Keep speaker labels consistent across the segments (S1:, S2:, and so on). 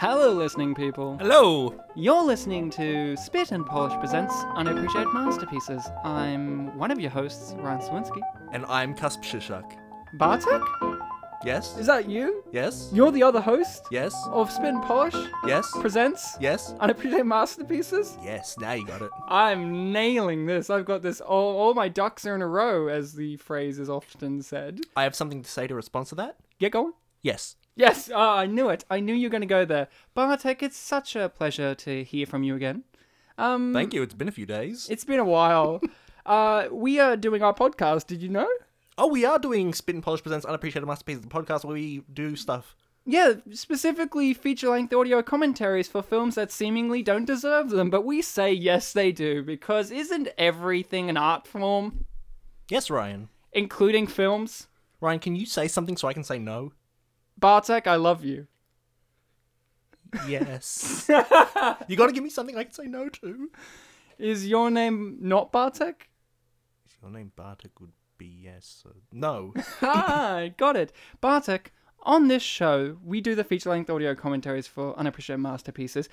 S1: Hello, listening people.
S2: Hello.
S1: You're listening to Spit and Polish Presents Unappreciated Masterpieces. I'm one of your hosts, Ryan Sawinski.
S2: And I'm Cusp Shishak.
S1: Bartek?
S2: Yes?
S1: Is that you?
S2: yes?
S1: You're the other host
S2: Yes?
S1: of Spit and Polish
S2: Yes?
S1: Presents
S2: Yes?
S1: Unappreciated Masterpieces?
S2: Yes, now you got it.
S1: I'm nailing this. I've got this. All, all my ducks are in a row, as the phrase is often said.
S2: I have something to say to response to that?
S1: Get going.
S2: Yes.
S1: Yes, ah, I knew it. I knew you were going to go there. Bartek, it's such a pleasure to hear from you again. Um,
S2: Thank you, it's been a few days.
S1: It's been a while. uh, we are doing our podcast. Did you know?
S2: Oh, we are doing Spit and Polish Presents Unappreciated Masterpieces, the podcast where we do stuff.
S1: Yeah, specifically feature length audio commentaries for films that seemingly don't deserve them, but we say yes, they do, because isn't everything an art form,
S2: Yes, Ryan.
S1: including films?
S2: Ryan, can you say something so I can say no?
S1: Bartek, I love you.
S2: Yes. you gotta give me something I can say no to.
S1: Is your name not Bartek?
S2: If your name Bartek would be yes. uh, no.
S1: ah, got it. Bartek, on this show, we do the feature length audio commentaries for unappreciated masterpieces.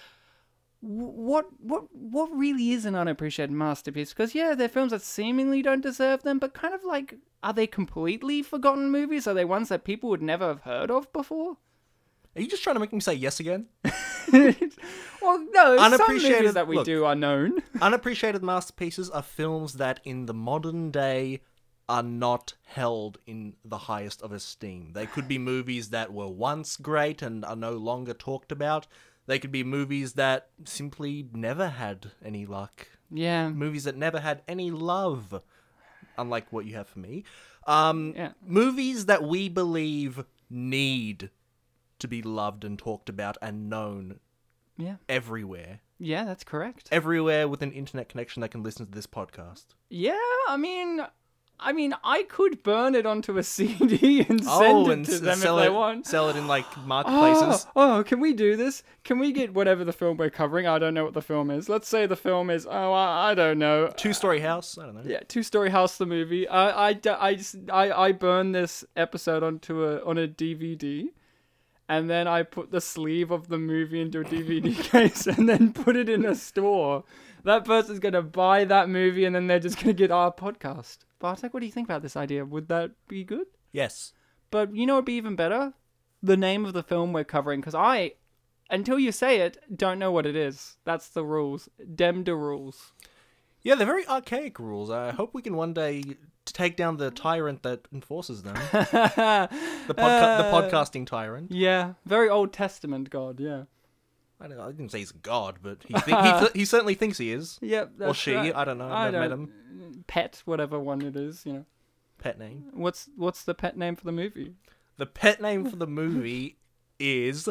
S1: W- What what what really is an unappreciated masterpiece? Because yeah, they're films that seemingly don't deserve them, but kind of like, are they completely forgotten movies? Are they ones that people would never have heard of before?
S2: Are you just trying to make me say yes again?
S1: well, no, some movies
S2: Unappreciated-
S1: that we
S2: look.
S1: do are known.
S2: Unappreciated masterpieces are films that in the modern day are not held in the highest of esteem. They could be movies that were once great and are no longer talked about. They could be movies that simply never had any luck.
S1: Yeah,
S2: Movies that never had any love, unlike what you have for me. Um,
S1: Yeah.
S2: Movies that we believe need to be loved and talked about and known
S1: yeah,
S2: everywhere
S1: yeah. That's correct.
S2: everywhere with an internet connection that can listen to this podcast.
S1: Yeah, I mean, I mean, I could burn it onto a CD and send it to
S2: Oh, s-
S1: them if
S2: sell
S1: they
S2: it,
S1: want.
S2: sell it in like
S1: Oh,
S2: marketplaces.
S1: oh, can we do this? Can we get whatever the film we're covering? I don't know what the film is. Let's say the film is, oh, I, I don't know.
S2: Two story house. I don't know.
S1: Yeah, Two Story House, the movie. I, I, d- I, just, I, I burn this episode onto a, on a DVD. And then I put the sleeve of the movie into a DVD case and then put it in a store. That person's going to buy that movie and then they're just going to get our podcast. Bartek, what do you think about this idea? Would that be good?
S2: Yes.
S1: But you know what would be even better? The name of the film we're covering, because I, until you say it, don't know what it is. That's the rules. Dem de rules.
S2: Yeah, they're very archaic rules. I hope we can one day t- take down the tyrant that enforces them. The, podca-
S1: Uh.
S2: the podcasting tyrant.
S1: yeah, very Old Testament God, yeah.
S2: I, don't know, I didn't say he's god, but he, thi- he, th- he certainly thinks he is.
S1: Yep.
S2: Or
S1: that's
S2: she.
S1: right.
S2: I don't know.
S1: I
S2: I've never met
S1: don't-
S2: him.
S1: Pet, whatever one it is, you know.
S2: Pet name.
S1: What's what's the pet name for the movie?
S2: The pet name for the movie is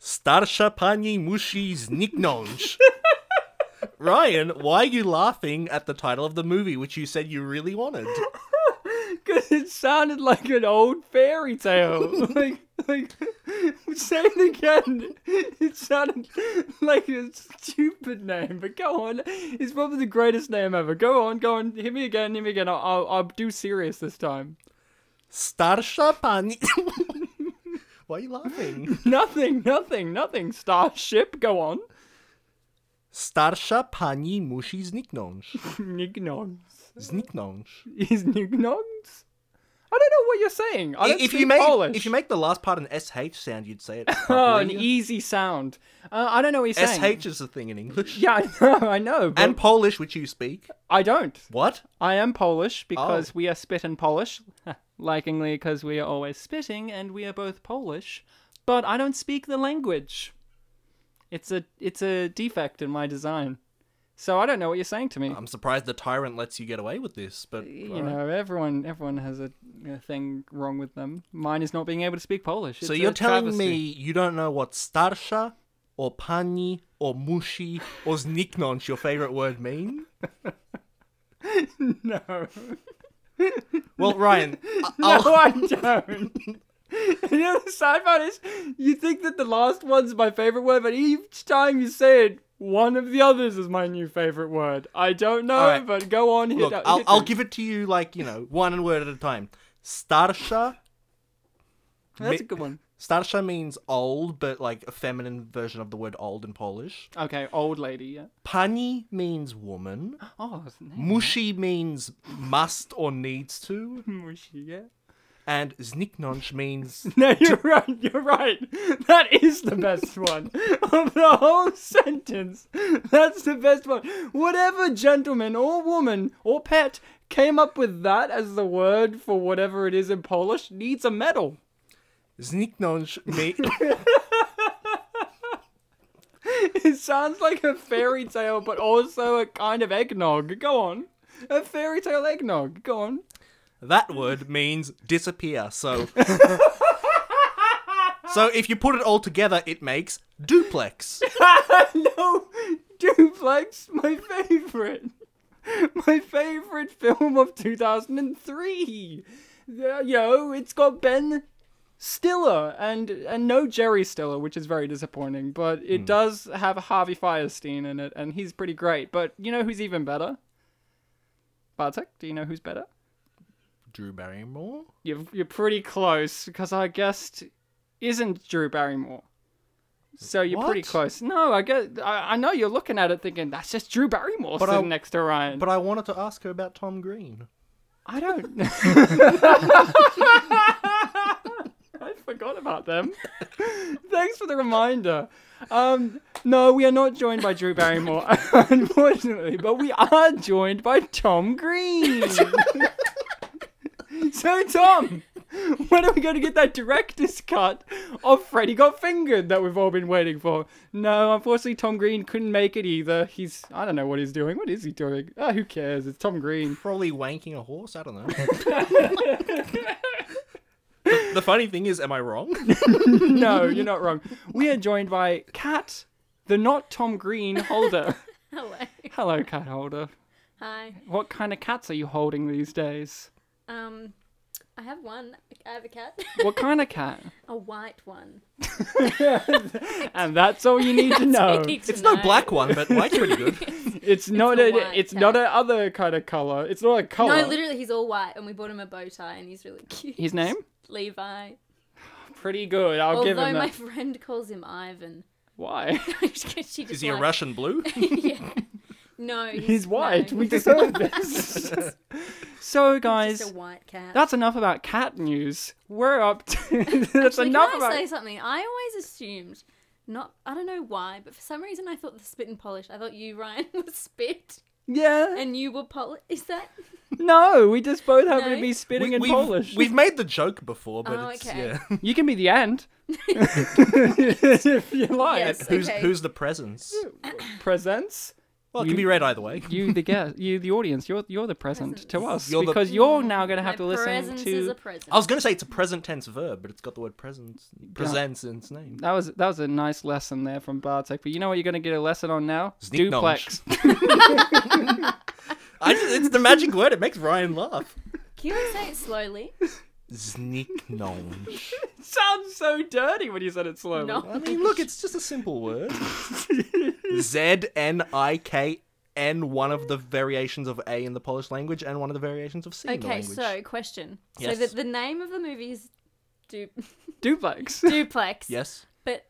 S2: Starsha Pani Mushi Zniknąć. Ryan, why are you laughing at the title of the movie, which you said you really wanted?
S1: Because it sounded like an old fairy tale. like, like, say it again. It sounded like a stupid name, but go on. It's probably the greatest name ever. Go on, go on. Hit me again, hit me again. I'll, I'll, I'll do serious this time.
S2: Starsha Pani. why are you laughing?
S1: Nothing, nothing, nothing. Starship, go on.
S2: Starsha Pani Mushi Zniknąć.
S1: Nignons.
S2: Zniknąć.
S1: Is Nignons? I don't know what you're saying. I don't
S2: If
S1: speak
S2: you make
S1: Polish.
S2: if you make the last part an sh sound, you'd say it.
S1: oh, an
S2: properly.
S1: easy sound. Uh, I don't know what you're saying.
S2: sh is a thing in English.
S1: Yeah, I know, I know. But
S2: And Polish, which you speak.
S1: I don't.
S2: What?
S1: I am Polish
S2: Oh.
S1: because we are spit and Polish, likingly because we are always spitting and we are both Polish, but I don't speak the language. It's a it's a defect in my design, so I don't know what you're saying to me.
S2: I'm surprised the tyrant lets you get away with this, but
S1: you know, everyone everyone has a, a thing wrong with them. Mine is not being able to speak Polish.
S2: So
S1: It's
S2: you're
S1: a
S2: telling me
S1: travesty.
S2: you don't know what starsha or pani or mushi or zniknonch your favorite word mean?
S1: no,
S2: Well, Ryan, I- I'll,
S1: no, I don't. And you know, the sad part is, you think that the last one's my favorite word, but each time you say it, one of the others is my new favorite word. I don't know,
S2: Alright.
S1: but go on. Hit,
S2: look,
S1: hit
S2: I'll, I'll
S1: me.
S2: give it to you like you know one word at a time. Starsha,
S1: That's a
S2: mi-
S1: good one.
S2: Starsha means old, but like a feminine version of the word old in Polish.
S1: Okay, old lady. Yeah.
S2: Pani means woman.
S1: Oh, it's name.
S2: Mushi means must or needs to.
S1: Mushy. Yeah.
S2: And zniknąć means
S1: No, you're right. You're right. That is the best one of the whole sentence. That's the best one. Whatever gentleman or woman or pet came up with that as the word for whatever it is in Polish needs a medal.
S2: zniknąć means.
S1: It sounds like a fairy tale, but also a kind of eggnog. Go on. A fairy tale eggnog. Go on.
S2: That word means disappear. So So if you put it all together it makes duplex.
S1: no, Duplex, my favorite. My favorite film of 2003. Yeah, You know, it's got Ben Stiller and and no Jerry Stiller, which is very disappointing, but it does have Harvey Firestein in it and he's pretty great. But you know who's even better? Bartek, do you know who's better?
S2: Drew Barrymore?
S1: You're you're pretty close because our guest isn't Drew Barrymore. So you're pretty
S2: What?
S1: close. No, I guess I, I know you're looking at it thinking that's just Drew Barrymore
S2: But
S1: sitting
S2: I-
S1: next to Ryan.
S2: But I wanted to ask her about Tom Green.
S1: I don't. I forgot about them. Thanks for the reminder. Um, no, we are not joined by Drew Barrymore, unfortunately, but we are joined by Tom Green. so, Tom, when are we going to get that director's cut of Freddy Got Fingered that we've all been waiting for? No, unfortunately, Tom Green couldn't make it either. He's, I don't know what he's doing. What is he doing? Ah, who cares? It's Tom Green.
S2: Probably wanking a horse, I don't know. The- the funny thing is, am I wrong?
S1: No, you're not wrong. We are joined by Kat, the not Tom Green holder.
S3: Hello.
S1: Hello, Cat Holder.
S3: Hi.
S1: What kind of cats are you holding these days?
S3: Um, I have one. I have a cat.
S1: What kind of cat?
S3: a white one.
S1: And that's all you need to know.
S2: It's no black one, but white's pretty good.
S1: It's not
S3: a
S1: a.
S3: white
S1: It's
S3: cat.
S1: not a other kind of color. It's not a color.
S3: No, literally, he's all white, and we bought him a bow tie, and he's really cute.
S1: His name?
S3: Levi.
S1: Pretty good. I'll
S3: Although
S1: give him that.
S3: my friend calls him Ivan.
S1: Why?
S3: she just
S2: Is he a
S3: likes-
S2: Russian blue?
S3: yeah. No. He's,
S1: He's white.
S3: no.
S1: We deserve this. so, guys,
S3: Just a white cat.
S1: that's enough about cat news. We're up to. that's
S3: Actually,
S1: enough
S3: can I
S1: about.
S3: say something? I always assumed, not I don't know why, but for some reason I thought the spit and polish. I thought you, Ryan, was spit
S1: Yeah.
S3: and you were polish. Is that?
S1: No, we just both happen to
S3: No?
S1: be spitting in
S2: we've,
S1: Polish.
S2: We've made the joke before, but
S3: Oh,
S2: it's
S3: okay.
S2: yeah.
S1: You can be the end. if you like.
S3: Yes.
S2: who's
S3: Okay.
S2: who's the presence?
S1: Presents.
S2: Well, it can be read either way.
S1: You the guest you the audience. You're you're the present to us.
S2: You're the-
S1: because you're now gonna have
S3: My
S1: to listen
S3: presence is
S1: to
S3: a present.
S2: I was going to say it's a present tense verb, but it's got the word present presents in its name.
S1: that was that was a nice lesson there from Bartek. But you know what you're gonna get a lesson on now?
S2: Sneak
S1: Duplex.
S2: I just, it's the magic word. It makes Ryan laugh.
S3: Can you say it slowly?
S2: Zniknąć.
S1: Sounds so dirty when you said it slowly.
S3: No.
S2: I mean, look, it's just a simple word. Z N I K N, one of the variations of A in the Polish language, and one of the variations of C in the
S3: Okay,
S2: language.
S3: so question. So
S2: Yes.
S3: the, the name of the movie is du-
S1: Duplex.
S3: Duplex.
S2: yes,
S3: But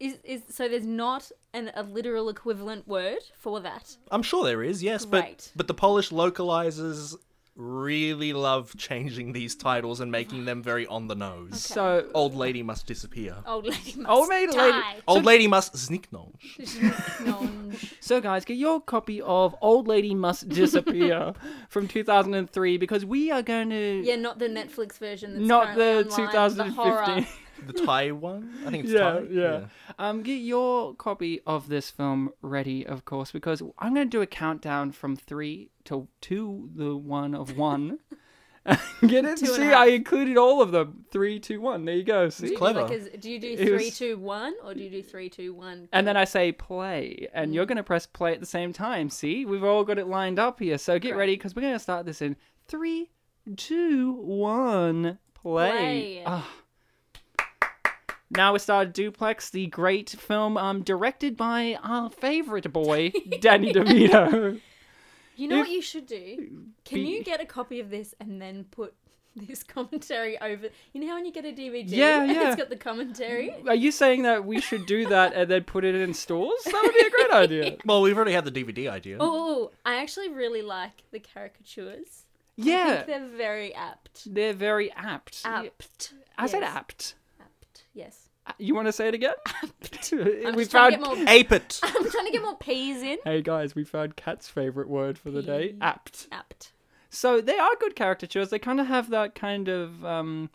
S3: is is so there's not an a literal equivalent word for that.
S2: I'm sure there is. Yes,
S3: Great.
S2: but but the Polish localizers really love changing these titles and making them very on the nose.
S1: So
S2: Old lady must disappear.
S3: Old lady must
S1: Old maid, lady- Oh.
S3: die.
S2: Old lady must zniknąć.
S3: No.
S1: So, guys, get your copy of Old Lady Must Disappear from 2003 because we are going to.
S3: Yeah, not the Netflix version. That's
S1: Not the
S3: currently online, the horror.
S1: 2015.
S2: The Thai one? I think it's
S1: yeah,
S2: Thai.
S1: yeah. Um, get your copy of this film ready, of course, because I'm going to do a countdown from three to two, the one of one. get it?
S3: Two and
S1: See,
S3: a half.
S1: I included all of them. Three, two, one. There you go. See.
S3: Do you
S2: Clever.
S3: like a- do you do
S1: It was-
S3: three, two, one, or do you do three, two, one?
S1: And then I say play,
S3: Mm.
S1: and you're going to press play at the same time. See, we've all got it lined up here. So get ready ready because we're going to start this in three, two, one, play.
S3: Play.
S1: Ah. Now we start Duplex, the great film um, directed by our favorite boy, Danny DeVito.
S3: You know
S1: If-
S3: what you should do? Can
S1: Be-
S3: you get a copy of this and then put this commentary over. You know how when you get a DVD,
S1: Yeah,
S3: and
S1: yeah.
S3: it's got the commentary.
S1: Are you saying that we should do that and then put it in stores? That would be a great idea.
S2: Well, we've already had the DVD idea.
S3: Oh, I actually really like the caricatures. I
S1: Yeah,
S3: think they're very apt.
S1: they're very apt.
S3: Apt.
S1: I said
S3: yes.
S1: apt.
S3: Apt. Yes.
S1: You want to say it again? Apt.
S3: I'm
S1: we
S3: just trying
S1: found.
S3: to get more.
S2: Ape it.
S3: I'm trying to get more P's in.
S1: Hey guys, we found Cat's favorite word for the day.
S3: Pea.
S1: Apt.
S3: Apt.
S1: So they are good caricatures. They kind of have that kind of um,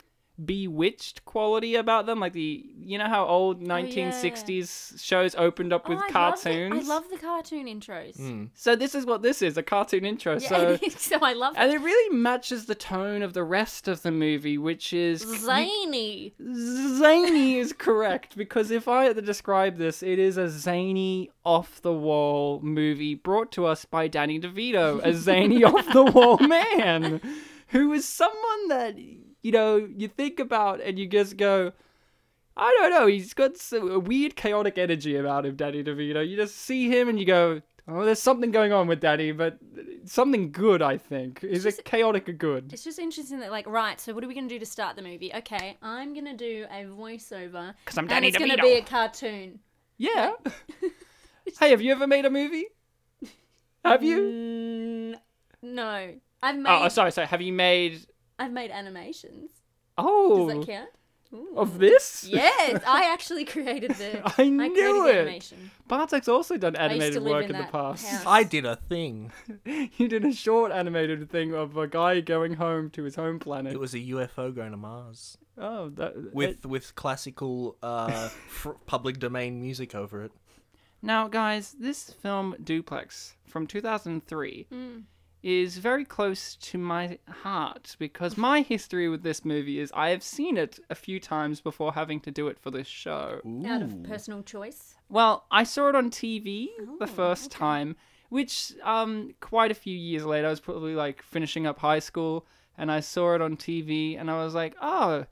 S1: bewitched quality about them, like the you know how old 1960s shows opened up with
S3: Oh, I love the-
S1: cartoons.
S3: I love the cartoon intros.
S1: So this is what this is—a cartoon intro.
S3: Yeah,
S1: So.
S3: so I love
S1: And it really matches the tone of the rest of the movie, which is
S3: zany.
S1: zany is correct because if I had to describe this, it is a zany, off the wall movie brought to us by Danny DeVito, a zany, off the wall man who is someone that you know you think about and you just go. I don't know. He's got some, a weird, chaotic energy about him, Danny DeVito. You just see him and you go, "Oh, there's something going on with Danny, but something good, I think. Is
S3: It's
S1: it chaotic or good?"
S3: It's just interesting that, like, right, so what are we going to do to start the movie? Okay, I'm going to do a voiceover.
S1: 'Cause I'm
S3: and
S1: Danny
S3: It's going to
S1: DeVito.
S3: be a cartoon.
S1: Yeah. hey, have you ever made a movie? Have you?
S3: Mm, no. I've made,
S1: Oh, sorry, sorry. Have you made?
S3: I've made animations. Does
S1: Oh,
S3: that count? Ooh.
S1: of this?
S3: Yes, I actually created the.
S1: I knew
S3: created
S1: it.
S3: The animation.
S1: Bartek's also done
S3: used to
S1: animated
S3: live
S1: work
S3: in
S1: in, the
S3: that
S1: past.
S3: house.
S2: I did a thing.
S1: he did a short animated thing of a guy going home to his home planet.
S2: It was a UFO going to Mars
S1: oh, that,
S2: with with classical uh, fr- public domain music over it.
S1: Now, guys, this film Duplex from 2003
S3: Mm.
S1: is very close to my heart because my history with this movie is I have seen it a few times before having to do it for this show.
S3: Out of personal choice.
S1: Well, I saw it on TV the first time, which um quite a few years later I was probably like finishing up high school and I saw it on TV and I was like, "Oh,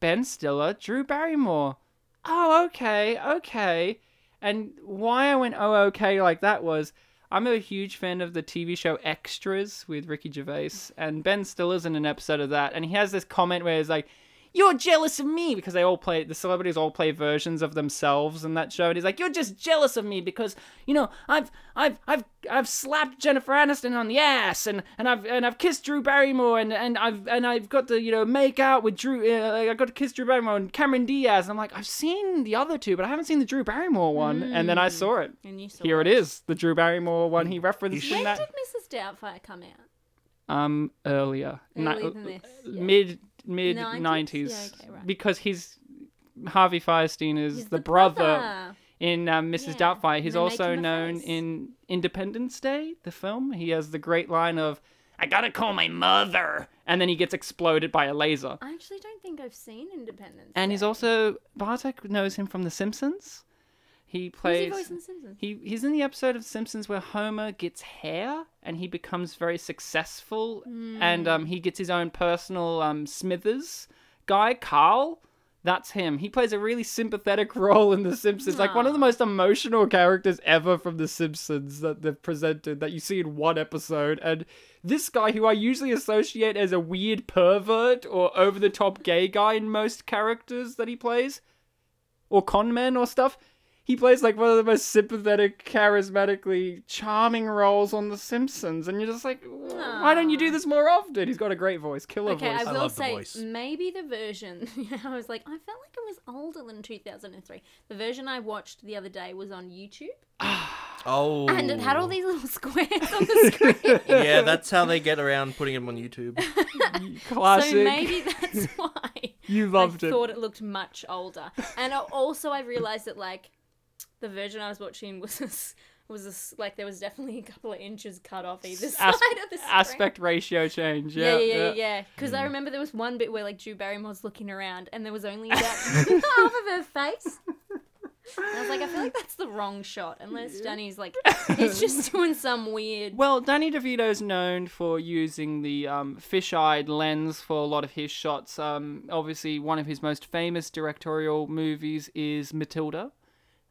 S1: Ben Stiller, Drew Barrymore. Oh, okay, okay." And why I went oh okay like that was I'm a huge fan of the TV show Extras with Ricky Gervais, and Ben Stiller's in an episode of that, and he has this comment where he's like, "You're jealous of me because they all play the celebrities all play versions of themselves in that show," and he's like, "You're just jealous of me because you know I've I've I've I've slapped Jennifer Aniston on the ass, and and I've and I've kissed Drew Barrymore, and and I've and I've got to you know make out with Drew, uh, I got to kiss Drew Barrymore and Cameron Diaz." And I'm like, "I've seen the other two, but I haven't seen the Drew Barrymore one," and then I
S3: Mm.
S1: saw it.
S3: And you saw
S1: Here it is, the Drew Barrymore one he referenced
S2: should-
S1: in
S3: When
S1: that
S3: did Mrs. Doubtfire come out?
S1: um earlier,
S3: Earlier
S1: Ni- uh,
S3: than this. yeah.
S1: mid mid
S3: 90s?
S1: nineties
S3: Yeah, okay, right.
S1: because he's Harvey Fierstein is
S3: He's
S1: the, brother,
S3: brother.
S1: in um, Mrs.
S3: Yeah,
S1: Doubtfire. He's
S3: and they make
S1: also
S3: him a
S1: known
S3: face.
S1: in Independence Day, the film. He has the great line of "I gotta call my mother," and then he gets exploded by a laser.
S3: I actually don't think I've seen Independence.
S1: And he's
S3: Day.
S1: also Bartek knows him from The Simpsons. He
S3: Who's
S1: plays
S3: he voiced in The Simpsons?
S1: He he's in the episode of Simpsons where Homer gets hair and he becomes very successful and um, he gets his own personal um, Smithers guy Carl. That's him. He plays a really sympathetic role in The Simpsons, like one of the most emotional characters ever from The Simpsons that they've presented that you see in one episode. And this guy, who I usually associate as a weird pervert or over the top gay guy in most characters that he plays, or con men or stuff. He plays like one of the most sympathetic, charismatically charming roles on The Simpsons, and you're just like, why don't you do this more often? He's got a great voice, killer
S3: Okay,
S1: voice.
S3: I
S2: I
S3: will
S2: love the
S3: say
S2: voice.
S3: maybe the version. I was like, I felt like it was older than 2003. The version I watched the other day was on YouTube,
S2: Oh,
S3: and it had all these little squares on the screen.
S2: yeah, that's how they get around putting them on YouTube.
S1: Classic.
S3: So maybe that's why
S1: you loved
S3: I
S1: it.
S3: thought it looked much older. And I- also, I realized that like the version I was watching was a s was a s like there was definitely a couple of inches cut off either side
S1: As-
S3: of the screen.
S1: aspect ratio change.
S3: Yeah,
S1: Yeah,
S3: yeah, yeah, yeah. Because I remember there was one bit where like Drew Barrymore's looking around, and there was only about half of her face. And I was like, I feel like that's the wrong shot, unless Danny's like, he's just doing some weird.
S1: Well, Danny DeVito's known for using the um, fish-eyed lens for a lot of his shots. Um, obviously, one of his most famous directorial movies is Matilda,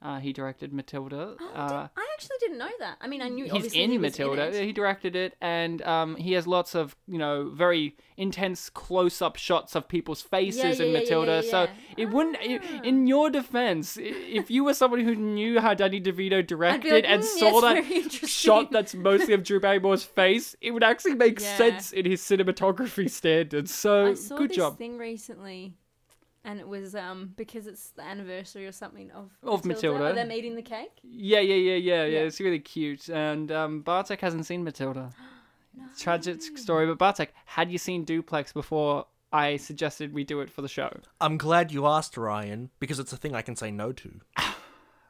S1: Uh, he directed Matilda. Uh,
S3: I actually didn't know that. I mean, I knew
S1: he's
S3: obviously
S1: in
S3: he was
S1: Matilda.
S3: it.
S1: He directed it, and um, he has lots of you know very intense close-up shots of people's faces
S3: yeah,
S1: in
S3: yeah, yeah,
S1: Matilda.
S3: yeah, Ah.
S1: So
S3: yeah.
S1: it wouldn't. i in your defense, i- if you were somebody who knew how Danny DeVito directed
S3: like,
S1: and
S3: "Mm,
S1: saw
S3: yes, very
S1: that
S3: interesting."
S1: shot that's mostly of Drew Barrymore's face, it would actually make
S3: Yeah.
S1: sense in his cinematography standards. So
S3: I saw
S1: good
S3: this
S1: job
S3: thing recently, and it was um because it's the anniversary or something of
S1: Of Matilda.
S3: Of them eating the cake.
S1: Yeah, yeah, yeah, yeah, yeah.
S3: Yeah.
S1: It's really cute. And um, Bartek hasn't seen Matilda. Tragic story, but Bartek, had you seen Duplex before I suggested we do it for the show?
S2: I'm glad you asked, Ryan, because it's a thing I can say no to.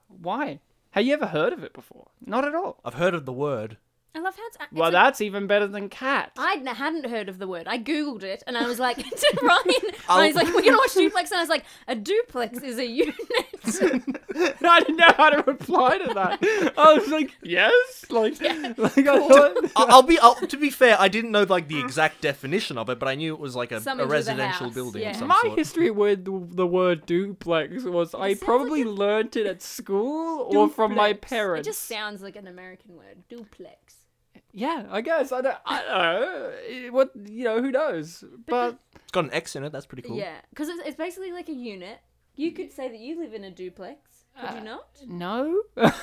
S1: Why? Have you ever heard of it before? Not at all.
S2: I've heard of the word.
S3: I love how it's. it's
S1: well,
S3: a-
S1: that's even better than cat.
S3: I hadn't- hadn't heard of the word. I googled it and I was like, to Ryan,
S2: I'll-
S3: I was like, we're gonna watch duplex, and I was like, a duplex is a unit.
S1: I didn't know how to reply to that. I was like, yes, like, like I thought.
S2: I- I'll be. I'll, to be fair, I didn't know like the exact definition of it, but I knew it was like a,
S3: Something
S2: a
S3: to the
S2: residential
S3: house,
S2: building
S3: yeah.
S2: of some
S1: My
S2: sort.
S1: history with the the word duplex was I
S3: sounds
S1: probably
S3: like
S1: learnt it at school or from my
S3: Duplex.
S1: parents.
S3: It just sounds like an American word. Duplex.
S1: Yeah, I guess I don't. I don't know It- what you know. Who knows? But
S2: it's got an X in it. That's pretty cool.
S3: Yeah, because it's, it's basically like a unit. You could say that you live in a duplex, could you not?
S1: no.
S3: But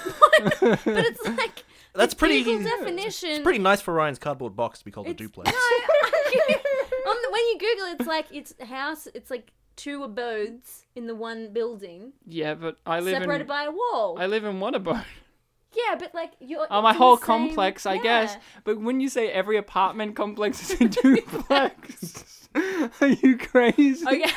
S3: it's like
S2: That's pretty.
S3: Google
S2: It's
S3: definition.
S2: pretty nice for Ryan's cardboard box to be called a duplex.
S3: on the, when you Google, it's like it's a house. It's like two abodes in the one building,
S1: yeah, but I live
S3: separated
S1: in.
S3: by a wall.
S1: I live in one abode.
S3: yeah, but like you're
S1: Oh,
S3: it's
S1: my
S3: in the
S1: whole
S3: same-
S1: complex, I
S3: yeah.
S1: guess. But when you say every apartment complex is a duplex, are you crazy?
S3: Okay.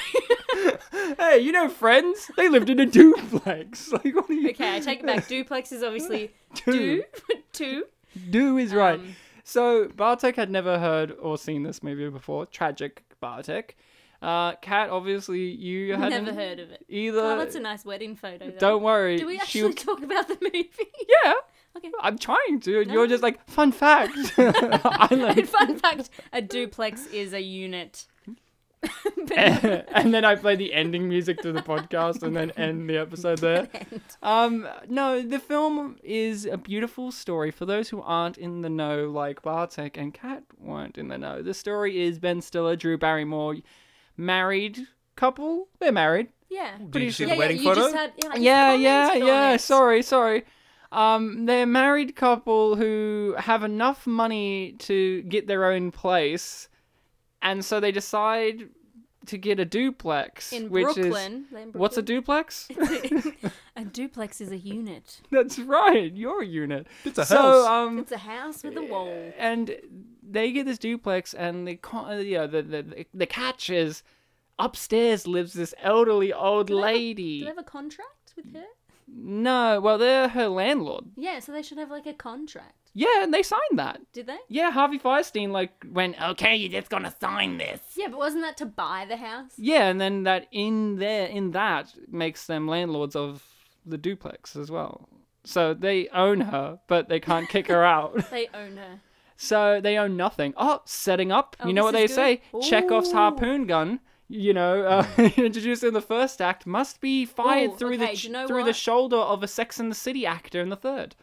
S1: Hey, you know, friends, they lived in a duplex. Like, what are you?
S3: okay, I take it back. Duplex is obviously
S1: Two.
S3: two, two.
S1: Do is right.
S3: Um,
S1: So Bartek had never heard or seen this movie before. Tragic Bartek. Uh, Kat, obviously you had
S3: Never heard of it.
S1: either.
S3: Oh, that's a nice wedding photo. Though.
S1: Uh, Don't worry.
S3: Do we
S1: she-
S3: actually talk about the movie?
S1: Yeah.
S3: Okay.
S1: I'm trying to, and
S3: No.
S1: you're just like, fun fact. I
S3: And
S1: learned.
S3: fun fact: a duplex is a unit. but
S1: and then I play the ending music to the podcast and then end the episode there. Um, no, the film is a beautiful story for those who aren't in the know, like Bartek and Kat weren't in the know. The story is Ben Stiller, Drew Barrymore, married couple. They're married.
S3: yeah.
S2: Did you see
S3: yeah,
S2: the wedding
S3: yeah, you
S2: photo?
S3: just had, yeah, I just
S1: yeah, yeah,
S3: commented on
S1: yeah.
S3: it.
S1: Sorry, sorry. Um, they're a married couple who have enough money to get their own place, and so they decide to get a duplex.
S3: In
S1: which Is,
S3: Brooklyn, they're in
S1: what's a duplex?
S3: Brooklyn. a duplex is a unit.
S1: That's right, your unit.
S2: It's a
S1: so,
S2: house.
S1: um,
S3: It's a house with a wall.
S1: and they get this duplex, and the con- you know, the, the the the catch is upstairs lives this elderly old
S3: they have a-
S1: lady.
S3: Do they have a contract with her?
S1: No, well, they're her landlord.
S3: Yeah, so they should have like a contract.
S1: Yeah, and they signed that.
S3: Did they?
S1: Yeah, Harvey Feinstein like went, okay, you're just gonna sign this.
S3: Yeah, but wasn't that to buy the house?
S1: Yeah, and then that in there in that makes them landlords of the duplex as well. So they own her, but they can't kick her out.
S3: They own her.
S1: So they own nothing. Oh, setting up.
S3: Oh,
S1: you know
S3: this
S1: what they
S3: is
S1: say?
S3: good.
S1: Chekhov's
S3: Ooh. Hmm.
S1: harpoon gun. You know, uh, introduced in the first act, must be fired
S3: Ooh,
S1: through the
S3: okay, do you know
S1: through the
S3: what?
S1: shoulder of a Sex and the City actor in the third.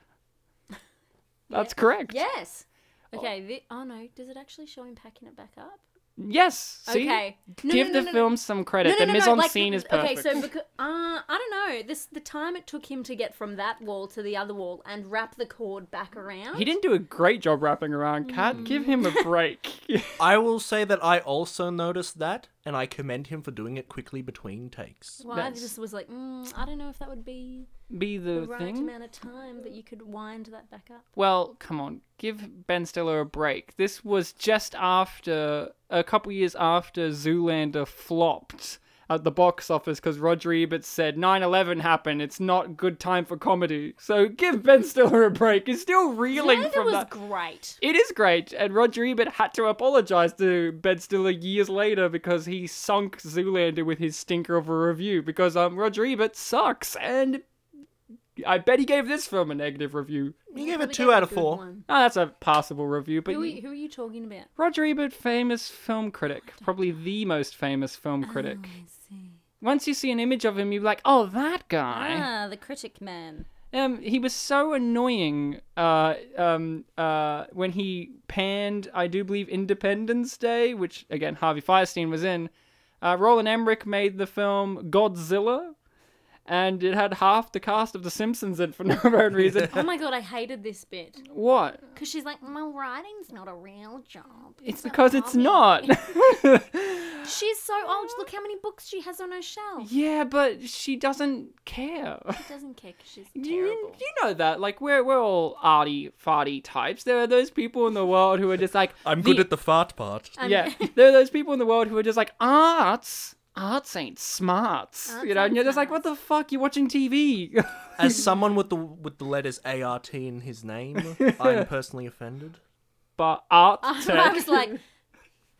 S1: That's correct.
S3: Yes. Okay. The, oh no, does it actually show him packing it back up?
S1: Yes. See?
S3: Okay. No,
S1: Give
S3: no,
S1: the
S3: no, no, no.
S1: film some credit. the mise en scene is perfect.
S3: Okay, so because, uh, I don't know this the time it took him to get from that wall to the other wall and wrap the cord back around.
S1: he didn't do a great job wrapping around Cat.
S3: Mm.
S1: Give him a break.
S2: I will say that I also noticed that, and I commend him for doing it quickly between takes.
S3: Well, I
S1: That's-
S3: just was like, mm, I don't know if that would be
S1: Be the
S3: the right
S1: thing.
S3: amount of time that you could wind that back up.
S1: Well, come on. Give Ben Stiller a break. This was just after, a couple years after Zoolander flopped at the box office because Roger Ebert said 9 11 happened. It's not good time for comedy. So give Ben Stiller a break. He's still reeling
S3: Zoolander
S1: from
S3: was
S1: that.
S3: great.
S1: It is great, and Roger Ebert had to apologize to Ben Stiller years later because he sunk Zoolander with his stinker of a review because um Roger Ebert sucks, and I bet he gave this film a negative review.
S2: He gave it
S3: We
S2: two
S3: gave
S2: out of
S3: good
S2: four.
S3: one.
S1: Ah, that's a passable review, but
S3: Who are, you, who are you talking about?
S1: Roger Ebert, famous film critic, probably the most famous film critic.
S3: Oh, I see.
S1: Once you see an image of him, you're like, oh, that guy.
S3: Ah, the critic man.
S1: Um, he was so annoying. Uh, um, uh, when he panned, I do believe Independence Day, which again Harvey Fierstein was in. Uh, Roland Emmerich made the film Godzilla, and it had half the cast of The Simpsons in for no apparent reason.
S3: Oh my god, I hated this bit.
S1: what?
S3: Because she's like, my writing's not a real job.
S1: It's
S3: a
S1: because it's
S3: hobby."
S1: not.
S3: She's so old. Look how many books she has on her shelf.
S1: yeah, but she doesn't care.
S3: She doesn't care 'cause she's
S1: Do You,
S3: terrible.
S1: you know that. Like, we're, we're all arty, farty types. There are those people in the world who are just like.
S2: I'm
S1: the-
S2: good at the fart part.
S3: I'm-
S1: Yeah. there are those people in the world who are just like, arts? Arts ain't smarts.
S3: Arts
S1: you know, and
S3: ain't
S1: you're just like, what the fuck? You're watching TV.
S2: As someone with the with the letters ART in his name, I'm personally offended.
S1: but art
S3: I
S1: tech.
S3: was like,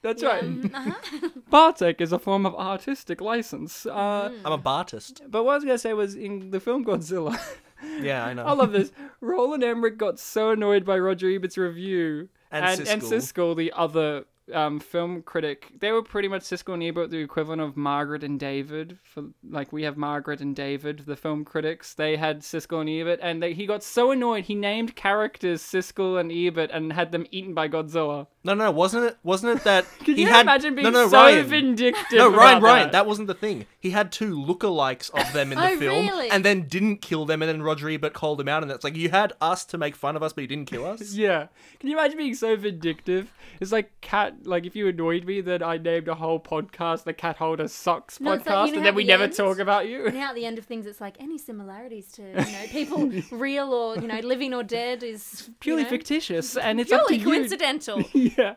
S1: That's
S3: yeah,
S1: right.
S3: mm, uh-huh.
S1: Bartek is a form of artistic license. Uh,
S3: Mm.
S2: I'm a Bartist.
S1: But what I was going to say was in the film Godzilla.
S2: Yeah, I know.
S1: I love this. Roland Emmerich got so annoyed by Roger Ebert's review
S2: And
S1: and
S2: Siskel.
S1: Siskel, the other um, film critic. They were pretty much Siskel and Ebert, the equivalent of Margaret and David. For like we have Margaret and David, the film critics. They had Siskel and Ebert, and they, he got so annoyed he named characters Siskel and Ebert and had them eaten by Godzilla.
S2: No, no, wasn't it? Wasn't it that
S1: Can
S2: he
S1: you
S2: had
S1: imagine being
S2: no, no,
S1: so
S2: Ryan.
S1: vindictive?
S2: No, Ryan,
S1: about
S2: Ryan, that.
S1: that
S2: wasn't the thing. He had two lookalikes of them in the
S3: Oh,
S2: film,
S3: really?
S2: and then didn't kill them, and then Roger Ebert called him out, and it's like you had us to make fun of us, but you didn't kill us.
S1: Yeah. Can you imagine being so vindictive? It's like cat like if you annoyed me then I named a whole podcast the Cat Holder Sucks
S3: No,
S1: podcast
S3: it's like, you know
S1: and
S3: how
S1: then
S3: at
S1: we
S3: the
S1: never
S3: end-
S1: talk about you.
S3: now at the end of things, it's like any similarities to you know people real or you know living or dead is
S1: Purely
S3: you know,
S1: fictitious and it's
S3: purely
S1: up to you.
S3: coincidental.
S1: yeah.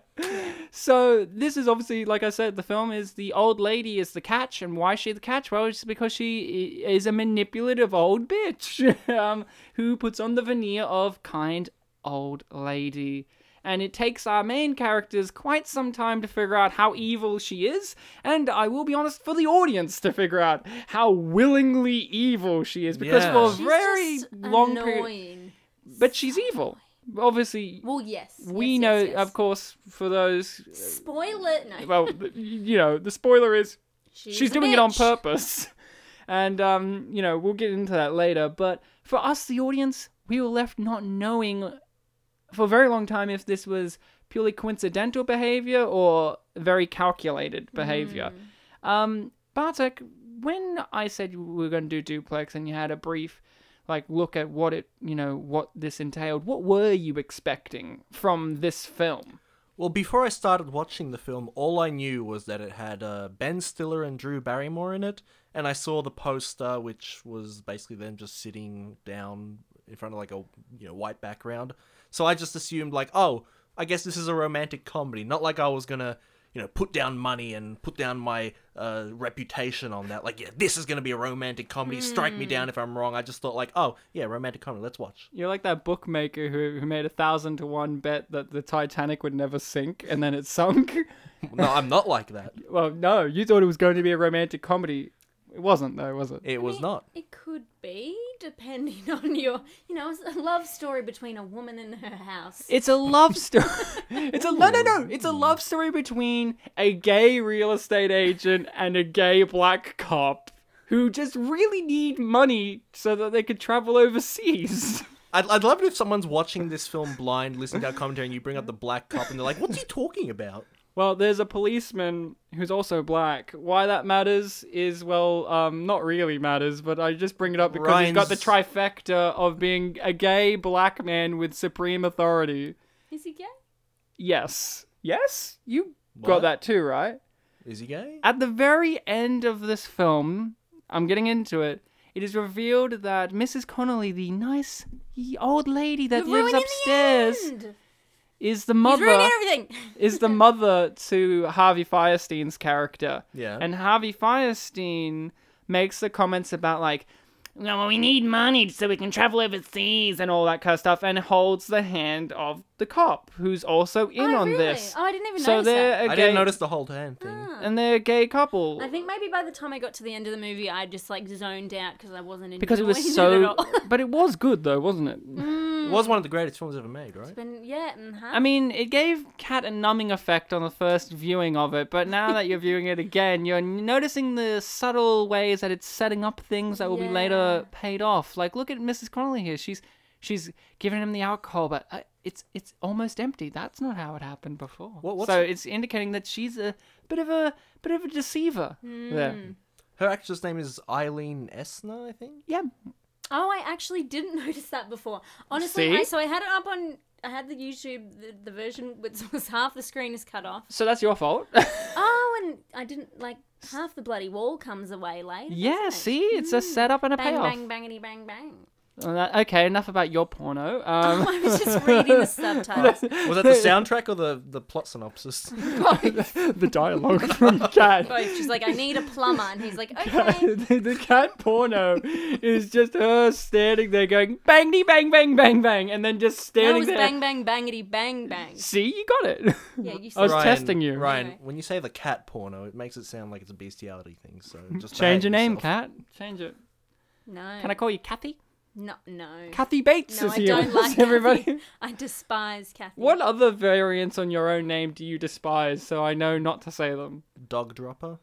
S1: So this is obviously, like I said, the film is the old lady is the catch, and why is she the catch? Well, it's because she i- is a manipulative old bitch um, who puts on the veneer of kind old lady. And it takes our main characters quite some time to figure out how evil she is, and I will be honest, for the audience to figure out how willingly evil she is, because
S2: Yeah.
S1: for a
S2: She's
S3: She's
S1: very
S3: just
S1: long
S3: annoying.
S1: period, but she's evil. Obviously,
S3: Well, yes,
S1: we
S3: yes,
S1: know,
S3: yes, yes.
S1: of course, for those
S3: Spoiler. No,
S1: well, th- you know, the spoiler is
S3: she's,
S1: she's
S3: a
S1: doing it on
S3: bitch.
S1: purpose. And, um, you know, we'll get into that later. But for us, the audience, we were left not knowing for a very long time if this was purely coincidental behavior or very calculated behavior.
S3: Mm.
S1: Um, Bartek, when I said you were going to do duplex and you had a brief like look at what it you know what this entailed what were you expecting from this film
S2: Well, before I started watching the film, all I knew was that it had uh, Ben Stiller and Drew Barrymore in it, and I saw the poster, which was basically them just sitting down in front of like a you know white background. So I just assumed like, oh, I guess this is a romantic comedy. Not like I was gonna you know put down money and put down my uh, reputation on that. Like, yeah, this is gonna be a romantic comedy. Strike me down if I'm wrong. I just thought like, oh yeah, romantic comedy. Let's watch.
S1: You're like that bookmaker who, who made a thousand to one bet that the Titanic would never sink and then it sunk.
S2: No, I'm not like that.
S1: well, no, you thought it was going to be a romantic comedy. It wasn't, though, was it?
S2: It was not.
S3: It could be, depending on your, you know, it's a love story between a woman and her house.
S1: It's a love story. it's a no, no, no. It's a love story between a gay real estate agent and a gay black cop who just really need money so that they could travel overseas.
S2: I'd, I'd love it if someone's watching this film blind, listening to our commentary, and you bring up the black cop, and they're like, "What's he talking about?"
S1: Well, there's a policeman who's also black. Why that matters is, well, um, not really matters, but I just bring it up because he's got the
S2: Ryan's-
S1: trifecta of being a gay black man with supreme authority.
S3: Is he gay?
S1: Yes. Yes? You
S2: What?
S1: got that too, right?
S2: Is he gay?
S1: At the very end of this film, I'm getting into it. It is revealed that Mrs. Connolly, the nice ye- old lady that
S3: You're
S1: lives
S3: ruining the
S1: upstairs,
S3: end.
S1: is the
S3: He's
S1: mother
S3: ruining everything.
S1: is the mother to Harvey Firestein's character.
S2: Yeah.
S1: And Harvey Firestein makes the comments about like, no, well, we need money so we can travel overseas and all that kind of stuff, and holds the hand of the cop who's also in
S3: oh,
S1: on
S3: really?
S1: this.
S3: Oh, I didn't even
S1: so
S3: notice
S1: they're
S3: that.
S1: a gay,
S2: I didn't notice the whole hand thing.
S1: and they're a gay couple.
S3: I think maybe by the time I got to the end of the movie, I just like zoned out because I wasn't
S1: because it was
S3: enjoying it at
S1: so,
S3: all.
S1: but it was good though, wasn't it?
S2: was one of the greatest films ever made, right?
S3: Been, yeah, mm-hmm. and huh?
S1: I mean, it gave Cat a numbing effect on the first viewing of it, but now that you're viewing it again, you're noticing the subtle ways that it's setting up things that will be later paid off. Like, look at Mrs. Connolly here. She's she's giving him the alcohol, but uh, it's it's almost empty. That's not how it happened before.
S2: What- what's
S1: so
S2: it-
S1: it's indicating that she's a bit of a bit of a deceiver.
S3: Hmm.
S1: There.
S2: Her actress name is Eileen Esner, I think.
S1: Yeah.
S3: Oh, I actually didn't notice that before. Honestly, I,
S1: See?
S3: so I had it up on. I had the YouTube, the, the version which was half the screen is cut off.
S1: So that's your fault.
S3: Oh, and I didn't like half the bloody wall comes away later.
S1: yeah.
S3: doesn't it?
S1: See, it's a setup and a
S3: Hmm. Bang,
S1: payoff.
S3: bang, bangity, bang, bang.
S1: Uh, that- Okay, enough about your porno. Um,
S3: I was just reading the
S2: Was
S3: subtitles.
S2: that the soundtrack or the, the plot synopsis?
S1: the dialogue from Cat.
S3: Both. She's like, I need a plumber, and he's like, okay.
S1: the, the cat porno is just her standing there going bang dee bang bang bang bang and then just
S3: That
S1: standing
S3: was
S1: there.
S3: bang, bang, bangity, bang, bang.
S1: See, you got it.
S3: Yeah, you
S1: I was
S3: said it.
S1: testing you.
S2: Ryan,
S3: Anyway.
S2: when you say the cat porno, it makes it sound like it's a bestiality thing. So just
S1: Change your
S2: behave
S1: name,
S2: yourself.
S1: cat. Change it.
S3: No.
S1: Can I call you Kathy?
S3: No, no.
S1: Kathy Bates
S3: no,
S1: is
S3: I
S1: here.
S3: don't like
S1: everybody.
S3: Kathy. I despise Kathy.
S1: What other variants on your own name do you despise? So I know not to say them.
S2: Dog dropper.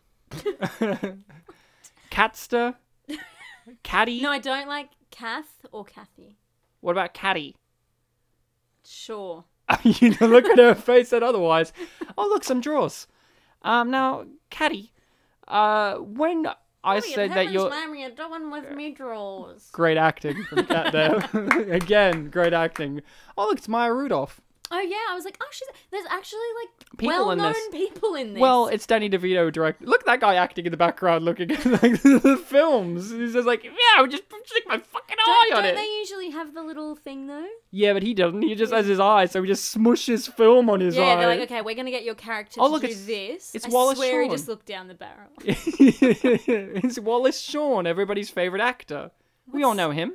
S1: Catster. Caddy.
S3: No, I don't like Kath or Kathy.
S1: What about Caddy?
S3: Sure.
S1: you know, look at her face and otherwise. Oh, look, some drawers. Um, now, Caddy, uh, when
S3: Oh,
S1: I said that you're
S3: Mammy, I don't want with me drawers.
S1: great acting from Cat there again, great acting. Oh, look, it's Maya Rudolph.
S3: Oh yeah, I was like, oh, she's there's actually like
S1: People in
S3: well-known
S1: this.
S3: people in this.
S1: Well, it's Danny DeVito directed. Look at that guy acting in the background, looking at like the films. He's just like, yeah, I would just stick my fucking eye
S3: don't,
S1: on
S3: don't
S1: it.
S3: they usually have the little thing though?
S1: Yeah, but he doesn't. He just has his eye, so he just smushes film on his
S3: Yeah,
S1: eye.
S3: they're like, okay, we're gonna get your character
S1: Oh,
S3: to
S1: look,
S3: do
S1: it's-
S3: this.
S1: it's
S3: I
S1: Wallace
S3: swear he
S1: Shawn.
S3: just looked down the barrel.
S1: it's Wallace Shawn, everybody's favorite actor. We all
S3: What's-
S1: know him.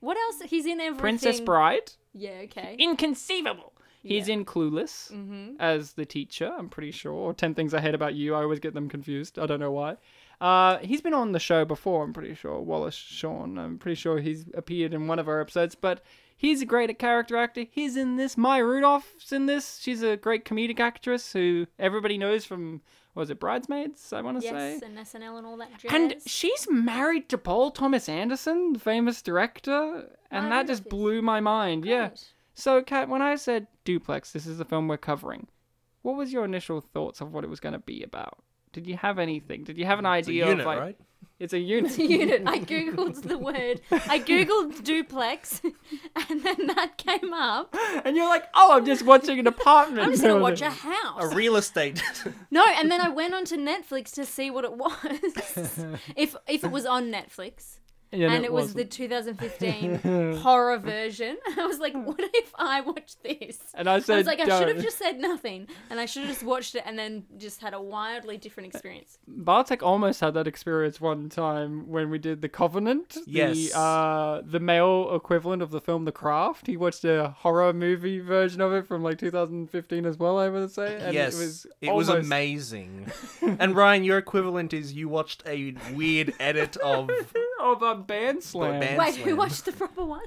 S3: What else? He's in everything.
S1: Princess Bride.
S3: Yeah, okay.
S1: Inconceivable. He's in Clueless
S3: Mm-hmm.
S1: as the teacher, I'm pretty sure. Or 10 Things I Hate About You. I always get them confused. I don't know why. Uh, he's been on the show before, I'm pretty sure. Wallace Shawn. I'm pretty sure he's appeared in one of our episodes, but he's a great character actor. He's in this. Maya Rudolph's in this. She's a great comedic actress who everybody knows from, was it Bridesmaids, I want to say?
S3: Yes, and SNL and all that jazz.
S1: And she's married to Paul Thomas Anderson, the famous director, and
S3: I
S1: that
S3: didn't
S1: just
S3: notice.
S1: blew my mind. Yeah.
S3: Great.
S1: So, Kat, when I said Duplex, this is the film we're covering. What was your initial thoughts of what it was going to be about? Did you have anything? Did you have an
S2: It's a
S1: idea
S2: unit,
S1: of like
S2: right?
S1: it's a unit?
S3: unit. I googled the word. I googled duplex, and then that came up.
S1: and you're like, oh, I'm just watching an apartment.
S3: I'm just gonna
S1: building."
S3: watch a
S2: A
S3: house.
S2: real estate.
S3: No, and then I went onto Netflix to see what it was. if if it was on Netflix,
S1: and,
S3: and it, was the 2015 horror version. I was
S1: Hmm.
S3: like, what if I watch this?
S1: And I
S3: I
S1: said,
S3: was like, I should have
S1: "Don't."
S3: just said nothing, and I should have just watched it, and then just had a wildly different experience.
S1: Bartek almost had that experience one time when we did The Covenant,
S2: Yes.
S1: the uh, the male equivalent of the film The Craft. He watched a horror movie version of it from like 2015 as well. I would say, and
S2: yes,
S1: it was almost-
S2: amazing. and Ryan, your equivalent is you watched a weird edit of.
S1: of a band slam.
S2: band-
S3: Wait, who
S2: Slam.
S3: watched the proper one?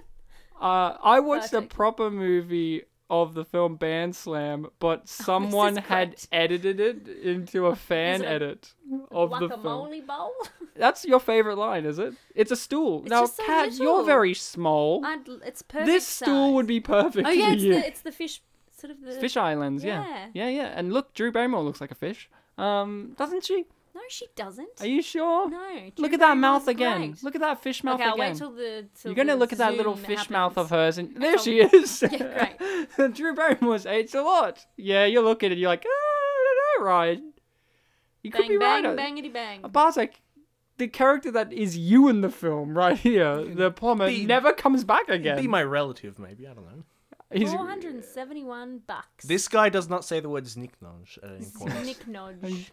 S1: Uh, I watched
S3: Perfect.
S1: a proper movie of the film Bandslam, but someone had
S3: Oh, great.
S1: edited it into a fan
S3: it a
S1: edit of the film.
S3: Guacamole bowl.
S1: That's your favorite line, is it? It's a stool. now,
S3: just so
S1: Kat,
S3: little.
S1: you're very small.
S3: I'd, it's perfect.
S1: this stool would be perfect
S3: Oh yeah,
S1: for
S3: it's
S1: you.
S3: the, it's the fish, sort of the
S1: Fish Islands, yeah. yeah. Yeah, And look, Drew Barrymore looks like a fish. Um, doesn't she?
S3: No, she doesn't.
S1: Are you sure?
S3: No. Drew
S1: Look at that
S3: Barrymore's
S1: mouth again.
S3: great.
S1: Look at that fish mouth
S3: okay, I'll
S1: again.
S3: wait till the. Till
S1: You're gonna
S3: the
S1: look at that little
S3: Zoom
S1: fish mouth of hers,
S3: happens.
S1: and there
S3: told
S1: she
S3: you.
S1: is.
S3: Yeah,
S1: Drew Barrymore's aged a lot. Yeah, you look at it, you're like, ah, I don't know, Ryan. You could be
S3: Bang
S1: right.
S3: bang
S1: on-
S3: bangity bang.
S1: Bartek, the character that is you in the film, right here, the plumber,
S2: Be-
S1: never comes back again.
S2: Be my relative, maybe. I don't know.
S1: He's-
S3: Four hundred and seventy-one bucks.
S2: This guy does not say the words nicknage at any point.
S3: Nick Nodge.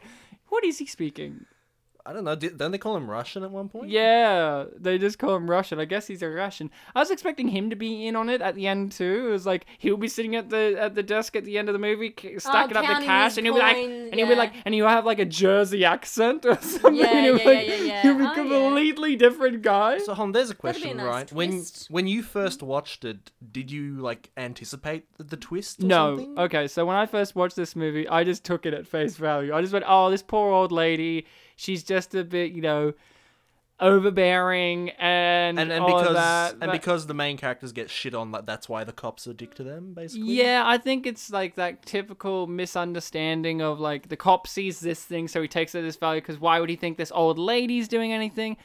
S1: What is he speaking?
S2: I don't know. di- Don't they call him Russian at one point?
S1: Yeah, they just call him Russian. I guess he's a Russian. I was expecting him to be in on it at the end too. It was like he'll be sitting at the at the desk at the end of the movie, c- stacking up the
S3: Oh, counting
S1: cash,
S3: his
S1: and he'll be like,
S3: coins,
S1: and he'll be
S3: yeah.
S1: like, and he'll have like a Jersey accent or something.
S3: Yeah,
S1: he'll be
S3: yeah, yeah,
S1: like-
S3: yeah, yeah.
S1: He'll be
S3: Oh, yeah.
S1: completely different guy.
S2: So Hon, there's a
S3: That'd be a
S2: question,
S3: nice
S2: right? When
S3: twist.
S2: when you first watched it, did you like anticipate the, the twist? Or
S1: No.
S2: something?
S1: Okay, so when I first watched this movie, I just took it at face value. I just went, "Oh, this poor old lady. She's just a bit, you know, overbearing and
S2: And and
S1: all of
S2: because
S1: Oh, that."
S2: and
S1: But-
S2: because the main characters get shit on, like that's why the cops are dick to them, basically.
S1: Yeah, I think it's like that typical misunderstanding of like the cop sees this thing, so he takes it at this value because why would he think this old lady's doing anything?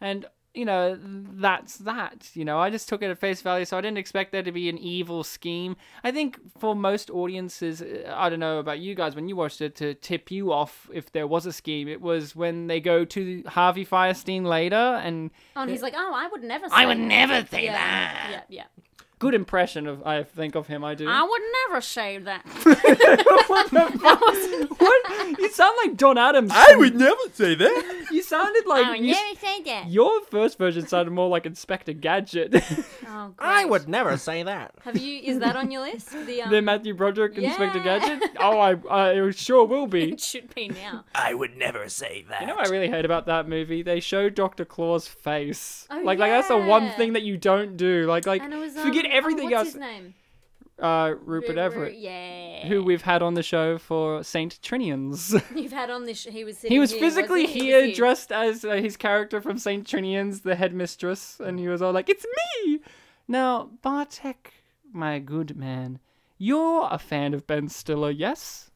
S1: And you know, that's that. You know, I just took it at face value, so I didn't expect there to be an evil scheme. I think for most audiences, uh, I don't know about you guys, when you watched it, to tip you off if there was a scheme, it was when they go to Harvey Firestein later, and
S3: Oh, and he's like, oh, I would never. Say
S1: I would never say
S3: yeah,
S1: that.
S3: Yeah,
S1: Good impression of I think of him. I do.
S3: yeah. I would never say that.
S1: what the fuck? What? You sound like John Adams.
S2: never say that.
S1: You sounded
S3: I would
S1: like you,
S3: "Oh, never say that.
S1: your first version sounded more like Inspector Gadget
S3: Oh, great.
S2: I would never say that.
S3: Have you? Is that on your list? The um,
S1: than Matthew Broderick Inspector
S3: Yeah.
S1: Gadget. Oh, I, I it sure will be.
S3: it should be now.
S2: I would never say that.
S1: You know what I really hate about that movie? They show Dr. Claw's face.
S3: Oh,
S1: like like that's the one
S3: yeah.
S1: thing that you don't do. Like like
S3: And it was um,
S1: forget
S3: oh,
S1: everything
S3: what's
S1: else.
S3: His name?
S1: Uh Rupert
S3: Ru- Ru-
S1: Everett.
S3: Yeah.
S1: Who we've had on the show for Saint Trinians.
S3: you've had on this? He was.
S1: He
S3: sitting
S1: was
S3: here,
S1: physically
S3: wasn't he? He
S1: here,
S3: was here.
S1: dressed as uh, his character from St. Trinian's, the headmistress, and he was all like, It's me! Now, Bartek, my good man, you're a fan of Ben Stiller, yes?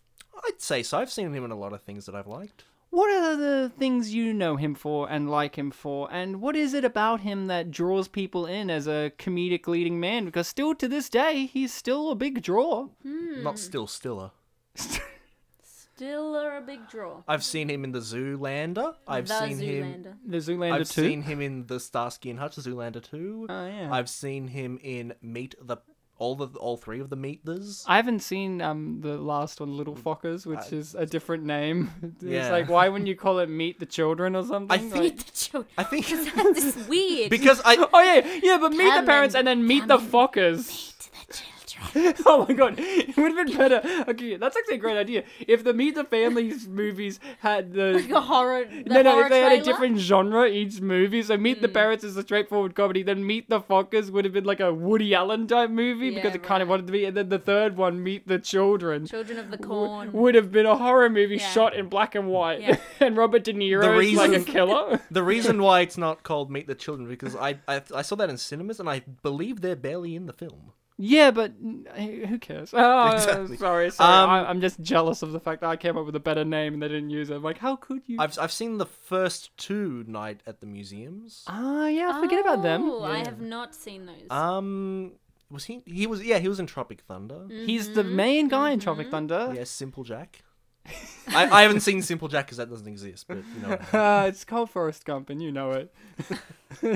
S2: I'd say so. I've seen him in a lot of things that I've liked.
S1: What are the things you know him for and like him for, and what is it about him that draws people in as a comedic leading man? Because still to this day, he's still a big draw. Hmm.
S2: Not still Stiller.
S3: Still are a big draw.
S2: I've seen him in the Zoolander. I've
S3: the
S2: seen him.
S3: Zoolander.
S1: the Zoolander
S2: I've
S1: 2.
S2: seen him in the Starsky and Hutch, Zoolander two.
S1: Oh, yeah.
S2: I've seen him in Meet the all the all three of the Meetlers.
S1: I haven't seen um the last one, Little Fockers, which is a different name. it's
S2: Mm. Uh, Yeah.
S1: like why wouldn't you call it Meet the Children or something?
S2: I think-
S1: Like-
S3: Meet the children.
S2: I think
S3: This is weird.
S2: because I
S1: oh yeah, yeah, but meet the
S3: Come
S1: parents and
S3: and-
S1: then meet the Fockers.
S3: to the children.
S1: oh my god, it would have been better. Okay, that's actually a great idea. If the Meet the Families movies had the
S3: Like a horror. Oh The
S1: no, no,
S3: horror
S1: if they had a
S3: trailer? Mm.
S1: different genre each movie, so Meet the Parents is a straightforward comedy, then Meet the Fockers would have been like a Woody Allen type movie because
S3: Yeah,
S1: it kind of
S3: right.
S1: wanted to be, and then the third one, Meet the Children,
S3: Children of the
S1: w-
S3: Corn.
S1: would have been a horror movie
S3: Mm-hmm. Yeah.
S1: shot in black and white,
S3: Yeah.
S1: and Robert De Niro
S2: The
S1: is like a
S2: reason-
S1: killer.
S2: the reason why it's not called Meet the Children because I, I I saw that in cinemas and I believe they're barely in the film.
S1: yeah, but who cares? Oh,
S2: Exactly.
S1: sorry, sorry.
S2: Um,
S1: I, I'm just jealous of the fact that I came up with a better name and they didn't use it. I'm like, how could you?
S2: I've I've seen the first two night at the museums.
S1: Ah, yeah, I forget about them.
S3: Oh, I have not seen those.
S2: Um, was he? He was. Yeah, he was in Tropic Thunder.
S1: He's
S3: mm-hmm,
S1: the main guy in Tropic Thunder.
S2: Yes, Simple Jack. I, I haven't seen Simple Jack because that doesn't exist, but you know. what I mean.
S1: Uh, it's called Forrest Gump, and you know it.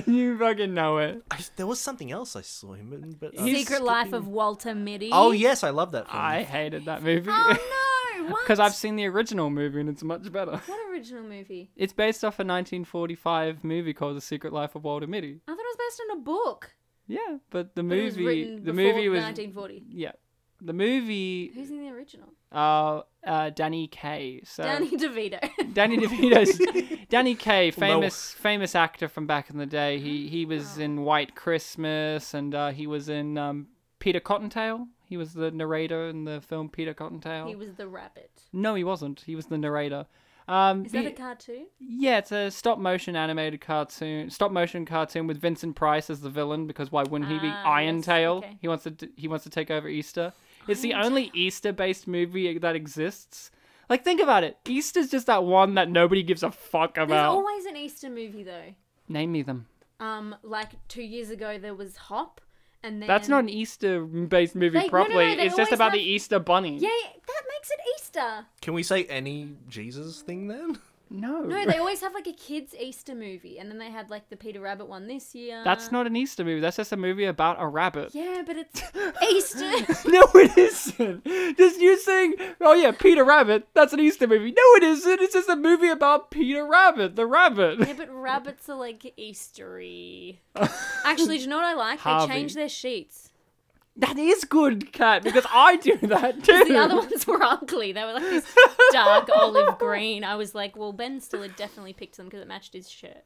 S1: you fucking know it.
S2: I, there was something else I saw him in, but I'm
S3: Secret Life of
S2: skipping-
S3: Walter Mitty.
S2: Oh yes, I love that film.
S1: I hated that movie
S3: Oh no! What?
S1: because I've seen the original movie and it's much better.
S3: What original movie?
S1: It's based off a 1945 movie called The Secret Life of Walter Mitty.
S3: I thought it was based on a book.
S1: Yeah, but the
S3: but it was
S1: movie,
S3: written
S1: the
S3: before
S1: movie was
S3: 1940.
S1: yeah, the movie
S3: Who's in the original?
S1: uh, uh Danny Kaye. So
S3: Danny DeVito.
S1: Danny DeVito's Danny Kaye,
S2: Well-
S1: famous famous actor from back in the day. He
S3: Mm-hmm.
S1: he
S3: Oh.
S1: was in White Christmas and uh, he was in um, Peter Cottontail. He was the narrator in the film Peter Cottontail.
S3: he was the rabbit.
S1: no, he wasn't. He was the narrator. Um,
S3: Is that
S1: he-
S3: a cartoon?
S1: yeah, it's a stop motion animated cartoon, stop motion cartoon with Vincent Price as the villain because why wouldn't he be
S3: Ah,
S1: Iron
S3: yes,
S1: Tail?
S3: okay.
S1: He wants to d- he wants to take over Easter. It's the only Easter based movie that exists. Like think about it. Easter's just that one that nobody gives a fuck
S3: There's
S1: about.
S3: always an Easter movie though.
S1: Name me them.
S3: Um, like two years ago there was Hop, and then
S1: That's not an Easter based movie
S3: They- no, no,
S1: properly.
S3: no, they
S1: it's just
S3: always
S1: about the
S3: have-
S1: Easter bunny.
S3: Yeah, that makes it Easter.
S2: Can we say any Jesus thing then?
S1: No.
S3: No, they always have like a kids Easter movie, and then they had like the Peter Rabbit one this year.
S1: That's not an Easter movie. That's just a movie about a rabbit.
S3: Yeah, but it's Easter.
S1: No, it isn't. Just you saying, oh yeah, Peter Rabbit. That's an Easter movie. No, it isn't. It's just a movie about Peter Rabbit, the rabbit.
S3: yeah, but rabbits are like Eastery. Actually, do you know what I like?
S1: Harvey.
S3: They change their sheets.
S1: That is good, Cat, because I do that too.
S3: The other ones were ugly. They were like this dark olive green. I was like, well, Ben still had definitely picked them because it matched his shirt.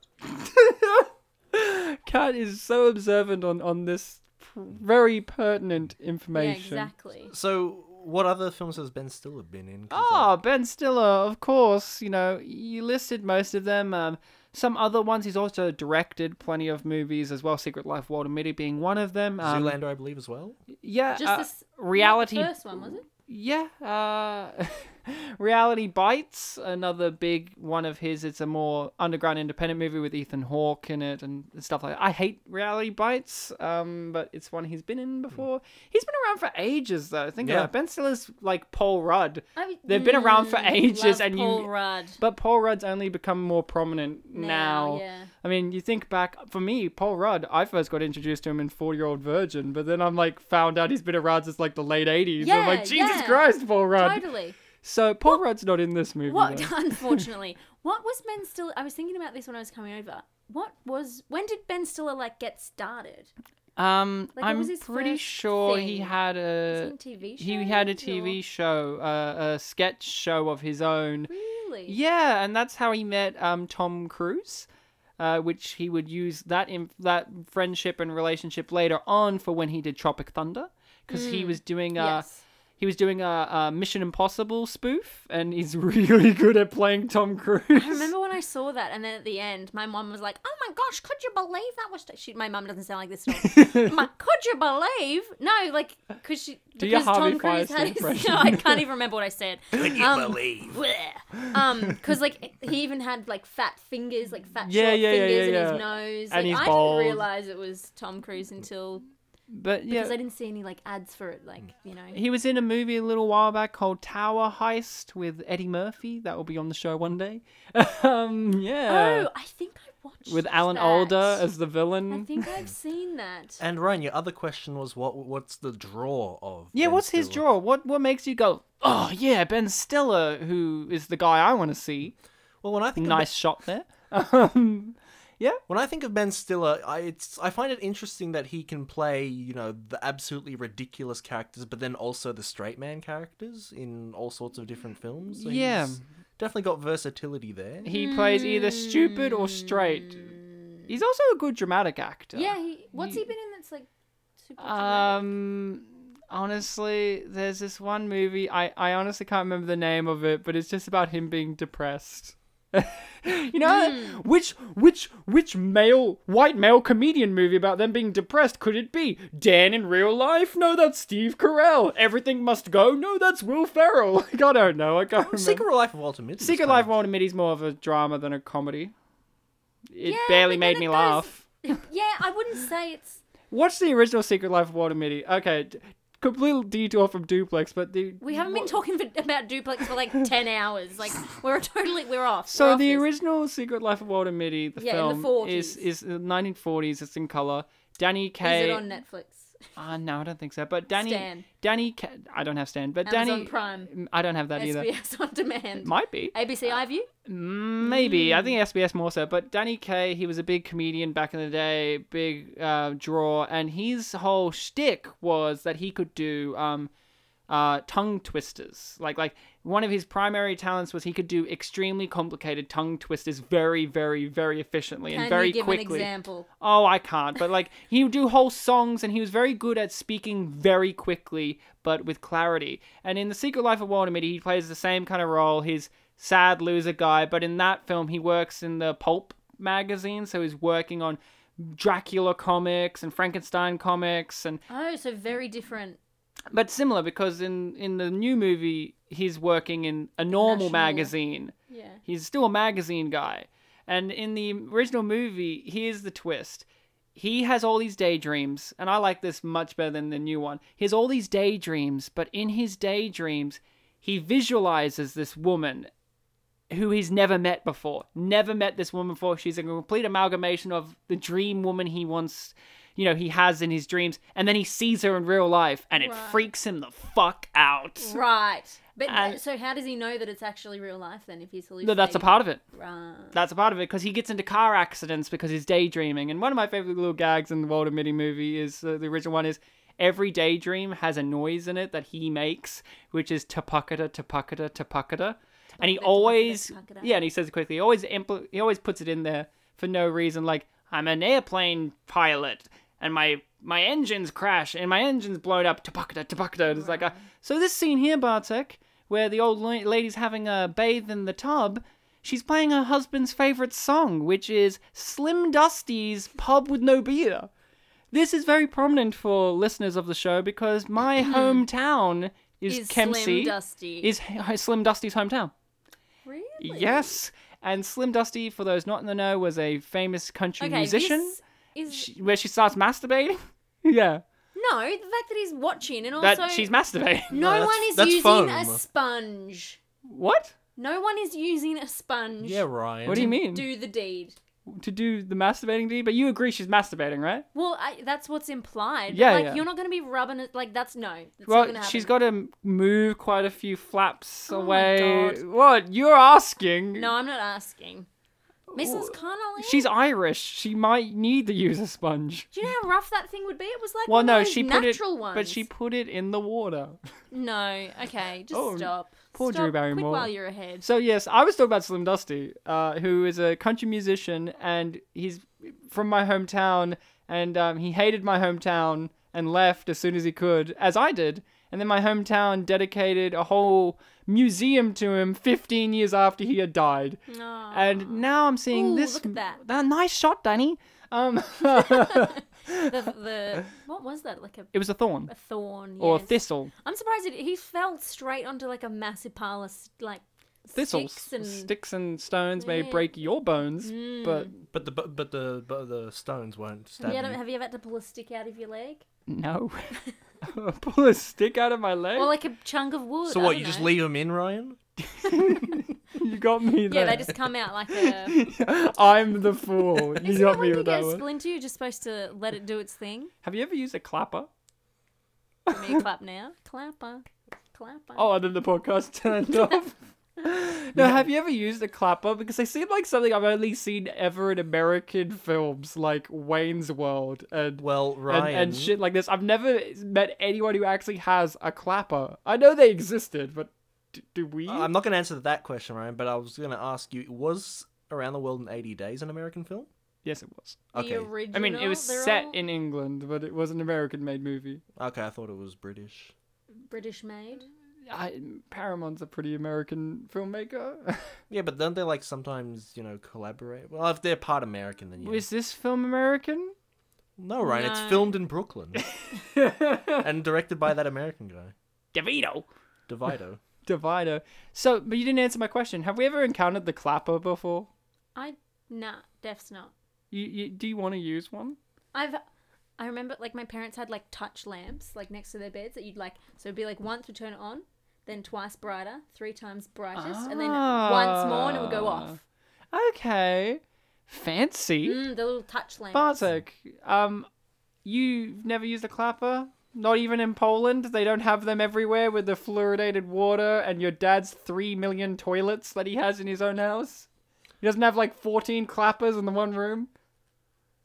S1: Cat is so observant on on this pr- very pertinent
S3: Yeah,
S1: information.
S3: exactly.
S2: So, what other films has Ben Stiller been in? 'Cause, uh,
S1: Oh, Ben Stiller, of course. You know, you listed most of them. Um, some other ones he's also directed plenty of movies as well. Secret Life of Walter Mitty being one of them.
S2: uh,
S1: Um,
S2: Zoolander, I believe, as well.
S1: Yeah.
S3: Just
S1: uh,
S3: this
S1: reality.
S3: first one was it?
S1: Yeah. Uh, reality Bites, another big one of his. It's a more underground independent movie with Ethan Hawke in it and stuff like that. I hate Reality Bites, um, but it's one he's been in before. He's been around for ages, though. Think
S2: Yeah.
S1: about it. Ben Stiller's like Paul Rudd.
S3: I,
S1: They've been around for
S3: Mm,
S1: ages
S3: love
S1: and you-
S3: Paul Rudd.
S1: But Paul Rudd's only become more prominent now.
S3: yeah.
S1: I mean, you think back, for me, Paul Rudd, I first got introduced to him in 4 Year Old Virgin, but then I'm like, found out he's been around since like the late 80s. I'm
S3: Yeah,
S1: like, Jesus
S3: yeah.
S1: Christ, Paul Rudd.
S3: Totally.
S1: So Paul Rudd's not in this movie.
S3: What?
S1: though.
S3: Unfortunately, what was Ben Stiller? I was thinking about this when I was coming over. What was? When did Ben Stiller like get started?
S1: Um,
S3: Like, what
S1: I'm
S3: was his
S1: pretty
S3: first
S1: sure he
S3: thing?
S1: had
S3: Was
S1: a
S3: he in TV shows?
S1: he had a
S3: or-
S1: TV show, uh, a sketch show of his own.
S3: Really?
S1: Yeah, and that's how he met um Tom Cruise. Uh, which he would use that in, that friendship and relationship later on for when he did Tropic Thunder, because he was doing uh,
S3: Hmm. Yes.
S1: he was doing a, a Mission Impossible spoof, and he's really good at playing Tom Cruise.
S3: I remember when I saw that, and then at the end, my mom was like, "Oh my gosh, could you believe that was?" She, my mom doesn't sound like this. At all. I'm like, could you believe? No, like, cause she
S1: Do your
S3: because
S1: Harvey
S3: Tom Cruise
S1: Firestein
S3: had his,
S1: impression.
S3: no, I can't even remember what I said. Could
S2: you believe?
S3: Um, because like he even had like fat fingers, like fat
S1: Yeah,
S3: short
S1: yeah, yeah,
S3: fingers
S1: yeah,
S3: in
S1: yeah.
S3: his nose.
S1: And
S3: Like,
S1: he's
S3: I
S1: bald.
S3: didn't realize it was Tom Cruise until
S1: but yeah,
S3: because I didn't see any like ads for it. Like you know,
S1: He was in a movie a little while back called Tower Heist with Eddie Murphy. That will be on the show one day. um, yeah.
S3: oh, I think I watched
S1: with Alan
S3: that.
S1: Alda as the
S3: I
S1: villain.
S3: think I've seen that.
S2: And Ryan, your other question was what? What's the draw of?
S1: yeah,
S2: Ben
S1: what's his
S2: Stiller?
S1: draw? What what makes you go, oh yeah, Ben Stiller, who is the guy I want to see.
S2: Well, when I think of
S1: Nice shot there. Um,
S2: When I think of Ben Stiller, I, it's I find it interesting that he can play, you know, the absolutely ridiculous characters, but then also the straight man characters in all sorts of different films. So
S1: Yeah.
S2: he's definitely got versatility there.
S1: he plays either stupid or straight. He's also a good dramatic actor.
S3: Yeah, he, what's he
S1: You-
S3: been in that's like super dramatic?
S1: Um, honestly, there's this one movie. I, I honestly can't remember the name of it, but it's just about him being depressed. you know, which which which male white male comedian movie about them being depressed could it be? Dan in real life? No, that's Steve Carell. Everything must go. No, that's Will Ferrell. Like I don't know. I can't remember. Secret,
S2: Secret Life of Walter Mitty. was kind
S1: Life
S2: of-
S1: of Walter Mitty's more of a drama than a comedy. It
S3: Yeah,
S1: barely
S3: but then
S1: made
S3: it
S1: me
S3: goes-
S1: laugh.
S3: Yeah, I wouldn't say it's
S1: What's the original Secret Life of Walter Mitty? Okay, d- complete detour from Duplex, but the
S3: we haven't been talking for, about duplex for like 10 hours. Like we're totally we're off. We're
S1: so
S3: off
S1: the
S3: this.
S1: original Secret Life of Walter Mitty, the
S3: Yeah, in the
S1: film is
S3: 40s.
S1: is the 1940s. It's in color. Danny
S3: Is
S1: Kaye.
S3: it on Netflix?
S1: Ah, no, I don't think so. But Danny,
S3: Stan.
S1: Danny, K- I don't have Stan, but
S3: Amazon
S1: Danny,
S3: Prime.
S1: I don't have that either.
S3: SBS on demand.
S1: Might be.
S3: ABC iView?
S1: Maybe.
S3: Mm.
S1: I think SBS more so. But Danny Kaye, he was a big comedian back in the day, big uh, draw, and his whole shtick was that he could do um, uh, tongue twisters. Like like one of his primary talents was he could do extremely complicated tongue twisters very, very, very efficiently
S3: Can
S1: and very
S3: you give
S1: quickly.
S3: an example?
S1: Oh, I can't. But like he would do whole songs and he was very good at speaking very quickly but with clarity. And in The Secret Life of Walter Mitty, he plays the same kind of role. He's sad loser guy, but in that film he works in the pulp magazine, so he's working on Dracula comics and Frankenstein comics and
S3: Oh, so very different.
S1: but similar because in in the new movie he's working in a normal
S3: National.
S1: magazine.
S3: Yeah.
S1: He's still a magazine guy. And in the original movie, here's the twist. He has all these daydreams, and I like this much better than the new one. He has all these daydreams, but in his daydreams, he visualizes this woman who he's never met before. Never met this woman before. She's a complete amalgamation of the dream woman he wants, you know, he has in his dreams, and then he sees her in real life, and it
S3: Right.
S1: freaks him the fuck out.
S3: Right. But
S1: And-
S3: th- so how does he know that it's actually real life then if he's hallucinating?
S1: No, that's a part of it.
S3: Right.
S1: That's a part of it because he gets into car accidents because he's daydreaming. And one of my favorite little gags in the Walter Mitty movie is uh, the original one is every daydream has a noise in it that he makes, which is tapakata, tapakata, tapakata. And he
S3: Tapakata, tapakata,
S1: always,
S3: tapakata.
S1: yeah, and he says it quickly. He always impl- he always puts it in there for no reason, like I'm an airplane pilot and my my engines crash and my engine's blown up. Tapakata, tapakata. And it's like, a, so this scene here, Bartek, where the old la- lady's having a bathe in the tub. She's playing her husband's favorite song, which is Slim Dusty's Pub with No Beer. This is very prominent for listeners of the show because my hometown is,
S3: Is Slim
S1: Kempsey.
S3: Dusty.
S1: Is H- Slim Dusty's hometown.
S3: Really?
S1: Yes. And Slim Dusty, for those not in the know, was a famous country
S3: Okay,
S1: musician
S3: this is
S1: she, where she starts masturbating. yeah.
S3: No, the fact that he's watching and also
S1: That she's masturbating.
S3: no
S2: No,
S3: one
S2: that's-
S3: is
S2: that's
S3: using a
S2: foam.
S3: sponge.
S1: what?
S3: No one is using a sponge
S2: Yeah, Ryan.
S1: What do you mean?
S3: do the deed.
S1: to do the masturbating deed? But you agree she's masturbating, right?
S3: Well, I, that's what's implied.
S1: Yeah,
S3: like
S1: yeah.
S3: you're not going to be rubbing it like that's no. That's not
S1: Well,
S3: gonna
S1: she's
S3: happen.
S1: got to move quite a few flaps
S3: Oh my
S1: away.
S3: God.
S1: What? You're asking?
S3: No, I'm not asking. Mrs. Connolly.
S1: She's Irish. She might need to use a sponge.
S3: Do you know how rough that thing would be? It was like
S1: Well,
S3: one
S1: no,
S3: of those
S1: she put it,
S3: natural ones.
S1: but she put it in the water.
S3: no. Okay, just
S1: Oh,
S3: stop.
S1: poor
S3: Stop
S1: Drew Barrymore.
S3: Quick while you're ahead.
S1: So yes, I was talking about Slim Dusty, uh, who is a country musician, and he's from my hometown, and um, he hated my hometown and left as soon as he could, as I did. And then my hometown dedicated a whole museum to him 15 years after he had died.
S3: No.
S1: And now I'm seeing
S3: Ooh,
S1: this.
S3: look at that.
S1: nice shot, Danny. Um,
S3: the, the what was that? Like a,
S1: it was a thorn
S3: a thorn
S1: or a
S3: yes.
S1: thistle.
S3: I'm surprised it, he fell straight onto like a massive pile of s- like
S1: Thistles,
S3: sticks and
S1: Sticks and stones may
S3: Yeah. Hmm.
S1: break your bones, but
S2: But the but, but the but the stones won't stab
S3: Yeah,
S2: you.
S3: don't- have you ever had to pull a stick out of your leg
S1: no. Pull a stick out of my leg.
S3: or like a chunk of wood?
S2: so
S3: I
S2: what?
S3: don't
S2: You just
S3: know.
S2: leave them in, Ryan?
S1: You got me
S3: Yeah,
S1: there.
S3: they just come out like a.
S1: I'm the fool. You
S3: Isn't
S1: got
S3: that
S1: me
S3: when you
S1: with
S3: get
S1: that
S3: a
S1: one.
S3: splinter? You're just supposed to let it do its thing.
S1: Have you ever used a clapper?
S3: Give me a clap now, clapper, clapper.
S1: Oh, and then the podcast turned off. No, have you ever used a clapper? Because they seem like something I've only seen ever in American films, like Wayne's World and
S2: Well, Ryan.
S1: and, and shit like this. I've never met anyone who actually has a clapper. I know they existed, but d- do we?
S2: I'm not going to answer that question, Ryan. But I was going to ask you: Was Around the World in 80 Days an American film?
S1: yes, it was.
S3: the
S2: Okay.
S3: original.
S1: I mean, it was
S3: they're
S1: set
S3: all
S1: in England, but it was an American-made movie.
S2: Okay, I thought it was British.
S3: British made.
S1: I, Paramount's a pretty American filmmaker.
S2: Yeah, but don't they like sometimes you know collaborate? Well, if they're part American, then yeah.
S1: Is this film American?
S2: No, Ryan. It's
S3: No.
S2: filmed in Brooklyn and directed by that American guy,
S1: DeVito.
S2: DeVito.
S1: Divider. So, but you didn't answer my question. Have we ever encountered the clapper before?
S3: I nah, deaf's not.
S1: You, you do you want to use one?
S3: I've I remember like my parents had like touch lamps like next to their beds that you'd like so it'd be like once would turn it on, then twice brighter, three times brightest, and then once more and it would go
S1: Ah.
S3: off.
S1: Okay, fancy.
S3: Mm, the little touch lamp.
S1: Bartek, um, you've never used a clapper. Not even in Poland, they don't have them everywhere with the fluoridated water and your dad's three million toilets that he has in his own house. He doesn't have like fourteen clappers in the one room.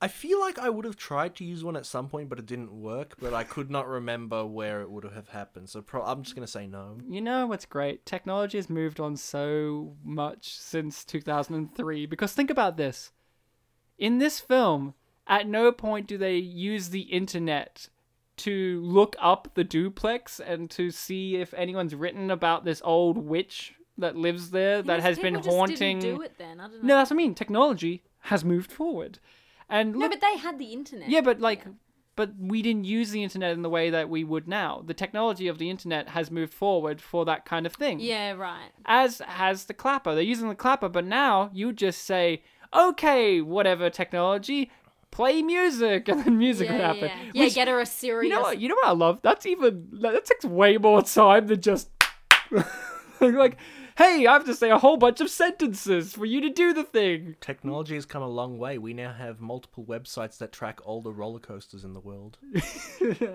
S2: I feel like I would have tried to use one at some point, but it didn't work. But I could not remember where it would have happened. So pro- I'm just gonna say no.
S1: You know what's great? Technology has moved on so much since 2003. Because think about this. In this film, at no point do they use the internet to look up the duplex and to see if anyone's written about this old witch that lives there
S3: I
S1: that
S3: guess
S1: has been
S3: people just didn't
S1: haunting.
S3: do it then. I don't
S1: No,
S3: know.
S1: that's what I mean. Technology has moved forward. And
S3: No,
S1: look,
S3: but they had the internet.
S1: yeah, but like, but we didn't use the internet in the way that we would now. The technology of the internet has moved forward for that kind of thing.
S3: Yeah, right.
S1: As has the clapper. They're using the clapper, but now you just say, okay, whatever technology, play music, and then music
S3: Yeah,
S1: would
S3: yeah,
S1: happen.
S3: yeah. yeah
S1: Which-
S3: get her a serious.
S1: you know what? You know what I love? That's even that takes way more time than just like hey, I have to say a whole bunch of sentences for you to do the thing.
S2: Technology has come a long way. We now have multiple websites that track all the roller coasters in the world.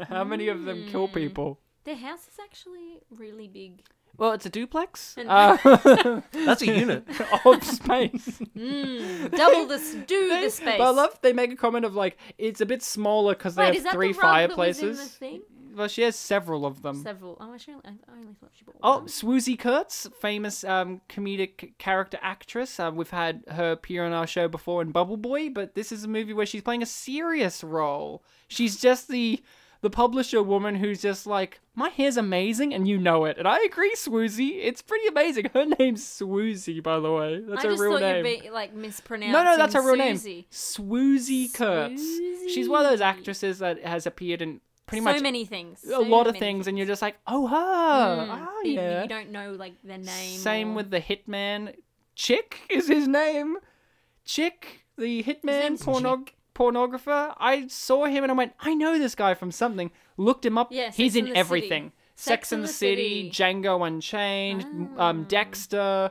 S1: How many of them kill people?
S3: Their house is actually really big.
S4: Well, it's a duplex.
S3: And
S1: Uh,
S2: That's a unit.
S1: of space.
S3: Mm, double this, do the space.
S1: But I love they make a comment of like it's a bit smaller because they
S3: Wait, is
S1: have
S3: that
S1: three
S3: the rug that was in the
S1: fireplaces.
S3: thing?
S1: Well, she has several of them.
S3: Several. Oh, I, should, I only thought she bought
S4: Oh,
S3: one.
S4: Swoozy Kurtz, famous um, comedic character actress. Um, we've had her appear on our show before in Bubble Boy, but this is a movie where she's playing a serious role. She's just the the publisher woman who's just like, my hair's amazing, and you know it. And I agree, Swoozy. It's pretty amazing. Her name's Swoozy, by the way. That's
S3: I
S4: her
S3: just
S4: real
S3: thought
S4: name.
S3: you'd be like mispronouncing.
S4: No, no, that's her real name.
S3: Susie.
S4: Swoozy Kurtz. She's one of those actresses that has appeared in pretty
S3: so
S4: much
S3: many things.
S4: a lot of things, and you're just like, oh, her. Ah,
S3: you,
S4: yeah.
S3: you don't know like their name.
S4: Same
S3: or-
S4: with the hitman. Chick is his name. Chick, the hitman
S3: name's
S4: pornog- pornographer. I saw him and I went, I know this guy from something. Looked him up.
S3: Yeah, Sex
S4: He's
S3: and
S4: in
S3: the City.
S4: everything. Sex, and the, City, Django Unchained, m- um, Dexter, uh,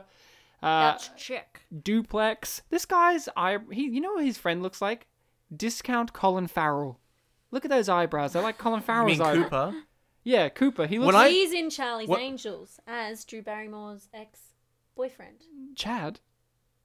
S3: Ah. That's chick.
S4: Duplex. This guy's eye. He, you know what his friend looks like? Discount Colin Farrell. Look at those eyebrows. They're like Colin
S2: I
S4: Farrell's
S2: mean,
S4: eyebrows.
S2: Cooper.
S4: Yeah, Cooper. He looks
S2: When
S4: like
S2: I-
S3: He's in Charlie's
S2: What-
S3: Angels as Drew Barrymore's ex-boyfriend.
S4: Chad.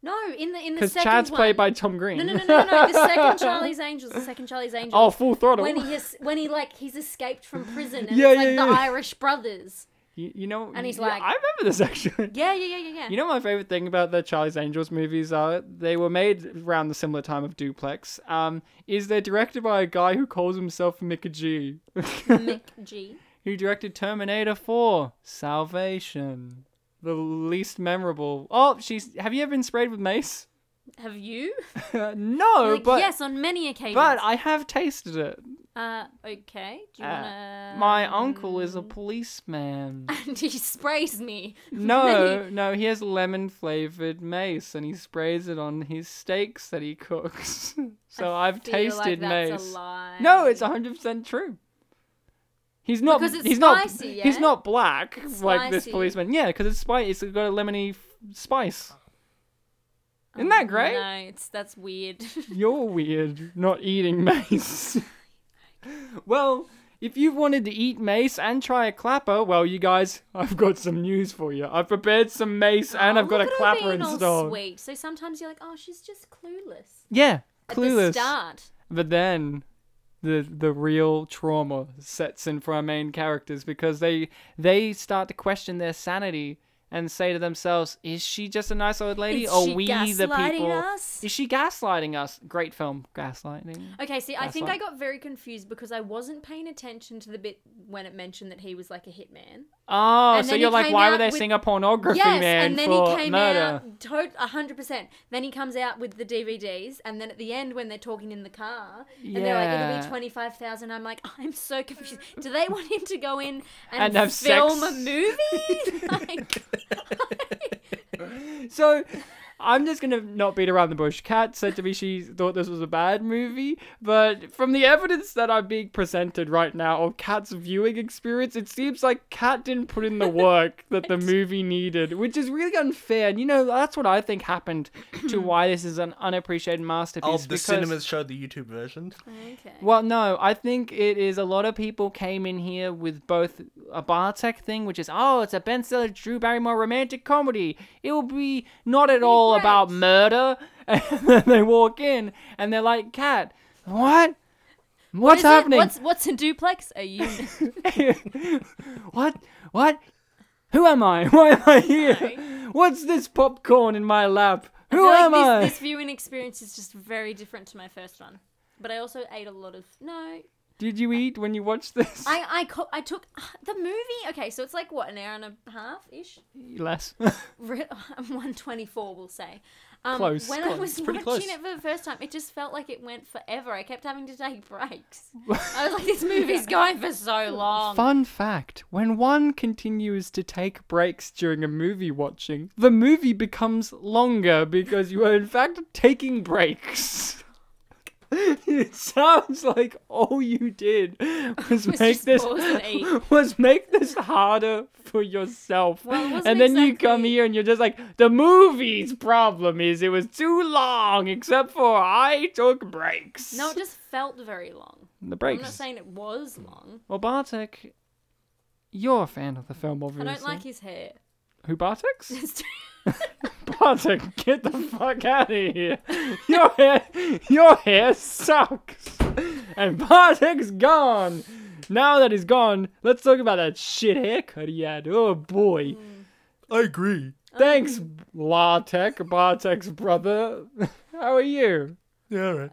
S3: No, in the in the
S1: Because
S3: second
S1: Chad's
S3: one.
S1: played by Tom Green.
S3: No, no, no, no, no, no. The second Charlie's Angels. The second Charlie's Angels.
S1: oh, full throttle.
S3: when he has, when he like he's escaped from prison and
S1: Yeah,
S3: it's like
S1: yeah,
S3: the
S1: yeah.
S3: Irish brothers.
S1: you, you know,
S3: And he's
S1: yeah,
S3: like-
S1: I remember this actually.
S3: Yeah, yeah, yeah, yeah, yeah.
S1: You know my favorite thing about the Charlie's Angels movies are they were made around the similar time of Duplex. Um, is they're directed by a guy who calls himself Mick G,
S3: Mick G.
S1: who directed Terminator 4, Salvation, the least memorable. Oh, she's. Have you ever been sprayed with mace?
S3: Have you?
S1: no,
S3: Like,
S1: but
S3: yes, on many occasions.
S1: but I have tasted it.
S3: uh, okay. Do you
S1: Uh,
S3: wanna?
S1: My uncle is a
S3: Um,
S1: policeman.
S3: And he sprays me.
S1: No, no, he has lemon flavored mace and he sprays it on his steaks that he cooks. so I've
S3: Feel like
S1: tasted
S3: that's a
S1: mace.
S3: lie.
S1: No, it's 100% true. He's not
S3: Because it's
S1: he's
S3: spicy,
S1: not he's
S3: yeah?
S1: not black
S3: It's
S1: like this
S3: spicy.
S1: policeman. Yeah, cuz it's spicy. It's got a lemony f- spice. Isn't that great?
S3: Oh, No, it's that's weird.
S1: You're weird not eating mace. well, if you've wanted to eat mace and try a clapper, well, you guys, I've got some news for you. I've prepared some mace and
S3: Oh,
S1: I've got
S3: look
S1: a
S3: at her
S1: clapper
S3: being all
S1: installed.
S3: Sweet. So sometimes you're like, oh, she's just clueless.
S1: Yeah,
S3: At the
S1: clueless.
S3: start.
S1: But then the the real trauma sets in for our main characters because they they start to question their sanity and say to themselves, "Is she just a nice old lady,
S3: Is
S1: or
S3: she
S1: we the
S3: gaslighting
S1: people?
S3: us?"
S1: Is she gaslighting us?" Great film, gaslighting.
S3: Okay, see, I
S1: That's
S3: think
S1: fine.
S3: I got very confused because I wasn't paying attention to the bit when it mentioned that he was like a hitman.
S1: Oh,
S3: And
S1: so
S3: then
S1: you're
S3: he
S1: like,
S3: came
S1: why were
S3: out
S1: they
S3: with-
S1: seeing a pornography
S3: yes,
S1: man
S3: and then
S1: for
S3: he came
S1: murder?
S3: out tot hundred percent. Then he comes out with the DVDs, and then at the end when they're talking in the car, and they're like, "It'll
S1: Yeah.
S3: be twenty five thousand. I'm like, I'm so confused. Do they want him to go in and,
S1: And have
S3: film
S1: sex?
S3: a movie? like,
S1: So I'm just gonna not beat around the bush. Kat said to me she thought this was a bad movie, but from the evidence that I'm being presented right now of Kat's viewing experience, it seems like Kat didn't put in the work that the movie needed, which is really unfair. And you know, that's what I think happened to why this is an unappreciated masterpiece.
S2: Oh, the
S1: because-
S2: cinemas showed the YouTube version.
S3: okay.
S1: well, no, I think it is a lot of people came in here with both a Bartek thing, which is, oh, it's a Ben Stiller, Drew Barrymore romantic comedy. It will be not at all
S3: great.
S1: about murder. And then they walk in and they're like, Cat, what? What's
S3: Is it-
S1: happening?
S3: What's what's a duplex? Are you?
S1: what? What? Who am I? Why am I here? What's this popcorn in my lap? Who
S3: I
S1: am
S3: feel like
S1: I?
S3: this, This viewing experience is just very different to my first one. But I also ate a lot of no.
S1: Did you eat when you watched this?
S3: I I co- I took the movie. Okay, so it's like what an hour and a half ish.
S1: Less.
S3: Re- I'm 124, we'll say. Um,
S1: Close,
S3: When I
S1: close.
S3: was
S2: pretty
S3: watching
S2: close.
S3: it for the first time, it just felt like it went forever. I kept having to take breaks. I was like, this movie's going for so long.
S1: Fun fact when one continues to take breaks during a movie watching, the movie becomes longer because you are in fact taking breaks. it sounds like all you did was, make
S3: Was just
S1: this
S3: pause and eat.
S1: was make this harder for yourself.
S3: Well, it wasn't
S1: and then you come
S3: exactly-
S1: here and you're just like, the movie's problem is it was too long, except for I took breaks.
S3: No, it just felt very long.
S1: the
S3: I'm
S1: breaks.
S3: not saying it was long.
S1: Well, Bartek, you're a fan of the film, obviously.
S3: I don't like his hair.
S1: Who Bartek's?
S3: It's too-
S1: Potter, get the fuck out of here. Your hair, your hair sucks. And Bartek's gone. Now that he's gone, let's talk about that shit haircut he had. Oh
S3: Mm,
S1: boy.
S2: I agree.
S3: um,
S1: Thanks, Latek, Bartek's brother. How are you?
S2: Yeah, all right.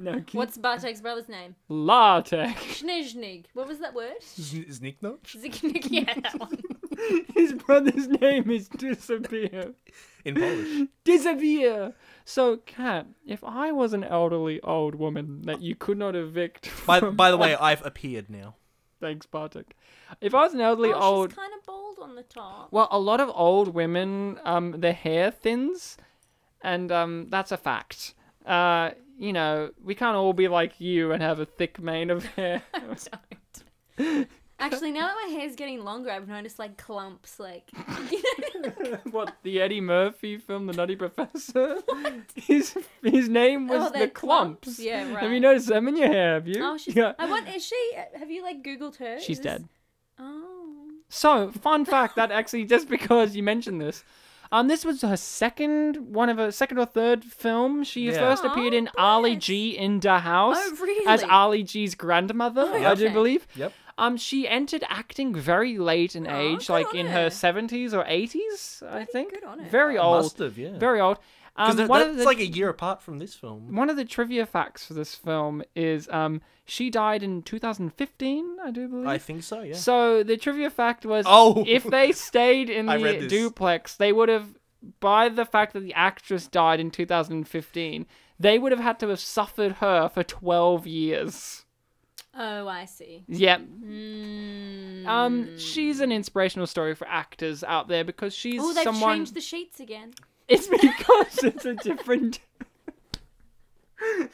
S1: No, keep-
S3: What's Bartek's brother's name?
S1: Latek.
S3: Schnezhnig. What was that word?
S2: Is Nick Notch?
S3: Ziknik, yeah, that one.
S1: His brother's name is Disappear.
S2: In Polish.
S1: Disappear. So, Kat, if I was an elderly old woman that you could not evict
S2: By,
S1: from
S2: by the way, I've appeared now.
S1: Thanks, Bartek. If I was an elderly
S3: Oh,
S1: old,
S3: she's kind of bald on the top.
S1: well, a lot of old women, um, their hair thins, and um, that's a fact. Uh, you know, we can't all be like you and have a thick mane of hair.
S3: Actually, now that my hair's getting longer, I've noticed like clumps, like
S1: what the Eddie Murphy film, The Nutty Professor? His his name was
S3: Oh,
S1: the
S3: they're
S1: clumps.
S3: clumps? Yeah,
S1: Have you
S3: right.
S1: noticed them in your hair? Have you?
S3: oh, she's.
S1: Yeah.
S3: I want. Is she? Have you like Googled her?
S1: She's
S3: Is this-
S1: dead.
S3: Oh.
S1: So, fun fact that actually, just because you mentioned this, um, this was her second one of her second or third film. She
S2: Yeah.
S1: first appeared in
S3: Oh,
S1: Ali
S3: bless.
S1: G in the House
S3: Oh, really?
S1: as Ali G's grandmother,
S3: Oh,
S1: I do
S3: okay.
S1: believe.
S2: Yep.
S1: Um, she entered acting very late in
S3: Oh,
S1: age,
S3: good
S1: like
S3: on
S1: in
S3: her.
S1: her seventies or eighties, I think.
S3: good on her.
S1: Very old,
S2: Must have, yeah.
S1: very old. Um,
S2: Because that,
S1: one of
S2: that's
S1: the-
S2: like a year apart from this film.
S1: one of the trivia facts for this film is um, she died in 2015, I do believe.
S2: I think so, yeah.
S1: So the trivia fact was,
S2: Oh.
S1: if they stayed in
S2: I read
S1: the
S2: this.
S1: duplex, they would have, by the fact that the actress died in 2015, they would have had to have suffered her for 12 years.
S3: Oh, I see.
S1: Yep.
S3: Mm.
S1: Um, she's an inspirational story for actors out there because she's
S3: Hmm. Oh, they've
S1: someone.
S3: changed the sheets again.
S1: It's because it's a different. hey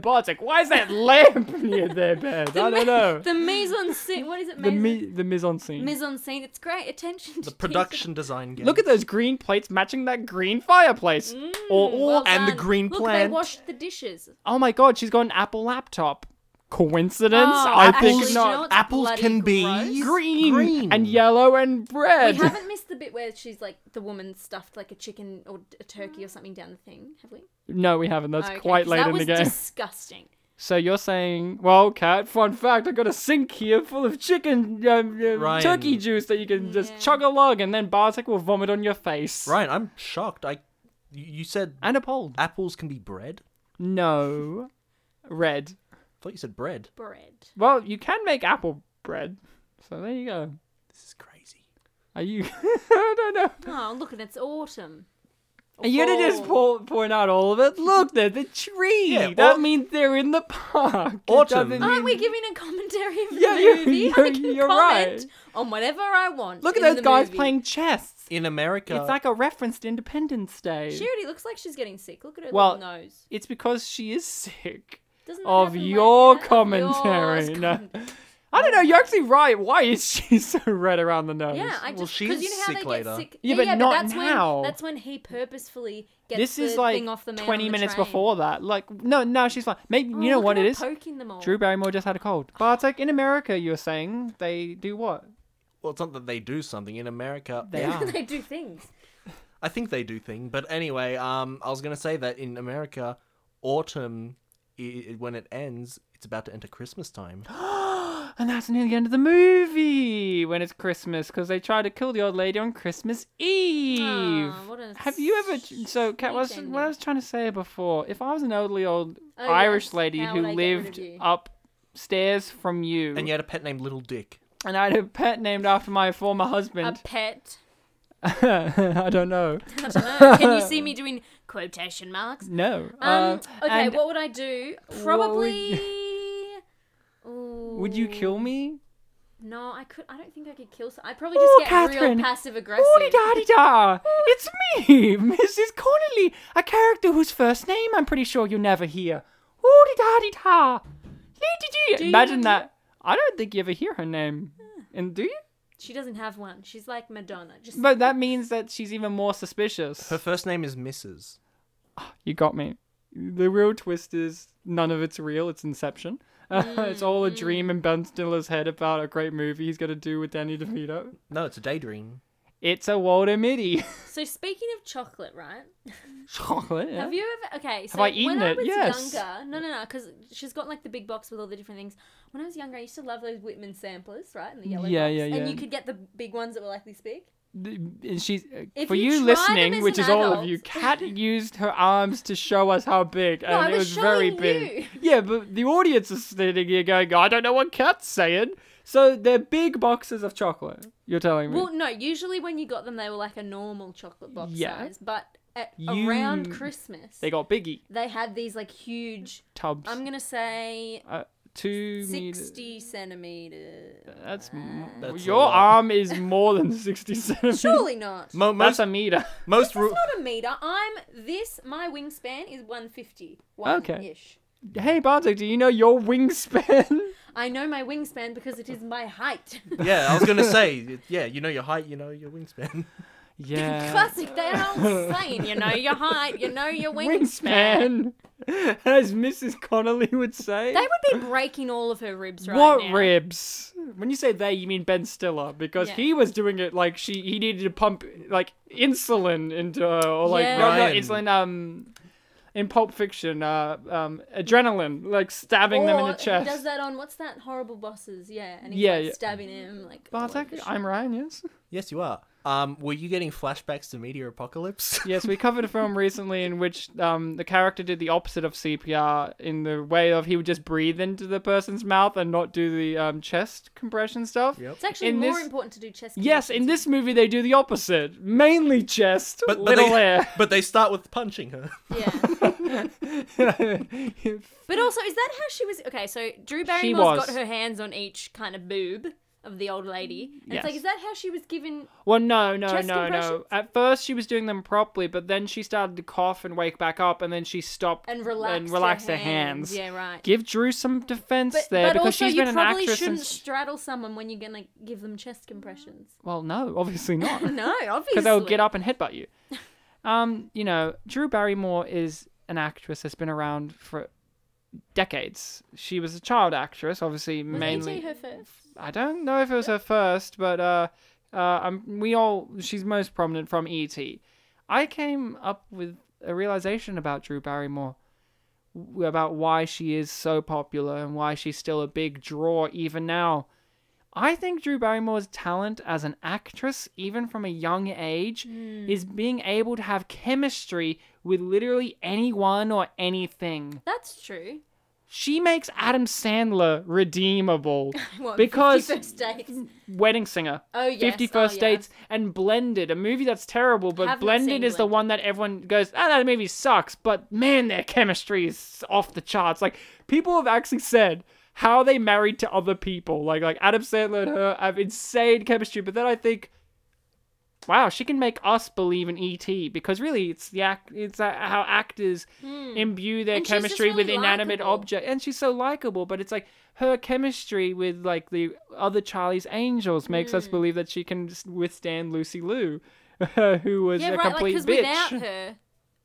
S1: Bartek, why is that lamp near their bed? I don't know.
S3: The mise en scene. What is it?
S1: The
S3: Mise,
S1: mi- the mise en scene.
S3: mise en scene. It's great. Attention to
S2: The
S3: detail.
S2: production design game.
S1: Look at those green plates matching that green fireplace.
S3: Mm.
S1: or, or-
S3: Well
S2: and the
S3: done.
S2: green
S3: Look,
S2: plant.
S3: They washed the dishes.
S1: oh my god, she's got an Apple laptop. Coincidence?
S3: Oh,
S1: I
S3: actually,
S1: think
S3: do you
S1: not.
S3: know what's
S2: Apples
S3: bloody
S2: can be
S3: gross?
S1: green,
S2: green.
S1: and yellow and
S3: We
S1: red.
S3: haven't missed the bit where she's like the woman stuffed like a chicken or a turkey or something down the thing, have we?
S1: No, we haven't. That's
S3: Okay,
S1: quite
S3: 'cause
S1: late
S3: that
S1: in the
S3: was
S1: game.
S3: Disgusting.
S1: So you're saying, well, cat. Fun fact: I got a sink here full of chicken, um, um,
S2: Ryan.
S1: turkey juice that you can just
S3: Yeah.
S1: chug along, and then Bartek will vomit on your face.
S2: Ryan, I'm shocked. I, you you said
S1: And a pole.
S2: apples can be bread?
S1: No, red.
S2: I thought you said bread.
S3: Bread.
S1: Well, you can make apple bread. So there you go.
S2: This is crazy.
S1: Are you? I don't know.
S3: Oh, look, and it's autumn.
S1: Are you gonna just po- point out all of it? Look, they're the tree.
S2: Yeah,
S1: that
S2: au-
S1: means they're in the park. It
S2: Autumn.
S1: doesn't
S3: Aren't
S1: mean-
S3: we giving a commentary of the
S1: Yeah, you're-
S3: movie?
S1: you're-
S3: I can
S1: you're
S3: comment
S1: right.
S3: on whatever I want.
S1: Look at
S3: in
S1: those
S3: the
S1: guys
S3: movie.
S1: playing chess.
S2: In America,
S1: It's like a reference to Independence Day.
S3: She already looks like she's getting sick. Look at her
S1: Well,
S3: little nose.
S1: It's because she is sick.
S3: Doesn't that
S1: of
S3: happen when-
S1: your
S3: of yours
S1: commentary. No.
S3: comment-
S1: I don't know. You're actually right. Why is she so red around the nose?
S3: Yeah, I
S2: Well,
S3: just
S2: she
S3: because
S2: is
S3: you know how
S2: sick
S3: they get
S2: later.
S3: sick.
S1: Yeah, but not
S3: that's
S1: now.
S3: When, that's when he purposefully gets
S1: this
S3: the
S1: is like
S3: thing off the man on
S1: 20
S3: the
S1: minutes
S3: train.
S1: before that. Like, no, no, she's fine. Maybe
S3: Oh,
S1: you know
S3: look
S1: what
S3: at
S1: it
S3: her
S1: is.
S3: Poking them all.
S1: Drew Barrymore just had a cold. Bartek, in America, you were saying they do what?
S2: well, it's not that they do something. In America,
S1: They are.
S3: they do things.
S2: I think they do thing, but anyway, um, I was gonna say that in America, autumn, i when it ends, it's about to enter Christmas time.
S1: And that's near the end of the movie when it's Christmas because they try to kill the old lady on Christmas Eve.
S3: Aw, Ah, what a
S1: Have you ever? So, Kat, what I, was,
S3: sweet
S1: what I was trying to say before, if I was an elderly old
S3: Oh,
S1: Irish
S3: yes.
S1: lady
S3: How
S1: who
S3: would I get rid of
S1: lived
S3: you?
S1: upstairs from you,
S2: And you had a pet named Little Dick.
S1: and I had a pet named after my former
S3: A
S1: husband,
S3: pet.
S1: I don't know.
S3: I don't know. Can you see me doing quotation marks?
S1: No.
S3: Um,
S1: uh,
S3: okay,
S1: and
S3: what would I do?
S1: would
S3: Probably.
S1: Would you
S3: Ooh.
S1: kill me?
S3: No, I could. I don't think I could kill. Some, I probably just
S1: Oh,
S3: get
S1: Catherine.
S3: real passive aggressive.
S1: Howdy daddy da! It's me, Mrs. Connolly, a character whose first name I'm pretty sure you never hear. Howdy daddy da! Lady
S3: Do
S1: G!
S3: you
S1: Imagine
S3: ever-
S1: that. I don't think you ever hear her name. And do you?
S3: She doesn't have one. She's like Madonna. Just
S1: But that means that she's even more suspicious.
S2: Her first name is Mrs.
S1: You got me. The real twist is none of it's real. It's Inception. Uh, it's all a dream in Ben Stiller's head about a great movie he's going to do with Danny DeVito.
S2: No, it's a daydream.
S1: It's a Walter Mitty.
S3: so speaking of chocolate, right?
S1: Chocolate. yeah.
S3: Have you ever? Okay, so
S1: I
S3: when
S1: eaten
S3: I
S1: it?
S3: was
S1: Yes.
S3: younger, no, no, no, because she's got like the big box with all the different things. When I was younger, I used to love those Whitman samplers, right? In the yellow
S1: Yeah,
S3: box.
S1: yeah,
S3: And
S1: yeah.
S3: you could get the big ones that were like this big.
S1: Th- and she's uh,
S3: If
S1: for
S3: you
S1: you,
S3: try them as
S1: listening, which
S3: an
S1: is all of you.
S3: adult-
S1: Kat used her arms to show us how big, and
S3: I
S1: it
S3: was
S1: was very
S3: showing
S1: big.
S3: you.
S1: Yeah, but the audience is sitting here going, "I don't know what Kat's saying." So they're big boxes of chocolate. You're telling me?
S3: Well, no, usually when you got them, they were like a normal chocolate box
S1: Yeah.
S3: size. But at,
S1: You-
S3: around Christmas,
S1: they
S3: they,
S1: got biggie
S3: had these like huge.
S1: tubs.
S3: I'm gonna say
S1: uh, two meters.
S3: sixty centimeters.
S1: That's, m-
S2: That's a
S1: your
S2: lot.
S1: arm is more than sixty centimeters.
S3: Surely not.
S2: Mo-
S1: That's
S2: most
S1: a meter.
S2: most
S3: That's
S2: ru-
S3: not a meter. I'm this. My wingspan is 150.
S1: Okay.
S3: Ish.
S1: hey, Bartek, do you know your wingspan?
S3: I know my wingspan because it is my height.
S2: Yeah, I was gonna say. Yeah, you know your height, you know your wingspan.
S1: yeah.
S3: Classic. They are all saying, you know your height, you know your wingspan.
S1: wingspan, as Mrs. Connolly would say.
S3: They would be breaking all of her ribs right
S1: what
S3: now.
S1: ribs? Hmm, When you say they, you mean Ben Stiller because
S3: Yeah.
S1: he was doing it like she he needed to pump like insulin into her or like
S3: Yeah.
S1: no, not
S2: Ryan.
S1: insulin um in Pulp Fiction uh um adrenaline like stabbing
S3: Or
S1: them in the
S3: Oh, He does
S1: chest.
S3: that on what's that horrible bosses? Yeah, and he's
S1: Yeah,
S3: like
S1: yeah.
S3: stabbing him like. all
S1: Bartek,
S3: over the
S1: I'm Ryan. Yes,
S2: Yes, you are. Um, were you getting flashbacks to Meteor Apocalypse?
S1: yes. We covered a film recently in which um the character did the opposite of CPR in the way of he would just breathe into the person's mouth and not do the um chest compression stuff.
S2: Yep.
S3: It's actually
S1: in
S3: more
S1: this-
S3: important to do chest.
S1: Yes, in
S3: compressions.
S1: this movie they do the opposite. Mainly chest,
S2: But, but
S1: little
S2: they,
S1: air.
S2: but they start with punching her.
S3: Yeah. But also, is that how she was? Okay, so Drew Barrymore's got
S1: was.
S3: her hands on each kind of boob of the old lady. And
S1: Yes.
S3: it's like, is that how she was given?
S1: well, no, no,
S3: Chest
S1: no,
S3: compressions?
S1: no. At first she was doing them properly, but then she started to cough and wake back up, and then she stopped
S3: And relaxed,
S1: and relaxed
S3: her,
S1: her hands.
S3: Yeah, right.
S1: Give Drew some defense
S3: but
S1: there
S3: but
S1: because
S3: also,
S1: she's
S3: you
S1: been an
S3: probably
S1: actress
S3: shouldn't
S1: since.
S3: straddle someone when you're gonna give them chest compressions.
S1: well, no, obviously not.
S3: no, obviously.
S1: because they'll get up and headbutt you. Um, you know, Drew Barrymore is an actress that's been around for decades. She was a child actress, obviously
S3: Was
S1: mainly.
S3: ET her first?
S1: I don't know if it was her first, but uh, uh, um, we all she's most prominent from E.T. I came up with a realization about Drew Barrymore, w- about why she is so popular and why she's still a big draw even now. I think Drew Barrymore's talent as an actress, even from a young age, is being able to have chemistry with literally anyone or anything.
S3: That's true.
S1: She makes Adam Sandler redeemable.
S3: What,
S1: Because-
S3: 50 first dates.
S1: Wedding Singer.
S3: Oh yes.
S1: Fifty
S3: oh,
S1: First
S3: yeah.
S1: Dates and Blended, a movie that's terrible, but
S3: Haven't seen
S1: Blended is the
S3: Blended.
S1: one that everyone goes, ah, that movie sucks, but man, their chemistry is off the charts. Like people have actually said how they married to other people. Like like Adam Sandler and her have insane chemistry, but then I think, wow, she can make us believe in E.T. because really, it's the act, it's uh, how actors imbue their
S3: Hmm. And she's just
S1: chemistry with
S3: really
S1: inanimate
S3: likable.
S1: objects object- and she's so likable but it's like her chemistry with like the other charlie's angels makes
S3: Hmm.
S1: us believe that she can s- withstand lucy lou who was
S3: Yeah,
S1: a
S3: right. Like
S1: complete
S3: because
S1: bitch
S3: without her,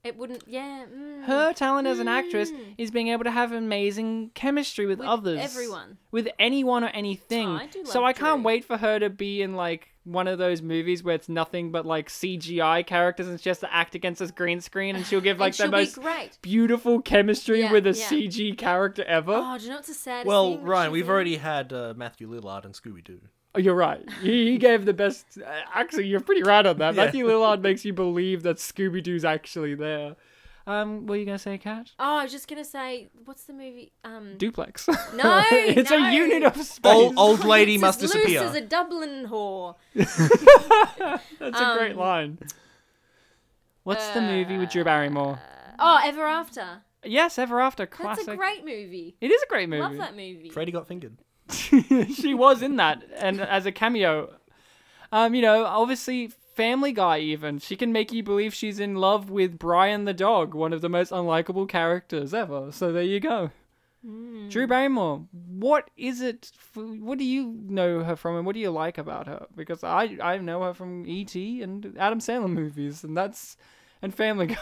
S3: it wouldn't. Yeah. Mm,
S1: her talent as an actress is being able to have amazing chemistry with,
S3: Hmm. With
S1: others
S3: everyone.
S1: with anyone or anything
S3: Oh, I do
S1: so
S3: love
S1: i can't
S3: Drew.
S1: wait for her to be in like one of those movies where it's nothing but like cgi characters and she has to act against this green screen and she'll give like
S3: and
S1: the
S3: she'll
S1: most
S3: be great.
S1: beautiful chemistry
S3: Yeah,
S1: with a
S3: yeah.
S1: cg character ever
S3: Oh, do you know what's the saddest
S2: Well,
S3: thing? that
S2: Ryan,
S3: she's
S2: we've
S3: in?
S2: already had uh, Matthew Lillard and Scooby Doo.
S1: Oh, You're right. He, he gave the best. uh, Actually, you're pretty right on that.
S2: Yeah.
S1: Matthew Lillard makes you believe that Scooby Doo's actually there. Um, what are you gonna say, Kat?
S3: Oh, I was just gonna say, what's the movie? Um,
S1: Duplex.
S3: No,
S1: it's
S3: no.
S1: a unit of space.
S2: Old, old lady
S3: It's
S2: must
S3: as
S2: disappear.
S3: Loose as a Dublin whore.
S1: That's a great
S3: um, uh,
S1: line. What's the movie with Drew Barrymore?
S3: Oh, Ever After.
S1: Yes, Ever After,
S3: That's
S1: classic.
S3: a great movie.
S1: it is a great movie.
S3: Love that movie.
S2: Freddy got fingered.
S1: she was in that and as a cameo. Um, you know, obviously Family Guy even. She can make you believe she's in love with Brian the dog, one of the most unlikable characters ever. So there you go. Drew Barrymore, what is it? f- What do you know her from, and what do you like about her? Because I I know her from E.T. and Adam Sandler movies, and that's and Family Guy,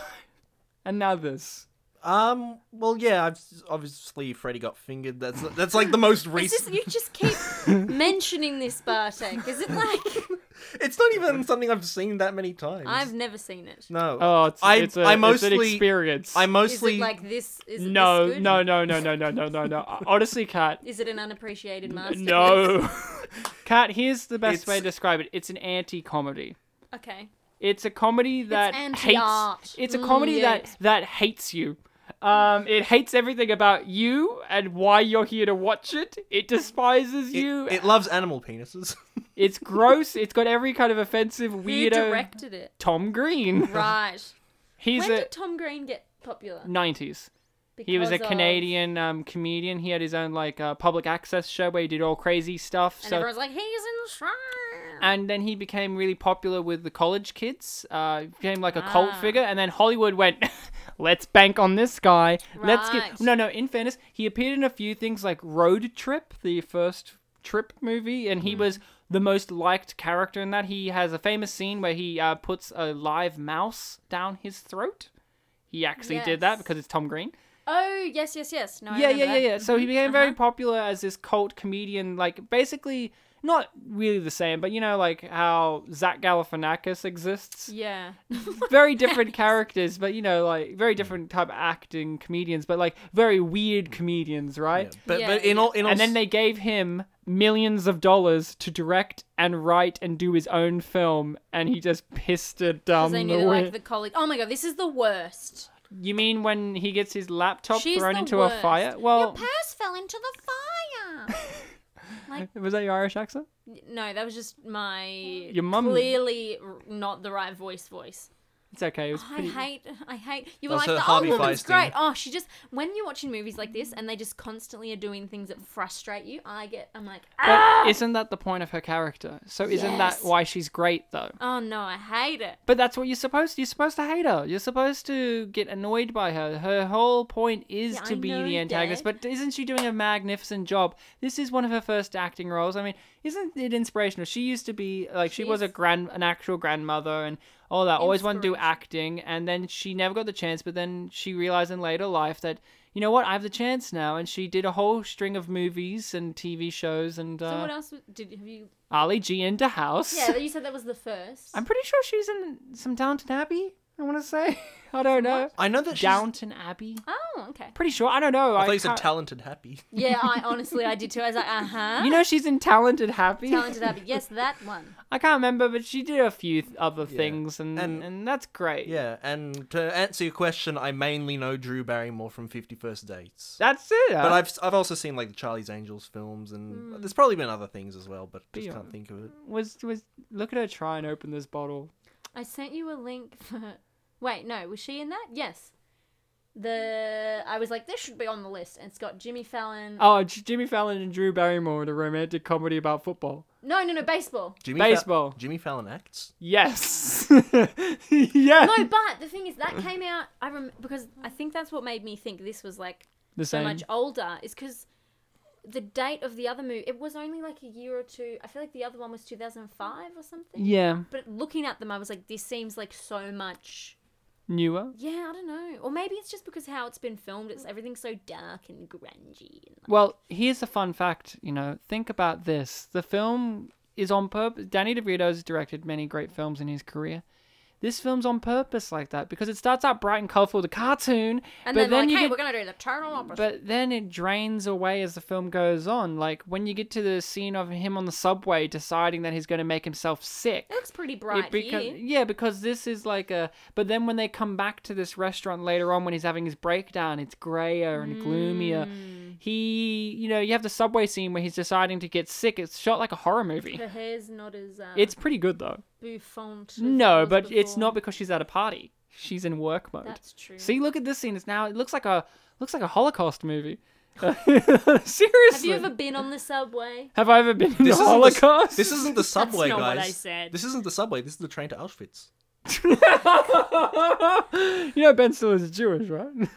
S1: and now this.
S2: Um. Well, yeah. I've, obviously, Freddy got fingered. That's that's like the most
S3: It's just
S2: recent.
S3: you just keep mentioning this Bartek. Is it like
S2: It's not even something I've seen that many times.
S3: I've never seen it?
S2: no.
S1: Oh, it's,
S2: I-
S1: it's, a,
S2: I
S1: it's an
S2: mostly-
S1: experience.
S2: I
S3: Is
S2: mostly
S3: it like this? Is it
S1: no,
S3: this good?
S1: no, no, no, no, no, no, no, no. Honestly, Kat,
S3: Is it an unappreciated masterpiece?
S1: no. Kat, here's the best
S2: It's-
S1: way to describe it. It's an anti-comedy.
S3: Okay.
S1: It's a comedy that hates.
S3: anti-art.
S1: It's a
S3: Mm,
S1: comedy
S3: yes.
S1: that that hates you. Um, it hates everything about you and why you're here to watch it. It despises
S2: it,
S1: you.
S2: it loves animal penises.
S1: it's gross. It's got every kind of offensive
S3: Who
S1: weirdo.
S3: directed it?
S1: Tom Green.
S3: Right.
S1: He's
S3: when
S1: a
S3: did Tom Green get popular?
S1: 90s. He was a
S3: Because of-
S1: Canadian um, comedian. He had his own like uh, public access show where he did all crazy stuff.
S3: And
S1: so
S3: everyone's like, he's in the shrine.
S1: and then he became really popular with the college kids. Uh, became like a cult
S3: Ah.
S1: figure, and then Hollywood went, "Let's bank on this guy. Let's
S3: Right.
S1: get." No, no. In fairness, he appeared in a few things like Road Trip, the first Trip movie, and he was the most liked character in that. He has a famous scene where he uh, puts a live mouse down his throat. He actually did that
S3: Yes.
S1: because it's Tom Green
S3: Oh yes, yes, yes. No. I
S1: yeah, yeah,
S3: remember
S1: yeah,
S3: that. Mm-hmm. Uh-huh.
S1: yeah. So he became very popular as this cult comedian, like basically not really the same, but you know, like how Zach Galifianakis exists.
S3: Yeah.
S1: Very different characters, but you know, like very different type of acting comedians, but like very weird comedians, right?
S2: But
S3: Yeah,
S2: but in all in all,
S1: And then they gave him millions of dollars to direct and write and do his own film, and he just pissed it down
S3: Because they
S1: the
S3: knew that,
S1: wind.
S3: like the colleague. Oh my god, this is the worst.
S1: You mean when he gets his laptop
S3: She's
S1: thrown
S3: the
S1: into
S3: worst.
S1: a fire? Well,
S3: purse fell into the fire.
S1: was that your Irish accent?
S3: no, that was just my your
S1: mum-
S3: clearly r- not the right voice. Voice.
S1: It's okay. It was
S3: I
S1: pretty.
S3: hate. I hate. You were
S2: That's
S3: like
S2: her
S3: the old
S2: Harvey
S3: woman's
S2: Weinstein.
S3: great. Oh, she just when you're watching movies like this and they just constantly are doing things that frustrate you. I get. I'm like. Ah!
S1: But isn't that the point of her character? So isn't
S3: Yes.
S1: that why she's great though?
S3: Oh no, I hate it.
S1: But that's what you're supposed to. You're supposed to hate her. You're supposed to get annoyed by her. Her whole point is
S3: Yeah,
S1: to
S3: I
S1: be
S3: know,
S1: the antagonist.
S3: Dad.
S1: But isn't she doing a magnificent job? This is one of her first acting roles. I mean, isn't it inspirational? She used to be like she was a
S3: She's-
S1: grand, an actual grandmother, and all that. Always wanted to do acting, and then she never got the chance. But then she realized in later life that you know what, I have the chance now, and she did a whole string of movies and TV shows and
S3: So
S1: uh,
S3: what else was- did have you?
S1: Ali G into house.
S3: Yeah, you said that was the first.
S1: I'm pretty sure she's in some Downton Abbey. I want to say. I don't know.
S2: I know that she's,
S1: Downton Abbey.
S3: Oh, okay.
S1: Pretty sure. I don't know.
S2: I thought you said
S1: can't-
S2: talented happy.
S3: Yeah, I honestly I did too. I was like, uh huh.
S1: You know she's in Talented Happy.
S3: talented Abby. Yes, that one.
S1: I can't remember, but she did a few th- other things, and,
S2: And-
S1: and that's great.
S2: Yeah, and to answer your question, I mainly know Drew Barrymore from Fifty First Dates.
S1: That's it.
S2: But I've I've also seen like the Charlie's Angels films, and there's probably been other things as well, but just
S1: Yeah.
S2: can't think of it.
S1: was was look at her try and open this bottle.
S3: I sent you a link for. Wait, no, was she in that? Yes. The I was like, this should be on the list, and it's got Jimmy Fallon.
S1: Oh, J- Jimmy Fallon and Drew Barrymore in a romantic comedy about football.
S3: No, no, no, baseball.
S2: Jimmy Fa-
S1: Baseball.
S2: Jimmy Fallon acts.
S1: Yes. yeah.
S3: No, but the thing is, that came out. I rem- because I think that's what made me think this was like
S1: the
S3: so
S1: same.
S3: much older. Is because the date of the other movie. It was only like a year or two. I feel like the other one was two thousand five or something.
S1: Yeah.
S3: But looking at them, I was like, this seems like so much
S1: Newer.
S3: Yeah, I don't know. Or maybe it's just because how it's been filmed. It's everything's so dark and grungy. And like,
S1: Well, here's a fun fact. You know, think about this. The film is on purpose. Danny DeVito has directed many great films in his career. This film's on purpose like that because it starts out bright and colorful with a cartoon, but
S3: and then,
S1: then
S3: like,
S1: you
S3: hey,
S1: get
S3: we're gonna do the total opposite.
S1: but then it drains away as the film goes on. Like when you get to the scene of him on the subway deciding that he's going to make himself sick.
S3: it looks pretty
S1: it
S3: bright
S1: beco-
S3: here.
S1: yeah, because this is like a. But then when they come back to this restaurant later on, when he's having his breakdown, it's grayer and gloomier.
S3: Hmm.
S1: He, you know, you have the subway scene where he's deciding to get sick. It's shot like a horror movie.
S3: Her hair's not as um,
S1: It's pretty good though.
S3: bouffant. as it
S1: No,
S3: was
S1: but it's
S3: before.
S1: not because she's at a party. She's in work mode.
S3: That's true.
S1: See, look at this scene. It's now. It looks like a looks like a Holocaust movie.
S4: Seriously.
S3: Have you ever been on the subway?
S1: Have I ever been in the
S2: This isn't the-
S1: Holocaust?
S2: This isn't the subway,
S3: not what
S2: guys.
S3: I said.
S2: This isn't the subway. This is the train to Auschwitz.
S1: you know Ben Stiller's Jewish, right?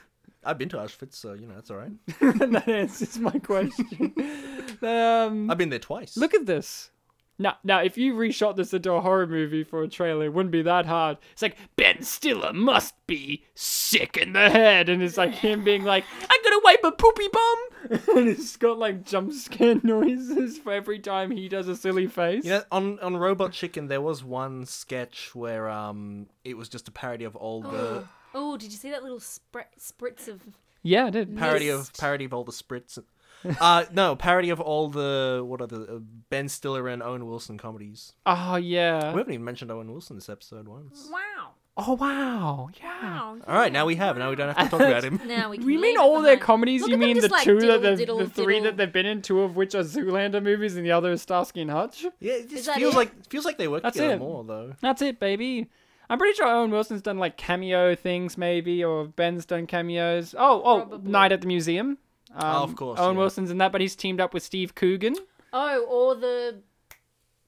S2: I've been to Auschwitz, so you know that's all right.
S1: that answers my question. um,
S2: I've been there twice.
S1: look at this. Now, now, if you reshot this into a horror movie for a trailer, it wouldn't be that hard. It's like Ben Stiller must be sick in the head, and it's like him being like, "I'm gonna wipe a poopy bum," and it's got like jump scare noises for every time he does a silly face.
S2: You know, on on Robot Chicken, there was one sketch where um it was just a parody of all the
S3: Oh, did you see that little spr- spritz of?
S1: yeah, I did.
S2: parody of
S3: Mist.
S2: parody of all the spritz. and- Uh no, parody of all the what are the uh, Ben Stiller and Owen Wilson comedies.
S1: Oh
S2: We
S1: yeah.
S2: haven't even mentioned Owen Wilson this episode once.
S3: Wow.
S1: Oh wow. Yeah.
S3: Wow.
S2: All right, now we have. Now we don't have to talk about him.
S3: Oh. Now we. Can
S1: You mean
S3: leave it
S1: all their
S3: behind.
S1: comedies?
S3: Look
S1: you
S3: at them
S1: mean the
S3: just, like,
S1: two that
S3: diddle,
S1: they've,
S3: diddle,
S1: the three
S3: diddle.
S1: that they've been in, two of which are Zoolander movies, and the other is Starsky and Hutch?
S2: Yeah, it just
S3: that
S2: feels
S3: it?
S2: like feels like they work
S1: That's
S2: together
S1: it.
S2: more though.
S1: That's it, baby. I'm pretty sure Owen Wilson's done like cameo things, maybe, or Ben's done cameos. Oh, oh,
S3: Probably.
S1: Night at the Museum. Um,
S2: Oh, of course,
S1: Owen
S2: yeah.
S1: Wilson's in that, but he's teamed up with Steve Coogan.
S3: Oh, or the.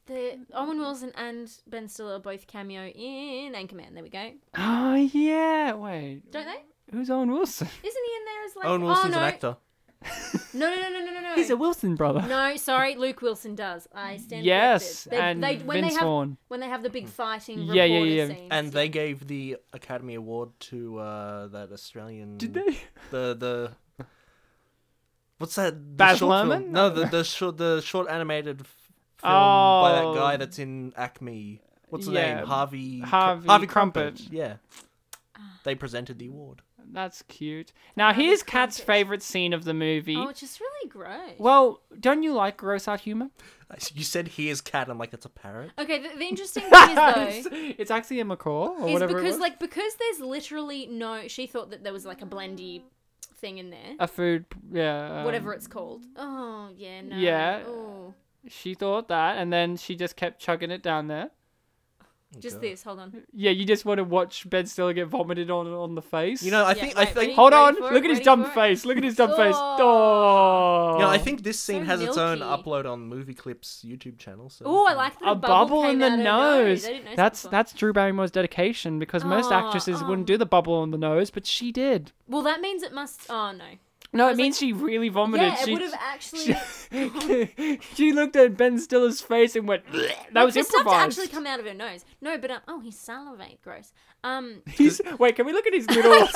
S3: The Owen Wilson and Ben Stiller are both cameo in Anchorman. There we go.
S1: Oh yeah, wait,
S3: Don't they?
S1: who's Owen Wilson?
S3: Isn't he in there as like?
S2: Owen Wilson's
S3: oh, no.
S2: an actor.
S3: No, no, no, no, no, no, no.
S1: He's a Wilson brother.
S3: No, sorry, Luke Wilson does. I stand.
S1: Yes,
S3: corrected.
S1: and Vince
S3: they have,
S1: Vaughn.
S3: When they have the big fighting
S1: Yeah, yeah,
S3: reporter
S1: yeah.
S3: scene.
S2: And they gave the Academy Award to uh, that Australian.
S1: Did they?
S2: The the. What's that? the
S1: Baz
S2: short film?
S1: Luhrmann?
S2: No, the the short the short animated f- film by that
S1: Oh.
S2: guy that's in Acme. What's the
S1: Yeah.
S2: name? Harvey. Cr-
S1: Harvey Crumpet.
S2: Yeah.
S3: Ah.
S2: They presented the award.
S1: That's cute. Now here's Kat's favorite scene of the movie.
S3: Oh, which is really gross.
S1: Well, don't you like gross out humor?
S2: You said here's cat. I'm like that's a parrot.
S3: okay, the, the interesting thing is though.
S1: it's, it's actually a macaw or
S3: is
S1: whatever it
S3: because
S1: was.
S3: like because there's literally no she thought that there was like a blendy thing in there
S1: a food. Yeah. um,
S3: whatever it's called oh yeah no Oh,
S1: yeah.
S3: Ooh.
S1: She thought that, and then she just kept chugging it down there.
S3: just this hold on
S1: Yeah, you just want to watch Ben Stiller get vomited on on the face.
S2: You know, I
S3: Yeah,
S2: think I
S3: right,
S2: think.
S3: ready?
S1: hold on,
S3: for it,
S1: look at his
S3: ready
S1: dumb
S3: for it.
S1: face. Look at his dumb face.
S3: Oh.
S1: Oh,
S2: You know, I think this scene
S3: So
S2: has its own
S3: milky.
S2: upload on Movie Clips YouTube channel. So.
S3: oh i like that
S1: a bubble in
S3: came
S1: the
S3: out of her
S1: nose.
S3: I didn't notice
S1: That's
S3: before.
S1: that's Drew Barrymore's dedication because most
S3: Oh,
S1: actresses
S3: um.
S1: wouldn't do the bubble on the nose, but she did.
S3: well that means it must oh no
S1: No, it
S3: was
S1: means she really vomited.
S3: yeah it
S1: she,
S3: would have actually
S1: she, she looked at Ben Stiller's face and went, "Bleh." "That was
S3: for stuff to
S1: improvised."
S3: actually come out of her nose no but um, oh he salivate gross um
S1: He's, wait, can we look at his little?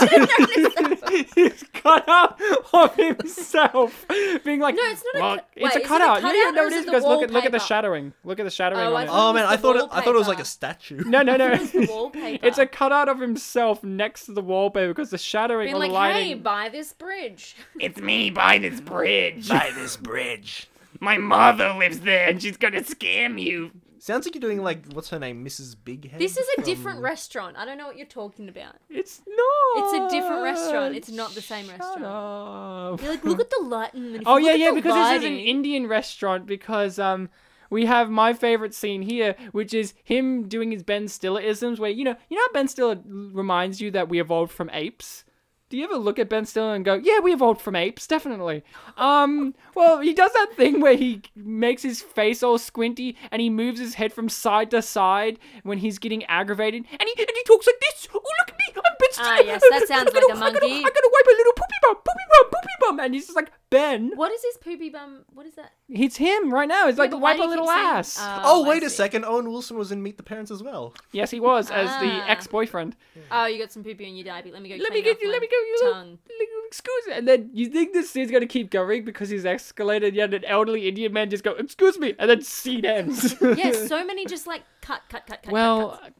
S1: his cutout of himself, being like,
S3: No, it's not a
S1: "Well,
S3: cut-
S1: it's
S3: wait, is
S1: a
S3: it a
S1: cutout." yeah, yeah,
S3: cutout
S1: no,
S3: or
S1: it
S3: is
S1: is
S3: it the
S1: because look at look at the
S3: wallpaper?
S1: shattering. Look at the shattering
S3: Oh,
S1: on
S3: I
S1: it.
S3: thought-
S2: Oh man, I
S3: It's the
S2: thought it, I thought it was like
S3: wallpaper.
S2: a statue.
S1: No, no, no.
S3: it's the wallpaper
S1: It's a cutout of himself next to the wallpaper because the shattering
S3: being
S1: on
S3: like
S1: the
S3: hey
S1: lighting.
S3: buy this bridge
S4: It's me by this bridge.
S2: By this bridge.
S4: My mother lives there and she's gonna scam you.
S2: Sounds like you're doing like what's her name, Mrs. Big Head.
S3: this is a different restaurant i don't know what you're talking about
S1: it's not.
S3: It's a different restaurant. It's not the same restaurant.
S1: up.
S3: You're like, look at the lighting. and if
S1: Oh
S3: you
S1: yeah,
S3: look at
S1: yeah,
S3: the
S1: because this is an
S3: lighting-
S1: Indian restaurant because um we have my favorite scene here, which is him doing his Ben Stillerisms, where you know you know how Ben Stiller l- reminds you that we evolved from apes. Do you ever look at Ben Stiller and go, "Yeah, we evolved from apes, definitely"? Um, well, he does that thing where he makes his face all squinty and he moves his head from side to side when he's getting aggravated, and he and he talks like this. Oh, look at me! I'm Ben Stiller.
S3: Ah, yes, that sounds
S1: I'm gonna-
S3: like a
S1: I'm gonna-
S3: monkey.
S1: I'm gonna wipe a little poopy bum, poopy bum, poopy bum, and he's just like Ben.
S3: What is this poopy bum? What is that?
S1: It's him right now. He's like
S3: but why
S1: wipe
S3: do
S1: a
S3: you keep
S1: little
S3: saying- uh,
S1: ass.
S2: Oh,
S3: I
S2: wait a
S3: see.
S2: second. Owen Wilson was in Meet the Parents as well.
S1: yes, he was as
S3: Ah.
S1: the ex-boyfriend.
S3: Oh, you got some poopy on your diaper. Let me go.
S1: Let me
S3: clean
S1: get
S3: off
S1: you. Let
S3: my
S1: me go. You little-
S3: tongue.
S1: little- Excuse me. And then you think this scene's gonna keep going because he's escalated. Yet an elderly Indian man just go, "Excuse me," and then scene ends.
S3: Yeah, so many just like cut, cut, cut, cut. cut,
S1: Well,
S3: cuts.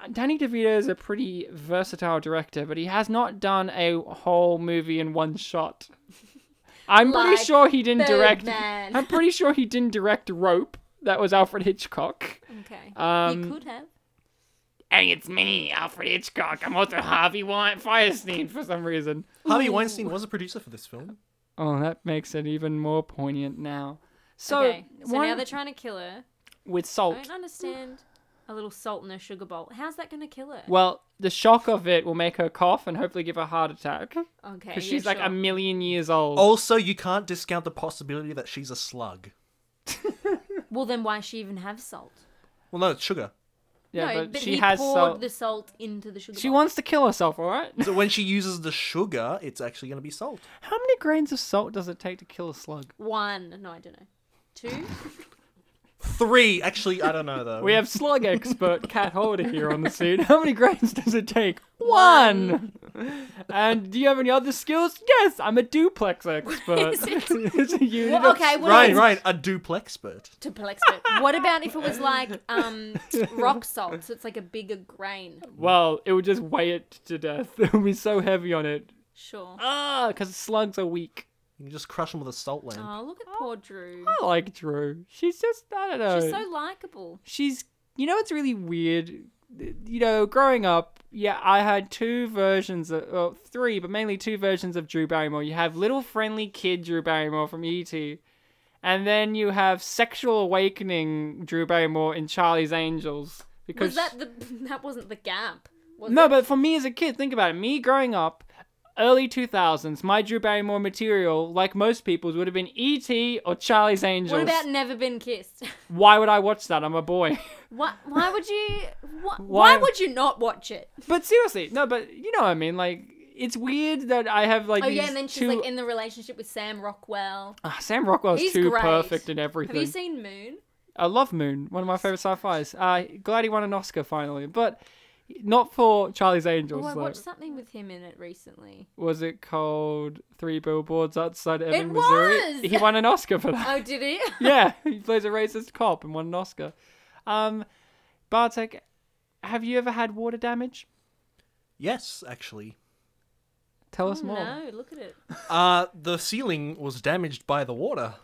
S1: uh, Danny DeVito is a pretty versatile director, but he has not done a whole movie in one shot. I'm pretty
S3: Like
S1: sure he didn't direct.
S3: Birdman.
S1: I'm pretty sure he didn't direct Rope. That was Alfred Hitchcock.
S3: okay.
S1: um,
S3: you could have.
S4: Hey, it's me, Alfred Hitchcock. I'm also Harvey Wine Firestein for some reason.
S2: Harvey Weinstein was a producer for this film.
S1: Oh, that makes it even more poignant now. So,
S3: okay. So now Oh,
S1: one-
S3: they're trying to kill her.
S1: with
S3: I
S1: salt.
S3: don't understand. a little salt in a sugar bowl. How's that going to kill her?
S1: Well, the shock of it will make her cough and hopefully give her a heart attack. Because
S3: okay, yeah,
S1: she's like
S3: sure. Oh.
S1: a million years old.
S2: Also, you can't discount the possibility that she's a slug.
S3: well, then why she even have salt?
S2: Well, no, it's sugar.
S1: yeah,
S3: no,
S1: but, she
S3: he
S1: has
S3: poured
S1: salt.
S3: the salt into the sugar.
S1: She
S3: bowl.
S1: wants to kill herself, all right?
S2: So when she uses the sugar, it's actually going to be salt.
S1: How many grains of salt does it take to kill a slug?
S3: one. No, I don't know. Two.
S2: Three. Actually, I don't know though.
S1: We have slug expert Cat Holder here on the scene. How many grains does it take? One. and do you have any other skills? Yes, I'm a duplex expert.
S3: is it?
S1: it's a unit
S3: Well,
S1: of-
S3: okay, well,
S2: right,
S3: it's-
S2: right. A duplexpert.
S3: To Plex, but what about if it was like um, rock salt? So it's like a bigger grain.
S1: Well, it would just weigh it to death. It would be so heavy on it.
S3: Sure.
S1: Ah, because slugs are weak.
S2: You can just crush them with a salt lamp.
S3: Oh, look at poor Drew.
S1: I like Drew. She's just, I don't know.
S3: She's so likable.
S1: she's you know it's really weird you know growing up yeah i had two versions of well, three but mainly two versions of drew barrymore you have little friendly kid drew barrymore from et and then you have sexual awakening drew barrymore in charlie's angels because
S3: Was that the that wasn't the gap? Was
S1: no
S3: it?
S1: but for me as a kid think about it me growing up early 2000s my drew barrymore material like most people's would have been et or charlie's angels
S3: What about never been kissed?
S1: why would i watch that i'm a boy
S3: Why, why would you? Why, why
S1: Why-
S3: would you not watch it?
S1: But seriously, no, but you know what I mean? Like, it's weird that I have like
S3: Oh
S1: these
S3: yeah, and then she's
S1: two.
S3: like in the relationship with Sam Rockwell.
S1: Ah, Sam Rockwell's
S3: He's
S1: too
S3: great.
S1: perfect in everything.
S3: Have you seen Moon?
S1: I love Moon, one of my favorite sci-fi's. Uh, glad he won an Oscar finally, but not for Charlie's Angels.
S3: Oh, I
S1: though.
S3: watched something with him in it recently.
S1: Was it called Three Billboards Outside Ebbing,
S3: It
S1: Missouri?
S3: was!
S1: He won an Oscar for that.
S3: Oh, did he?
S1: yeah, he plays a racist cop and won an Oscar. Um, Bartek, have you ever had water damage?
S2: Yes, actually.
S1: Tell us
S3: Oh,
S1: more.
S3: no, look at it.
S2: Uh, the ceiling was damaged by the water.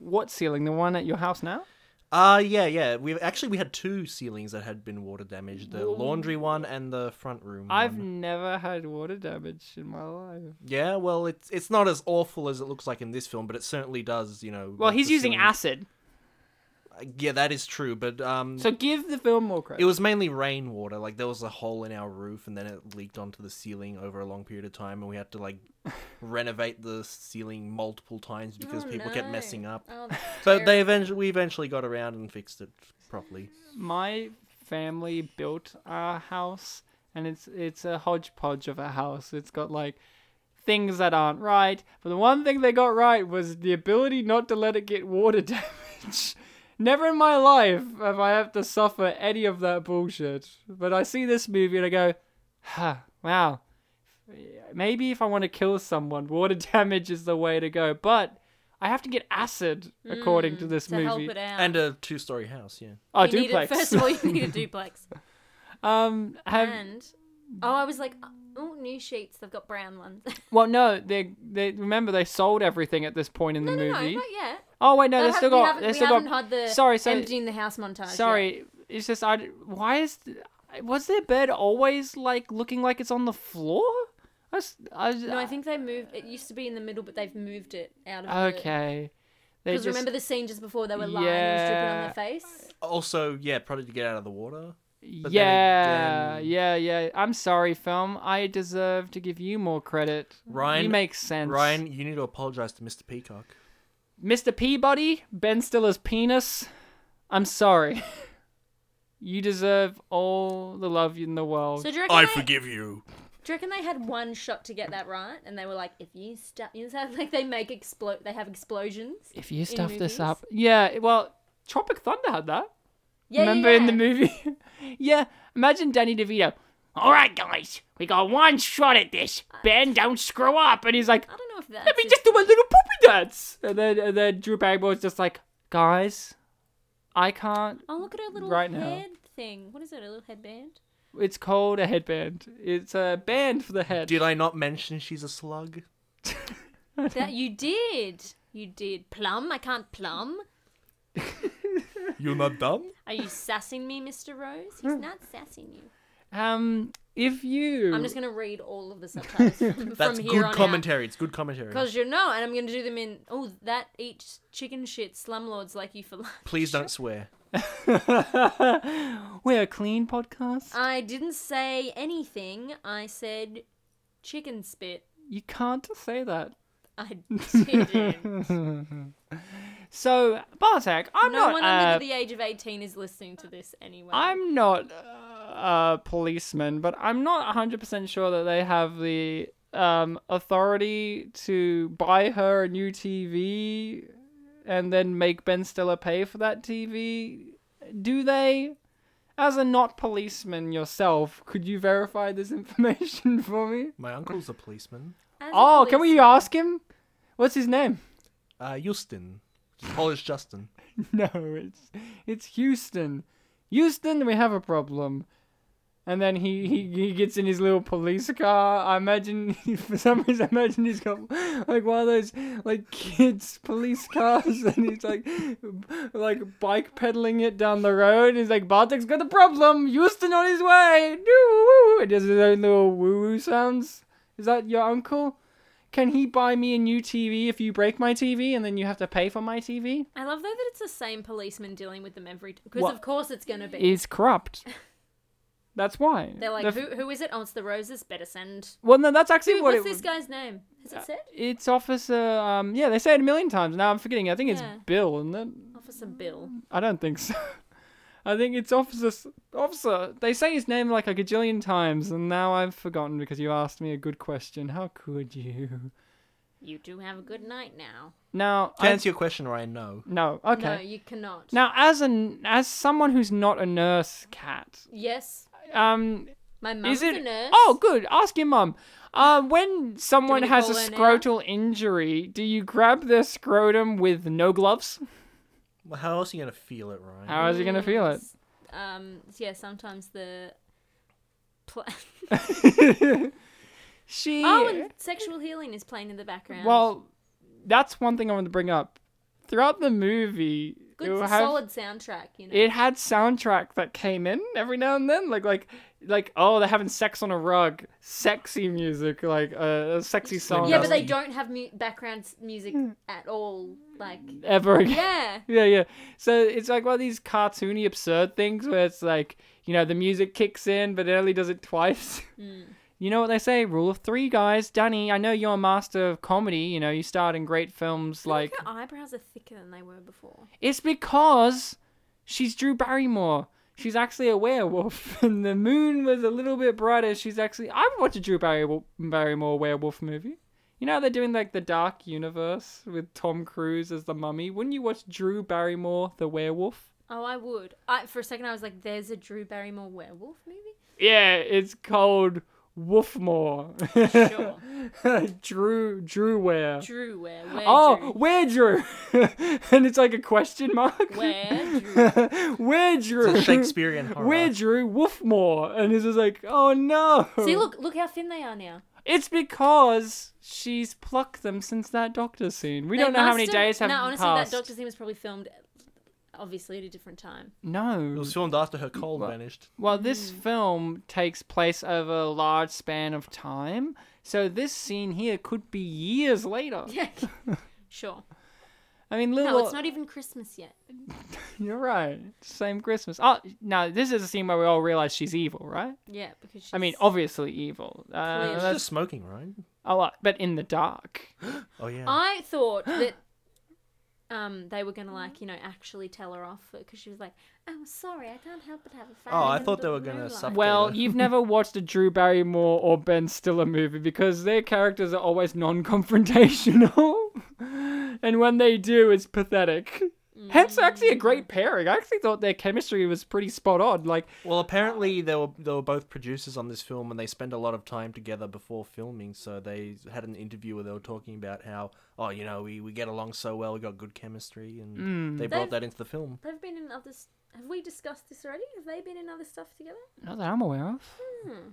S1: What ceiling? The one at your house now?
S2: Uh, yeah, yeah. We actually we had two ceilings that had been water damaged: the laundry one and the front room.
S1: I've
S2: one.
S1: never had water damage in my life.
S2: Yeah, well, it's it's not as awful as it looks like in this film, but it certainly does, you know.
S1: Well,
S2: like
S1: he's
S2: the
S1: using
S2: ceiling-
S1: acid.
S2: Yeah, that is true, but um,
S1: So give the film more credit.
S2: it was mainly rainwater. Like there was a hole in our roof, and then it leaked onto the ceiling over a long period of time, and we had to like renovate the ceiling multiple times because
S3: Oh,
S2: people kept
S3: no.
S2: messing up.
S3: Oh, that's
S2: But
S3: terrible.
S2: they eventually we eventually got around and fixed it properly.
S1: my family built our house and it's it's a hodgepodge of a house. It's got like things that aren't right, but the one thing they got right was the ability not to let it get water damage. Never in my life have I have to suffer any of that bullshit. But I see this movie and I go, huh, wow. Maybe if I want to kill someone, water damage is the way to go. But I have to get acid according to this
S3: Mm, to
S1: movie.
S3: help it out.
S2: And a two-story house, yeah.
S1: Oh,
S3: You need it-
S1: duplex.
S3: first of all, you need a duplex.
S1: um, have,
S3: and oh, I was like, oh, new sheets. They've got brown ones.
S1: Well, no, they they remember they sold everything at this point in the
S3: no, no, no,
S1: movie.
S3: not yet.
S1: Oh wait, no,
S3: They
S1: they still
S3: haven't- we
S1: got
S3: haven't,
S1: they
S3: we
S1: still
S3: haven't
S1: got.
S3: had the
S1: sorry, sorry,
S3: emptying the house montage. yet.
S1: sorry. It's just I. Why is was their bed always like looking like it's on the floor? I, s- I s-
S3: No, I think they moved. It used to be in the middle, but they've moved it out of.
S1: okay. They
S3: Because
S1: just
S3: remember the scene just before they were lying and stripping on
S1: Yeah.
S3: their face.
S2: Also, yeah, probably to get out of the water. but then
S1: yeah
S2: again-
S1: yeah yeah. I'm sorry, film. I deserve to give you more credit.
S2: Ryan-
S1: you make sense.
S2: Ryan, you need to apologize to Mr. Peacock.
S1: Mr. Peabody, Ben Stiller's penis, I'm sorry. You deserve all the love in the world.
S3: So do you, reckon they,
S2: you.
S3: do you reckon they had one shot to get that right, and they were like, "If you stuff," you know, like they make explode, they have explosions.
S1: if you stuff
S3: movies?
S1: this up. Yeah, well, Tropic Thunder had that.
S3: Yeah,
S1: Remember
S3: yeah,
S1: in the
S3: yeah.
S1: movie? yeah, imagine Danny DeVito. All right, guys, we got one shot at this. Ben, don't screw up. And he's like,
S3: I don't know if that's.
S1: let me just do a little poopy dance. And then, and then Drew Barrymore's just like, guys, I can't.
S3: Oh, look at her little
S1: right now.
S3: head thing. What is it? A little headband?
S1: It's called a headband. It's a band for the head.
S2: Did I not mention she's a slug?
S3: that you did. You did. Plum? I can't plum.
S2: You're not dumb?
S3: Are you sassing me, Mr. Rose? He's
S1: Hmm.
S3: not sassing you.
S1: Um, if you,
S3: I'm just going to read all of the subtitles from,
S2: That's
S3: from here
S2: good
S3: on
S2: commentary. It's good commentary.
S3: Because you know, and I'm going to do them in, oh, that eats chicken shit slumlords like you for lunch.
S2: Please don't swear.
S1: We're a clean podcast.
S3: I didn't say anything. I said chicken spit.
S1: You can't say that.
S3: I didn't.
S1: So, Bartek, I'm
S3: no
S1: not.
S3: one
S1: uh,
S3: under the age of 18 is listening to this anyway.
S1: I'm not uh, a policeman, but I'm not 100% sure that they have the um, authority to buy her a new TV and then make Ben Stiller pay for that TV. Do they? As a not policeman yourself, could you verify this information for me?
S2: My uncle's a policeman.
S3: As a
S1: Oh, can we
S3: policeman-
S1: ask him? What's his name?
S2: Uh, Justin. Polish Justin.
S1: No, it's it's Houston. Houston, we have a problem. And then he, he, he gets in his little police car. I imagine for some reason, I imagine he's got like one of those like kids police cars, and he's like like bike pedaling it down the road. He's like Bartek's got a problem. Houston on his way. Woo! It does his own little woo woo sounds. Is that your uncle? Can he buy me a new TV if you break my TV, and then you have to pay for my TV?
S3: I love though that it's the same policeman dealing with them every because
S1: What?
S3: of course it's gonna be.
S1: is corrupt. That's why.
S3: They're like,
S1: The f-
S3: who, who is it? Oh, it's the roses. Better send.
S1: Well, no, that's actually
S3: Who,
S1: what
S3: what's
S1: it.
S3: this guy's name? Has it said?
S1: It's Officer. Um, yeah, they say it a million times. Now I'm forgetting. I think it's
S3: Yeah.
S1: Bill, and then
S3: Officer Bill.
S1: I don't think so. I think it's Officer. S- Officer. They say his name like a gajillion times, and now I've forgotten because you asked me a good question. How could you?
S3: You do have a good night now.
S1: Now,
S2: To
S1: I-
S2: answer your question, Ryan, no.
S1: no, okay.
S3: No, you cannot.
S1: Now, as an as someone who's not a nurse, cat.
S3: Yes,
S1: Um,
S3: my mum's
S1: is it
S3: a nurse.
S1: oh good ask your mum uh, when someone
S3: to
S1: has a
S3: call her now?
S1: scrotal injury do you grab their scrotum with no gloves
S2: Well, how else are you going to feel it, Ryan?
S1: how is he gonna feel it
S3: Um. Yeah. Sometimes the. Pla-
S1: she
S3: oh, and sexual healing is playing in the background.
S1: well that's one thing i wanted to bring up throughout the movie
S3: good
S1: you have-
S3: solid soundtrack. You know.
S1: it had soundtrack that came in every now and then like like like oh they're having sex on a rug sexy music like uh, a sexy song
S3: yeah, but
S2: that's-
S3: they don't have mu- background s- music at all. Like.
S1: ever again
S3: Yeah.
S1: Yeah, yeah. So it's like one of these cartoony, absurd things where it's like, you know, the music kicks in, but it only does it twice. You know what they say? Rule of three, guys. Danny, I know you're a master of comedy. You know, you starred in great films like.
S3: Like her eyebrows are thicker than they were before.
S1: It's because she's Drew Barrymore. She's actually a werewolf, and the moon was a little bit brighter. She's actually. I would watch a Drew Barry- Barrymore werewolf movie. You know how they're doing like the Dark Universe with Tom Cruise as the mummy? Wouldn't you watch Drew Barrymore, the werewolf?
S3: Oh, I would. I for a second I was like, "There's a Drew Barrymore werewolf movie."
S1: Yeah, it's called Wolfmore.
S3: Sure.
S1: Drew Drew Ware.
S3: Drew where? Where
S1: Oh,
S3: Drew?
S1: where Drew? and it's like a question mark.
S3: Where Drew?
S1: where
S2: It's a
S1: Drew?
S2: Shakespearean horror.
S1: Where Drew Wolfmore? And it's just like, oh no.
S3: See, look, look how thin they are now.
S1: It's because she's plucked them since that doctor scene. We don't know how many days have
S3: No, honestly,
S1: passed.
S3: that Doctor Sim was probably filmed, obviously at a different time.
S2: It
S1: No.
S2: was filmed after her cold vanished.
S1: Well,
S3: Hmm.
S1: this film takes place over a large span of time, so this scene here could be years later.
S3: Yeah. sure.
S1: I mean, little.
S3: No, it's not even Christmas yet.
S1: You're right. Same Christmas. Oh, now this is a scene where we all realize she's evil, right?
S3: Yeah, because she's,
S1: I mean, oh, obviously evil. Uh,
S3: Clearly.
S2: She's
S1: that's
S2: just smoking, Ryan.
S1: a lot, but in the dark.
S2: Oh, yeah.
S3: I thought that um they were gonna like you know actually tell her off because she was like, "I'm sorry, I can't help but have a fan."
S2: Oh, I thought they were gonna suck-
S1: Well,
S2: Updated.
S1: you've never watched a Drew Barrymore or Ben Stiller movie because their characters are always non-confrontational, and when they do, it's pathetic. Hence,
S3: Mm.
S1: actually, a great pairing. I actually thought their chemistry was pretty spot on. Like,
S2: Well, apparently they were they were both producers on this film, and they spent a lot of time together before filming. So they had an interview where they were talking about how, oh, you know, we, we get along so well, we got good chemistry, and they brought
S3: They've-
S2: that into the film.
S3: They've been in other. s- Have we discussed this already? Have they been in other stuff together?
S1: not that I'm aware of.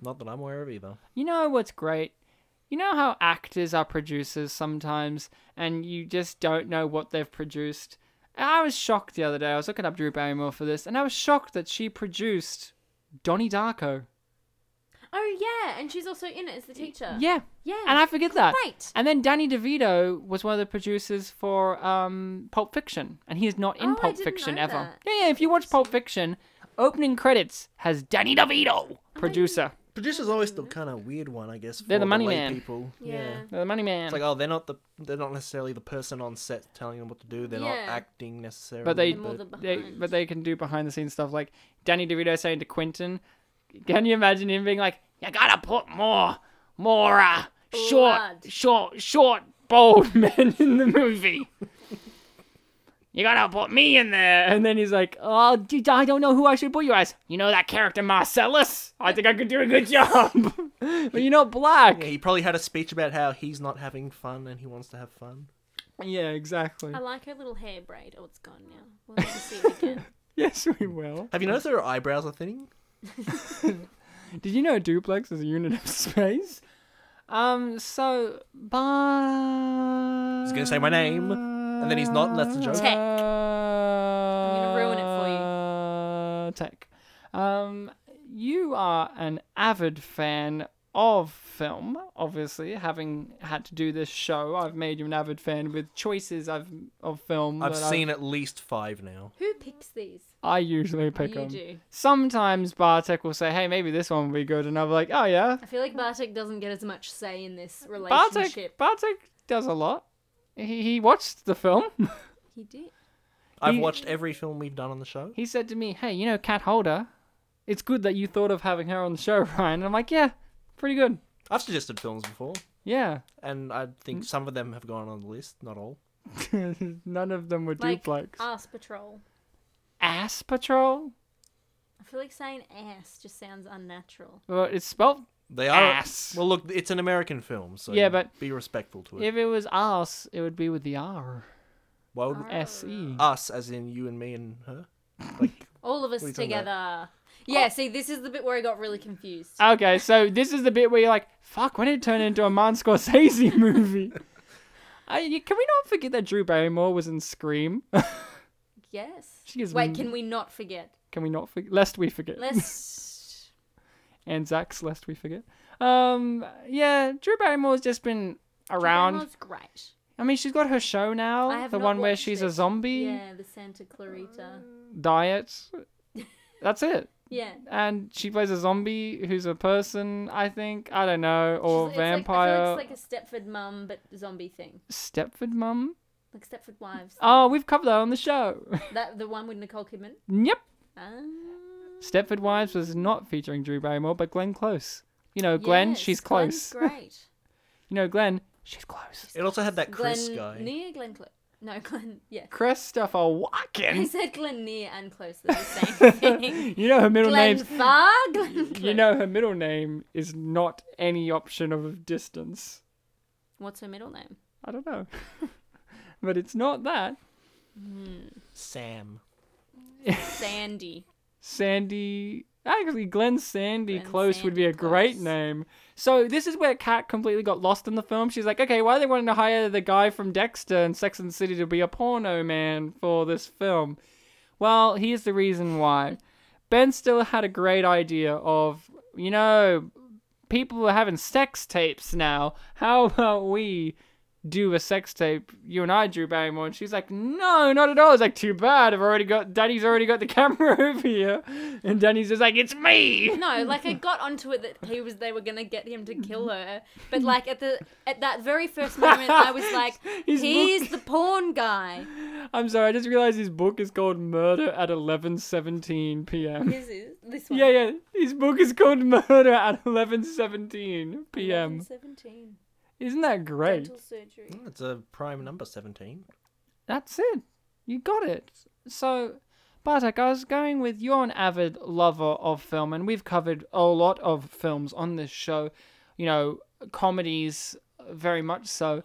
S2: Not that I'm aware of either.
S1: You know what's great? You know how actors are producers sometimes and you just don't know what they've produced? I was shocked the other day. I was looking up Drew Barrymore for this and I was shocked that she produced Donnie Darko.
S3: Oh yeah, and she's also in it as the teacher.
S1: Yeah.
S3: yeah.
S1: And I forget that.
S3: Great.
S1: And then Danny DeVito was one of the producers for um, Pulp Fiction, and he is not in
S3: Oh, I
S1: Pulp
S3: didn't
S1: Fiction
S3: know
S1: ever.
S3: that.
S1: Yeah, yeah. If you watch Pulp Fiction, opening credits has Danny
S3: Oh
S1: DeVito, producer.
S2: Producers always the kind of weird one, I guess. For
S1: They're the money
S2: lay
S1: man.
S2: people.
S3: Mm-hmm. yeah.
S1: The money man.
S2: It's like oh, they're not the they're not necessarily the person on set telling them what to do. They're not
S3: Yeah.
S2: acting necessarily.
S1: but they,
S3: And more the
S1: they
S3: behind.
S1: but they can do behind the scenes stuff like Danny DeVito saying to Quentin, "Can you imagine him being like, you gotta put more, more uh, short,
S3: Blood.
S1: short, short, bold men in the movie." You gotta put me in there, and then he's like, "Oh, d- I don't know who I should put you as. You know that character Marcellus? I think I could do a good job, but you're not black."
S2: Yeah, he probably had a speech about how he's not having fun and he wants to have fun.
S1: Yeah, exactly.
S3: I like her little hair braid. Oh, it's gone now. We'll never see it again.
S1: Yes, we will.
S2: Have you noticed her eyebrows are thinning?
S1: Did you know a duplex is a unit of space? Um, so, bye.
S2: He's gonna say my name, and then he's not, and that's the joke.
S3: Tech.
S1: gonna
S3: ruin it for you.
S1: you. Uh, Tech. Um, you are an avid fan of film, obviously. Having had to do this show, I've made you an avid fan with choices I've of film.
S2: I've
S1: that
S2: seen at least five now.
S3: Who picks these?
S1: I usually pick
S3: you
S1: them.
S3: do.
S1: Sometimes Bartek will say, "Hey, maybe this one would be good," and I'm like, "Oh yeah,
S3: I feel like Bartek doesn't get as much say in this
S1: Bartek,
S3: relationship.
S1: Bartek does a lot. He, he watched the film.
S3: He did.
S2: I've
S1: He-
S2: watched every film we've done on the show.
S1: he said to me, Hey, you know, Kat Holder, it's good that you thought of having her on the show, Ryan. And I'm like, Yeah, pretty good.
S2: I've suggested films before,
S1: Yeah.
S2: and I
S1: Mm.
S2: think some of them have gone on the list, not all.
S1: None of them were
S3: Like
S1: duplex.
S3: ass patrol.
S1: uh, Ass Patrol?
S3: I feel like saying ass just sounds unnatural.
S1: Well, it's spelled.
S2: They are.
S1: Ass.
S2: Well, look, it's an American film, so
S1: Yeah, but-
S2: be respectful to it.
S1: If it was ass, it would be with the R.
S2: Why would
S1: S E.
S2: us, as in you and me and her, like
S3: All of us
S2: What are you talking
S3: together. Yeah,
S1: Oh.
S3: see, this is the bit where I got really confused.
S1: Okay, so this is the bit where you're like, fuck, when did it turn into a Martin Scorsese movie? I, you- can we not forget that Drew Barrymore was in Scream?
S3: yes.
S1: She is
S3: Wait,
S1: m-
S3: can we not forget?
S1: Can we not forget? Lest we forget.
S3: Let's.
S1: and Zach's, lest we forget. Um, yeah, Drew Barrymore's just been around.
S3: Grandma's great.
S1: I mean, she's got her show now,
S3: I have
S1: the
S3: not
S1: one where
S3: watched
S1: she's a
S3: it.
S1: zombie
S3: Yeah, the Santa Clarita.
S1: diet. That's it.
S3: Yeah.
S1: And she plays a zombie who's a person, I think. I don't know, or
S3: She's- it's
S1: vampire.
S3: Like, I feel like it's like a Stepford mum, but zombie thing.
S1: Stepford mum.
S3: Like Stepford Wives.
S1: Oh, we've covered that on the show.
S3: That the one with Nicole Kidman.
S1: yep.
S3: Um,
S1: Stepford Wives was not featuring Drew Barrymore, but Glenn Close. You know, Glenn,
S3: Ah. yes,
S1: she's
S3: Glenn's
S1: close.
S3: great.
S1: You know, Glenn, she's close.
S2: it also had that Chris
S3: Glenn
S2: guy.
S3: near Glenn close. No, Glenn. Yeah.
S1: Christopher
S3: I
S1: Walken.
S3: said Glenn near and close. They're the same thing.
S1: You know her middle
S3: Glenn
S1: name's
S3: far. Glenn.
S1: You
S3: close.
S1: know, her middle name is not any option of distance.
S3: What's her middle name?
S1: I don't know. but it's not that.
S2: Sam.
S3: Sandy.
S1: Sandy. Actually, Glenn Sandy
S3: Glenn
S1: Close would be a
S3: Sandy
S1: great
S3: Close.
S1: name. So, this is where Kat completely got lost in the film. She's like, okay, why are they wanting to hire the guy from Dexter and Sex and the City to be a porno man for this film? Well, here's the reason why. Ben Stiller had a great idea of, you know, people are having sex tapes now. How about we do a sex tape? You and I, Drew Barrymore. And she's like, no, not at all. It's like, too bad. I've already got, Daddy's already got the camera over here. And Danny's just like, it's me.
S3: No, like I got onto it that he was they were gonna get him to kill her, but like at the at that very first moment, I was like,
S1: His
S3: he's,
S1: book-
S3: the porn guy.
S1: I'm sorry. I just realized his book is called Murder at 11.17 p.m.
S3: This is this one.
S1: Yeah, yeah. His book is called Murder at 11.17 p.m.
S3: Seventeen.
S1: Isn't that great?
S3: Dental surgery.
S2: Mm, It's a prime number, 17.
S1: That's it. You got it. So, Bartek, I was going with you're an avid lover of film, and we've covered a lot of films on this show, you know, comedies very much so.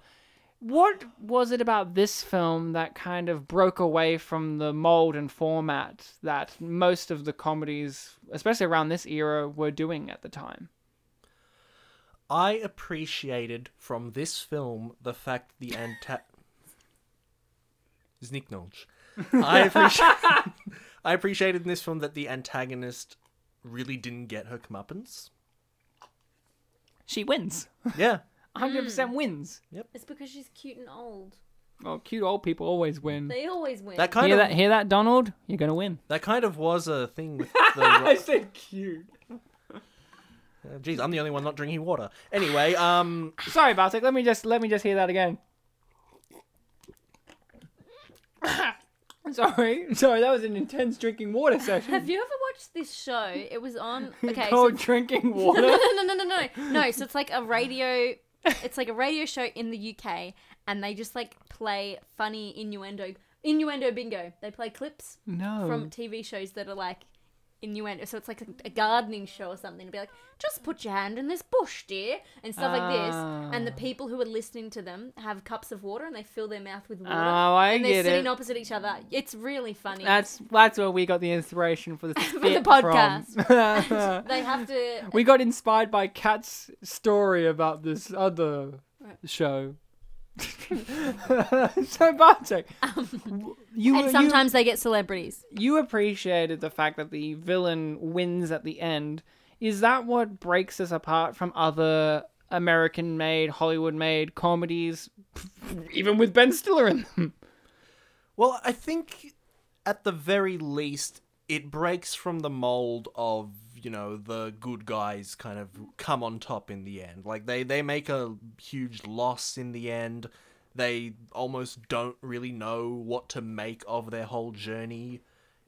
S1: What was it about this film that kind of broke away from the mold and format that most of the comedies, especially around this era, were doing at the time?
S2: I appreciated from this film the fact the anta- Zniknolch. I appreciate I appreciated in this film that the antagonist really didn't get her comeuppance.
S1: she wins.
S2: Yeah.
S1: 100% wins.
S3: It's because she's cute and old.
S1: Oh, cute old people always win.
S3: They always win.
S2: That kind
S1: Hear
S2: of
S1: that, hear that, Donald? You're gonna win.
S2: that kind of was a thing with the
S1: said cute.
S2: Uh, Jeez, I'm the only one not drinking water. Anyway, um,
S1: Sorry, Bartek. Let me just let me just hear that again. sorry, sorry. That was an intense drinking water session.
S3: Have you ever watched this show? It was on. Okay. so-
S1: Cold drinking
S3: no, no,
S1: water.
S3: no, no, no, no, no. No, so it's like a radio. It's like a radio show in the UK, and they just like play funny innuendo, innuendo bingo. They play clips
S1: no.
S3: from TV shows that are like innuendo. So it's like a, a gardening show or something. It'd be like, just put your hand in this bush, dear, and stuff like this. And the people who are listening to them have cups of water and they fill their mouth with water.
S1: Oh, I
S3: and they're
S1: get
S3: sitting
S1: it.
S3: opposite each other. It's really funny.
S1: That's that's where we got the inspiration for the,
S3: For the
S1: bit From.
S3: podcast. they have to.
S5: We got inspired by Kat's story about this other show. so Bartek, w- you
S3: Um, and
S5: you-
S3: sometimes they get celebrities.
S1: you appreciated the fact that the villain wins at the end. Is that what breaks us apart from other American made, Hollywood made comedies, even with Ben Stiller in them?
S2: well, I think at the very least, it breaks from the mold of you know the good guys kind of come on top in the end. Like they they make a huge loss in the end. They almost don't really know what to make of their whole journey.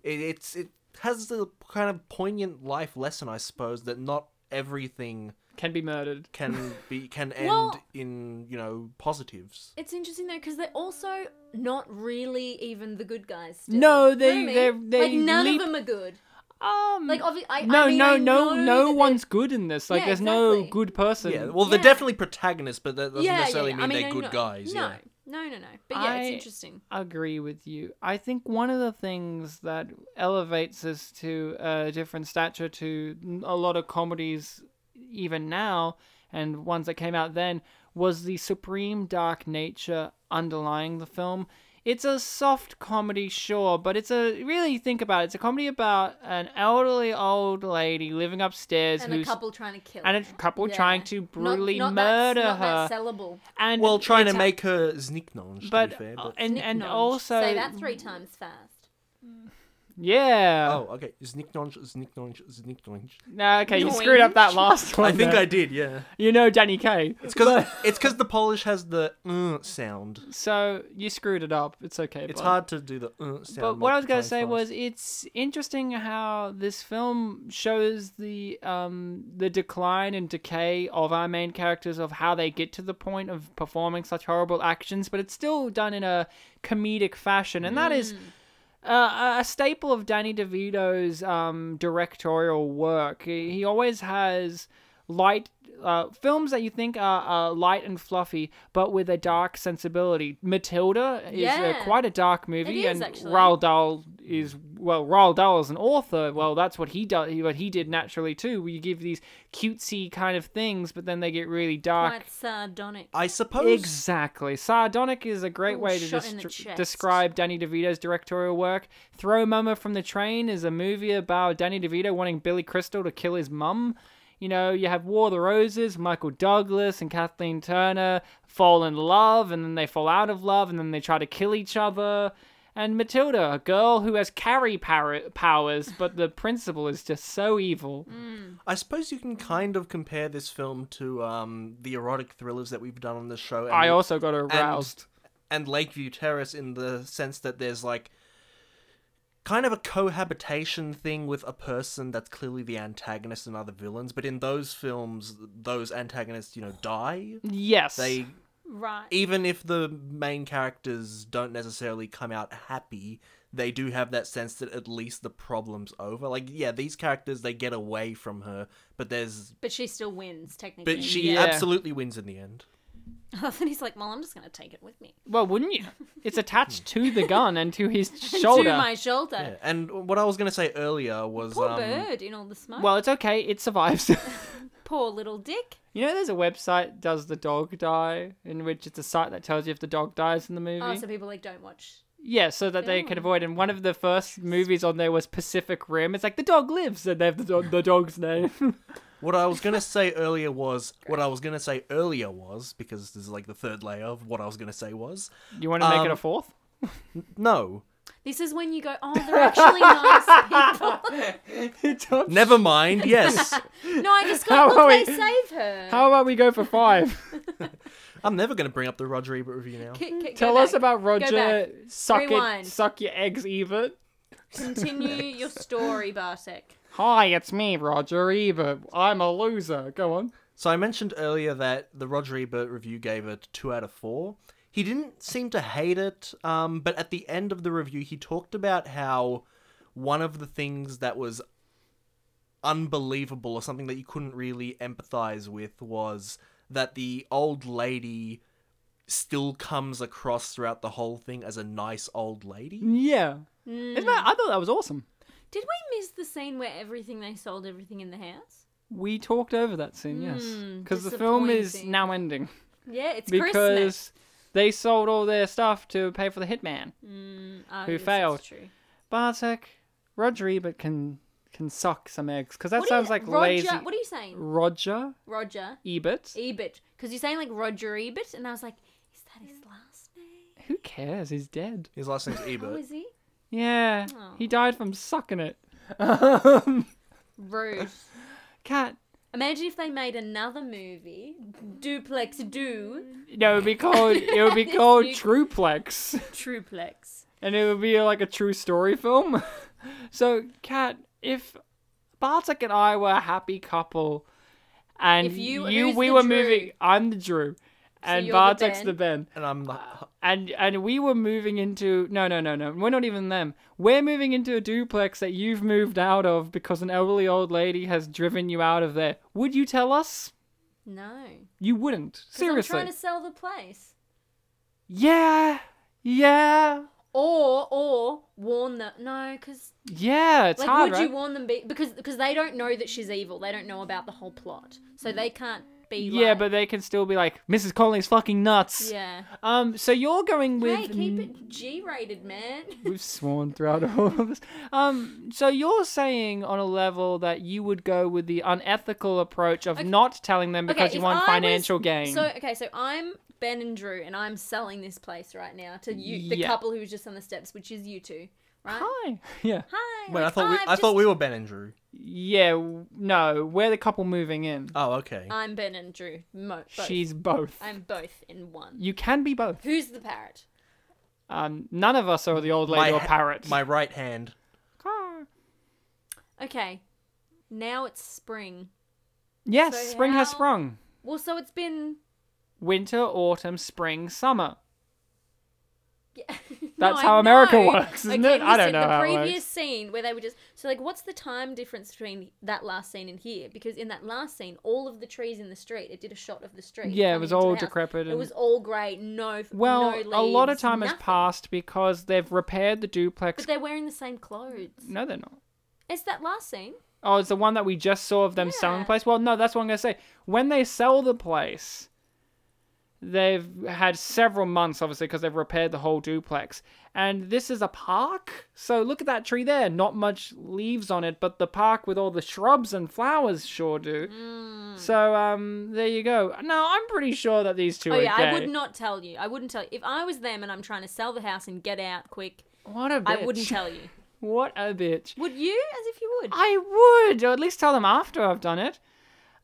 S2: It, it's it has the kind of poignant life lesson, I suppose, that not everything
S1: Can be murdered.
S2: can be can end
S3: Well-
S2: in you know positives.
S3: It's interesting though because they're also not really even the good guys. Still.
S1: No, they-
S3: You know what I mean?
S1: they're- they
S3: like none
S1: leap-
S3: of them are good.
S1: Um,
S3: Like obviously, I,
S1: no,
S3: I mean,
S1: no,
S3: I
S1: no,
S3: know that
S1: no
S3: they're-
S1: one's good in this. Like,
S3: Yeah,
S1: there's no
S3: exactly.
S1: good person.
S2: Yeah, well, they're
S3: Yeah.
S2: definitely protagonists, but that doesn't necessarily
S3: I
S2: mean
S3: mean,
S2: they're
S3: I
S2: good
S3: know-
S2: guys.
S3: No,
S2: Yeah.
S3: no, no, no. But yeah,
S1: I-
S3: it's interesting.
S1: agree with you. I think one of the things that elevates us to a different stature to a lot of comedies, even now, and ones that came out then, was the supreme dark nature underlying the film. It's a soft comedy, sure, but it's a really think about it. It's a comedy about an elderly old lady living upstairs
S3: And a
S1: who's
S3: couple trying to kill.
S1: and a
S3: her.
S1: couple
S3: Yeah.
S1: trying to
S3: Not-
S1: brutally
S3: not
S1: murder
S3: that, Not that
S1: her.
S3: sellable.
S1: And
S2: Well, trying to
S1: it's-
S2: make her zniknonge,
S1: but,
S2: to be fair.
S1: uh,
S2: But...
S1: and and
S3: Nicknonge.
S1: also
S3: say that three times fast.
S1: yeah.
S2: Oh, okay. Zniknonge, zniknonge, zniknonge.
S1: No, okay, you screwed up that
S3: Noinge.
S1: last one.
S2: I think
S1: there.
S2: I did, yeah.
S1: You know Danny Kaye.
S2: It's because it's because the Polish has the uh sound.
S1: So you screwed it up. It's okay.
S2: It's
S1: bud.
S2: hard to do the uh sound.
S1: But what I was
S2: going
S1: gonna
S2: to
S1: say was, it's interesting how this film shows the um the decline and decay of our main characters, of how they get to the point of performing such horrible actions, but it's still done in a comedic fashion, and that is uh, a staple of Danny DeVito's um, directorial work. He he always has light uh, films that you think are uh, light and fluffy, but with a dark sensibility. Matilda is uh,
S3: Yeah.
S1: quite a dark movie,
S3: It is,
S1: and
S3: actually.
S1: Roald Dahl is well. Roald Dahl is an author. Well, that's what he does. What he did naturally too. Where you give these cutesy kind of things, but then they get really dark.
S3: Quite sardonic.
S2: I suppose.
S1: Exactly. Sardonic is a great
S3: Ooh,
S1: way to
S3: Oh, shot in the
S1: destri-
S3: chest.
S1: describe Danny DeVito's directorial work. Throw Mama from the Train is a movie about Danny DeVito wanting Billy Crystal to kill his mum. You know, you have War of the Roses, Michael Douglas and Kathleen Turner fall in love and then they fall out of love and then they try to kill each other. And Matilda, a girl who has carry power- powers, but the principal is just so evil.
S3: Mm.
S2: I suppose you can kind of compare this film to um the erotic thrillers that we've done on the show.
S1: I
S2: and-
S1: also got aroused.
S2: and Lakeview Terrace in the sense that there's like kind of a cohabitation thing with a person that's clearly the antagonist and other villains, but in those films, those antagonists, you know, die.
S1: yes.
S2: They
S3: Right.
S2: even if the main characters don't necessarily come out happy, they do have that sense that at least the problem's over. Like, yeah, these characters they get away from her, but there's
S3: But she still wins technically.
S2: but she
S1: Yeah.
S2: absolutely wins in the end.
S3: and he's like, "Well, I'm just gonna take it with me
S1: Well, wouldn't you? It's attached to the gun and to his shoulder.
S3: Hmm. to my shoulder."
S2: Yeah. And what I was gonna say earlier was
S3: Poor
S2: um,
S3: bird in all the smoke.
S1: Well, it's okay. It survives.
S3: Poor little dick.
S1: you know, there's a website, Does the Dog Die? In which it's a site that tells you if the dog dies in the movie.
S3: Oh, so people like don't watch.
S1: yeah, so that they can avoid. And one of the first movies on there was Pacific Rim. It's like, the dog lives, and they have the, dog, the dog's name.
S2: What I was gonna say earlier was what I was gonna say earlier was because this is like the third layer of what I was gonna say was
S1: You want to make it a
S2: Um,
S1: fourth?
S2: no.
S3: This is when you go, oh, they're actually nice
S2: Never mind. Yes,
S3: people. No, I just
S1: How
S3: got,
S1: are
S3: look, they
S1: we-
S3: save her.
S1: How about we go for five?
S2: I'm never gonna bring up the Roger Ebert review now.
S3: K- k- go
S1: Tell us
S3: back.
S1: about
S3: back.
S1: Roger. Suck
S3: Rewind.
S1: it. Suck your eggs, Ebert.
S3: Continue your story, Bartek.
S1: Hi, it's me, Roger Ebert. I'm a loser. Go on.
S2: So I mentioned earlier that the Roger Ebert review gave it two out of four. He didn't seem to hate it, um, but at the end of the review, he talked about how one of the things that was unbelievable or something that you couldn't really empathize with was that the old lady still comes across throughout the whole thing as a nice old lady.
S1: Yeah.
S3: Hmm.
S1: Isn't that, I thought that was awesome.
S3: Did we miss the scene where everything they sold everything in the house?
S1: We talked over that scene, yes,
S3: Mm,
S1: because the film is
S3: disappointing.
S1: now ending
S3: Yeah, it's
S1: because
S3: Christmas.
S1: they sold all their stuff to pay for the hitman.
S3: Mm, I
S1: who
S3: guess that's
S1: failed.
S3: True.
S1: Bartek, Roger Ebert can can suck some eggs because that
S3: What do you-
S1: sounds like
S3: Roger,
S1: lazy.
S3: What are you E saying?
S1: Roger
S3: Roger
S1: Ebert.
S3: Ebert. Because you're saying like Roger Ebert, and I was like, is that his last name?
S1: Who cares? He's dead.
S2: His last name's
S3: Oh,
S2: Ebert.
S3: is he?
S1: Yeah,
S3: Aw.
S1: he died from sucking it. Um,
S3: Rude.
S1: Cat.
S3: Imagine if they made another movie, Duplex Do,
S1: No, it would be called it would be
S3: This
S1: called
S3: new-
S1: Truplex,
S3: Mm. Truplex.
S1: and it would be like a true story film. So, Cat, if Bartek and I were a happy couple, and
S3: If you- who's
S1: we
S3: the
S1: were
S3: Drew?
S1: moving, I'm the Drew, and
S3: you're the
S1: Bartek's the
S3: Ben?
S1: Ben.
S2: And I'm the.
S1: and and we were moving into no no no no we're not even them we're moving into a duplex that you've moved out of because an elderly old lady has driven you out of there would you tell us
S3: No.
S1: you wouldn't
S3: 'Cause
S1: seriously
S3: I'm trying to sell the place.
S1: yeah yeah
S3: Or or warn them. No, because
S1: yeah it's
S3: like,
S1: hard
S3: would
S1: right?
S3: you warn them? Be- because because they don't know that she's evil. They don't know about the whole plot, so they can't be.
S1: yeah
S3: like-
S1: but they can still be like mrs connolly's fucking nuts
S3: yeah.
S1: um so you're going with
S3: Hey, keep it G-rated, man.
S1: We've sworn throughout all of this. Um, so you're saying on a level that you would go with the unethical approach of not telling them because you
S3: if
S1: want
S3: I
S1: financial
S3: was-
S1: gain.
S3: So uh, okay, so I'm Ben and Drew, and I'm selling this place right now to you, the
S1: Yeah.
S3: couple who was just on the steps, which is you two, right?
S1: Hi. Yeah.
S3: Hi.
S2: Wait, I
S3: like,
S2: thought we,
S3: I've
S2: I thought
S3: Ah, just-
S2: we were Ben and Drew.
S1: Yeah. w- No, we're the couple moving in.
S2: Oh, okay.
S3: I'm Ben and Drew. Mo- both.
S1: She's both.
S3: I'm both in one.
S1: You can be both.
S3: Who's the parrot?
S1: Um, none of us are the old lady or
S2: ha-
S1: parrot.
S2: My right hand.
S1: Ah.
S3: Okay, now it's spring.
S1: Yes,
S3: So
S1: spring has
S3: how-
S1: sprung.
S3: Well, so it's been.
S1: Winter, autumn, spring, summer.
S3: Yeah. No,
S1: That's
S3: I
S1: how America
S3: know.
S1: works, isn't
S3: okay,
S1: it? I don't
S3: listen,
S1: know
S3: The
S1: how it
S3: previous
S1: works.
S3: scene where they were just so like, what's the time difference between that last scene and here? Because in that last scene, all of the trees in the street, it did a shot of the street.
S1: Yeah, it was
S3: coming into
S1: all
S3: the house.
S1: decrepit
S3: It
S1: and-
S3: was all grey. No, f-
S1: Well,
S3: no leaves,
S1: a lot of time
S3: nothing.
S1: has passed because they've repaired the duplex.
S3: But they're wearing the same clothes.
S1: No, they're not.
S3: It's that last scene.
S1: Oh, it's the one that we just saw of them selling the
S3: Yeah.
S1: place. Well, no, that's what I'm gonna say. When they sell the place, they've had several months, obviously, because they've repaired the whole duplex. And this is a park, so look at that tree there. Not much leaves on it, but the park with all the shrubs and flowers sure do.
S3: Hmm.
S1: So, um, there you go. No, I'm pretty sure that these two
S3: Oh
S1: are
S3: yeah,
S1: gay.
S3: I would not tell you. I wouldn't tell you. If I was them and I'm trying to sell the house and get out quick,
S1: What a bitch!
S3: I wouldn't tell you.
S1: What a bitch!
S3: Would you? As if you would.
S1: I would, or at least tell them after I've done it.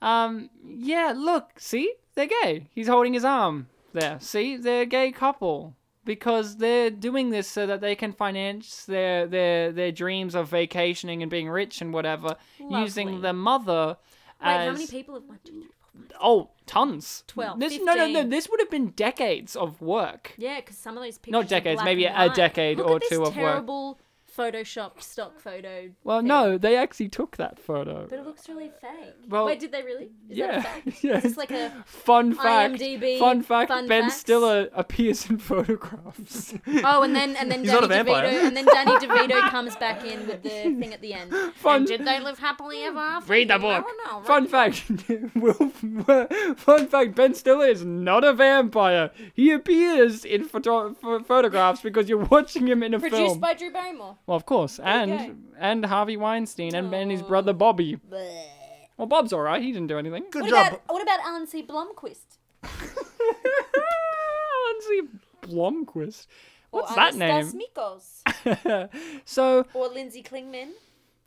S1: Um, yeah, look, see, they're gay. He's holding his arm there. See, they're a gay couple because they're doing this so that they can finance their their their dreams of vacationing and being rich and whatever using
S3: Lovely.
S1: the mother.
S3: Wait,
S1: as,
S3: how many people have one, two, three, four, five?
S1: Oh, tons.
S3: Twelve,
S1: This no, no, no.
S3: fifteen.
S1: This would have been decades of work.
S3: Yeah, because some of those pictures.
S1: Not
S3: are
S1: decades,
S3: black
S1: maybe
S3: and
S1: a
S3: white.
S1: decade
S3: Look
S1: or
S3: at this
S1: two of work.
S3: terrible Photoshop stock photo.
S1: Well,
S3: thing.
S1: no, they actually took that photo.
S3: but it looks really fake.
S1: Well,
S3: Wait, did they really? Is that a
S1: yeah,
S3: fact?
S1: yeah.
S3: Is this like a?
S1: Fun fact.
S3: IMDb,
S1: fun fact.
S3: fun
S1: ben
S3: facts.
S1: Stiller appears in photographs.
S3: Oh, and then and then
S2: He's
S3: Danny
S2: not a vampire.
S3: DeVito and then Danny DeVito comes back in with the thing at the end.
S1: Fun-
S3: And did they live happily ever after?
S1: Read the
S3: I
S1: book.
S3: don't know,
S1: fun
S3: right?
S1: fact. Will, fun fact. Ben Stiller is not a vampire. He appears in photo- ph- photographs because you're watching him in a
S3: Produced
S1: film.
S3: by Drew Barrymore.
S1: well, of course,
S3: you
S1: and and Harvey Weinstein and, and his brother Bobby. Well, Bob's all right. He didn't do anything.
S2: Good
S3: What
S2: job.
S3: about what about Alan C. Blomquist?
S1: Lindsay Blomquist.
S3: Or
S1: What's that
S3: Anastas
S1: name?
S3: Mikos?
S1: So
S3: Or Lindsay Klingman?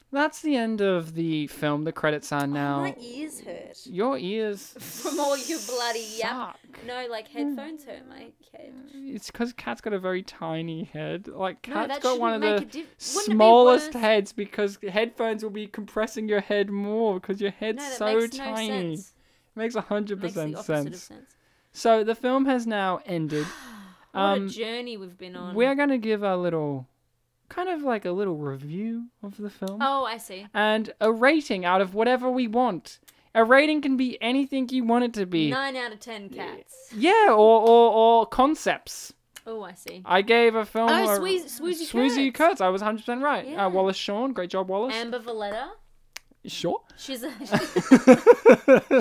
S1: that's the end of the film. The credits are now.
S3: Oh My ears hurt
S1: Your ears.
S3: from all your Oh, bloody yap.
S1: Suck.
S3: No, like
S2: Hmm.
S3: headphones hurt my head.
S1: It's because Cat's got a very tiny head. Like
S3: No,
S1: Cat's
S3: that
S1: got one of
S3: shouldn't
S1: the
S3: make a diff- Wouldn't it be
S1: smallest
S3: worse?
S1: heads because headphones will be compressing your head more because your head's
S3: No, that
S1: so
S3: makes no
S1: tiny.
S3: sense.
S1: Makes a hundred
S3: Makes the
S1: percent
S3: opposite of
S1: sense.
S3: sense.
S1: So the film has now ended.
S3: What a
S1: Um,
S3: journey we've been on.
S1: We're gonna give a little, kind of like a little review of the film.
S3: Oh, I see.
S1: and a rating out of whatever we want. A rating can be anything you want it to be.
S3: Nine out of ten cats.
S1: Yeah, or, or or concepts.
S3: Oh, I see.
S1: I gave a film.
S3: Oh,
S1: a-
S3: Swee- Swoozy
S1: Swoozy
S3: Kurtz.
S1: Kurtz. I was 100% right.
S3: Yeah.
S1: Uh, Wallace Shawn, great job, Wallace.
S3: Amber Valletta.
S1: sure.
S3: She's a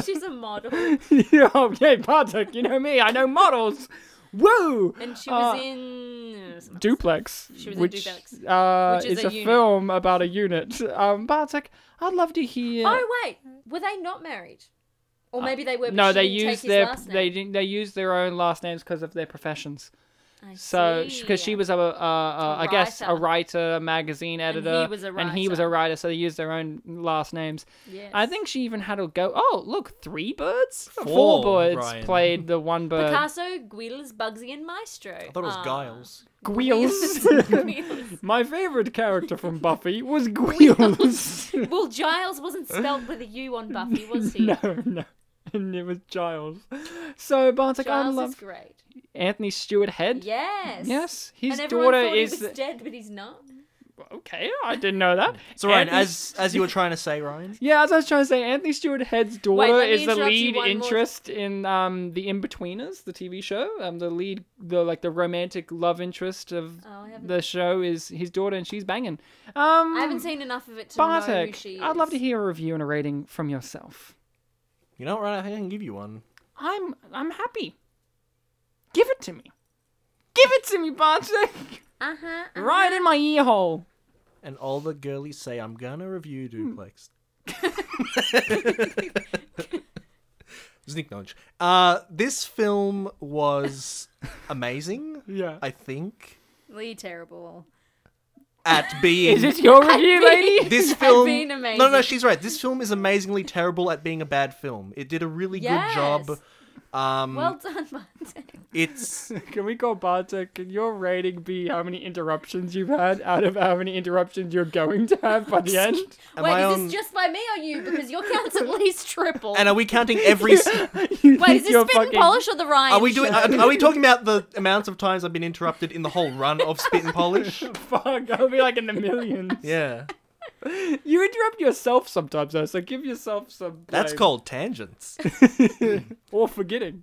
S3: she's a model,
S1: yeah, oh, yeah, Bartek, you know me. I know models. Woo!
S3: and she was
S1: Uh,
S3: in uh, some-
S1: Duplex,
S3: She was in
S1: which,
S3: Duplex,
S1: Uh,
S3: which is
S1: is
S3: a
S1: a,
S3: unit.
S1: film about a unit. Um, Bartek, I'd love to hear.
S3: Oh wait, were they not married? Or maybe they were. But
S1: Uh, no,
S3: she
S1: they
S3: didn't take
S1: used
S3: his
S1: their
S3: last
S1: they
S3: name.
S1: didn't they used their own last names because of their professions.
S3: I
S1: So,
S3: see.
S1: because she was a, a, a I guess a writer, magazine editor,
S3: was a
S1: and he was
S3: writer.
S1: a writer, so they used their own last names.
S3: Yes.
S1: I think she even had a go. Oh, look, three birds, four,
S2: Four,
S1: birds
S2: Brian.
S1: played the one bird.
S3: Picasso, Guiles, Bugsy, and Maestro.
S2: I thought it was
S3: Ah.
S2: Giles.
S1: Gwiels.
S3: Guiles.
S1: My favorite character from Buffy was Gwiels.
S3: well, Giles wasn't spelled with a U on Buffy, was he?
S1: no, no, and it was Giles. So Bartek, I
S3: Giles is
S1: love
S3: great.
S1: Anthony Stewart Head.
S3: Yes.
S1: Yes, his
S3: and everyone
S1: daughter
S3: thought
S1: is.
S3: he was
S1: the-
S3: dead, but he's not.
S1: Okay, I didn't know that.
S2: So Ryan,
S1: Anthony
S2: as as you were trying to say, Ryan,
S1: Yeah, as I was trying to say, Anthony Stewart Head's daughter
S3: let me
S1: is the
S3: interrupt you
S1: lead
S3: one more-
S1: interest in um the Inbetweeners, the TV show. Um, the lead, the like the romantic love interest of
S3: Oh, I haven't.
S1: the show is his daughter, and she's banging. Um,
S3: I haven't seen enough of it to know who
S1: Bartek,
S3: she is.
S1: I'd love to hear a review and a rating from yourself.
S2: you know what, Ryan? I think I can give you one.
S1: I'm I'm happy. Give it to me. Give it to me, Bartek.
S3: Uh huh.
S1: right in my ear hole.
S2: And all the girlies say, "I'm gonna review
S3: Hmm.
S2: Duplex." Sneak knowledge. Uh, this film was amazing.
S1: Yeah.
S2: I think
S3: Lee terrible.
S2: at being
S1: Is this your review, lady?
S2: this film
S3: been amazing.
S2: No, no, she's right. This film is amazingly terrible at being a bad film. It did a really
S3: Yes.
S2: good job. Um,
S3: Well done, Bartek.
S2: it's
S1: Can we go, Bartek? Can your rating be how many interruptions you've had out of how many interruptions you're going to have by the end?
S2: Am
S3: Wait,
S2: I
S3: is
S2: on-
S3: this just by me or you? Because your count's at least triple.
S2: and are we counting every? s-
S1: You
S3: Wait, is
S1: think
S3: this
S1: you're
S3: spit and polish or the Ryan?
S2: Are we doing? uh,
S3: show?
S2: Are, are we talking about the amounts of times I've been interrupted in the whole run of Spit and Polish?
S1: Fuck, I'll be like in the millions.
S2: Yeah,
S1: You interrupt yourself sometimes, though, so give yourself some.
S2: that's
S1: blame.
S2: called tangents.
S1: Or forgetting.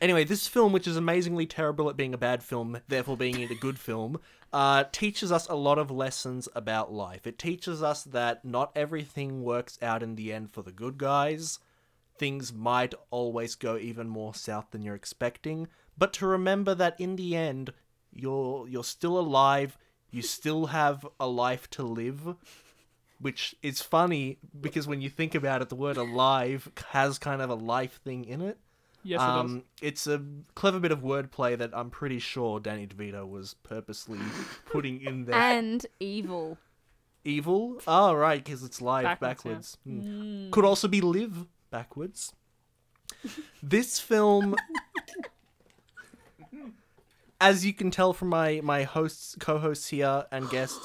S2: Anyway, this film, which is amazingly terrible at being a bad film, therefore being a good film, uh, teaches us a lot of lessons about life. It teaches us that not everything works out in the end for the good guys. Things might always go even more south than you're expecting, but to remember that in the end, you're you're still alive. You still have a life to live, which is funny because when you think about it, the word "alive" has kind of a life thing in it.
S1: Yes,
S2: Um, it's a clever bit of wordplay that I'm pretty sure Danny DeVito was purposely putting in there.
S3: And evil.
S2: Evil? Oh, right, because it's live
S1: Backwards,
S2: backwards. Mm. Could also be live backwards. this film, as you can tell from my, my hosts, co hosts here, and guest,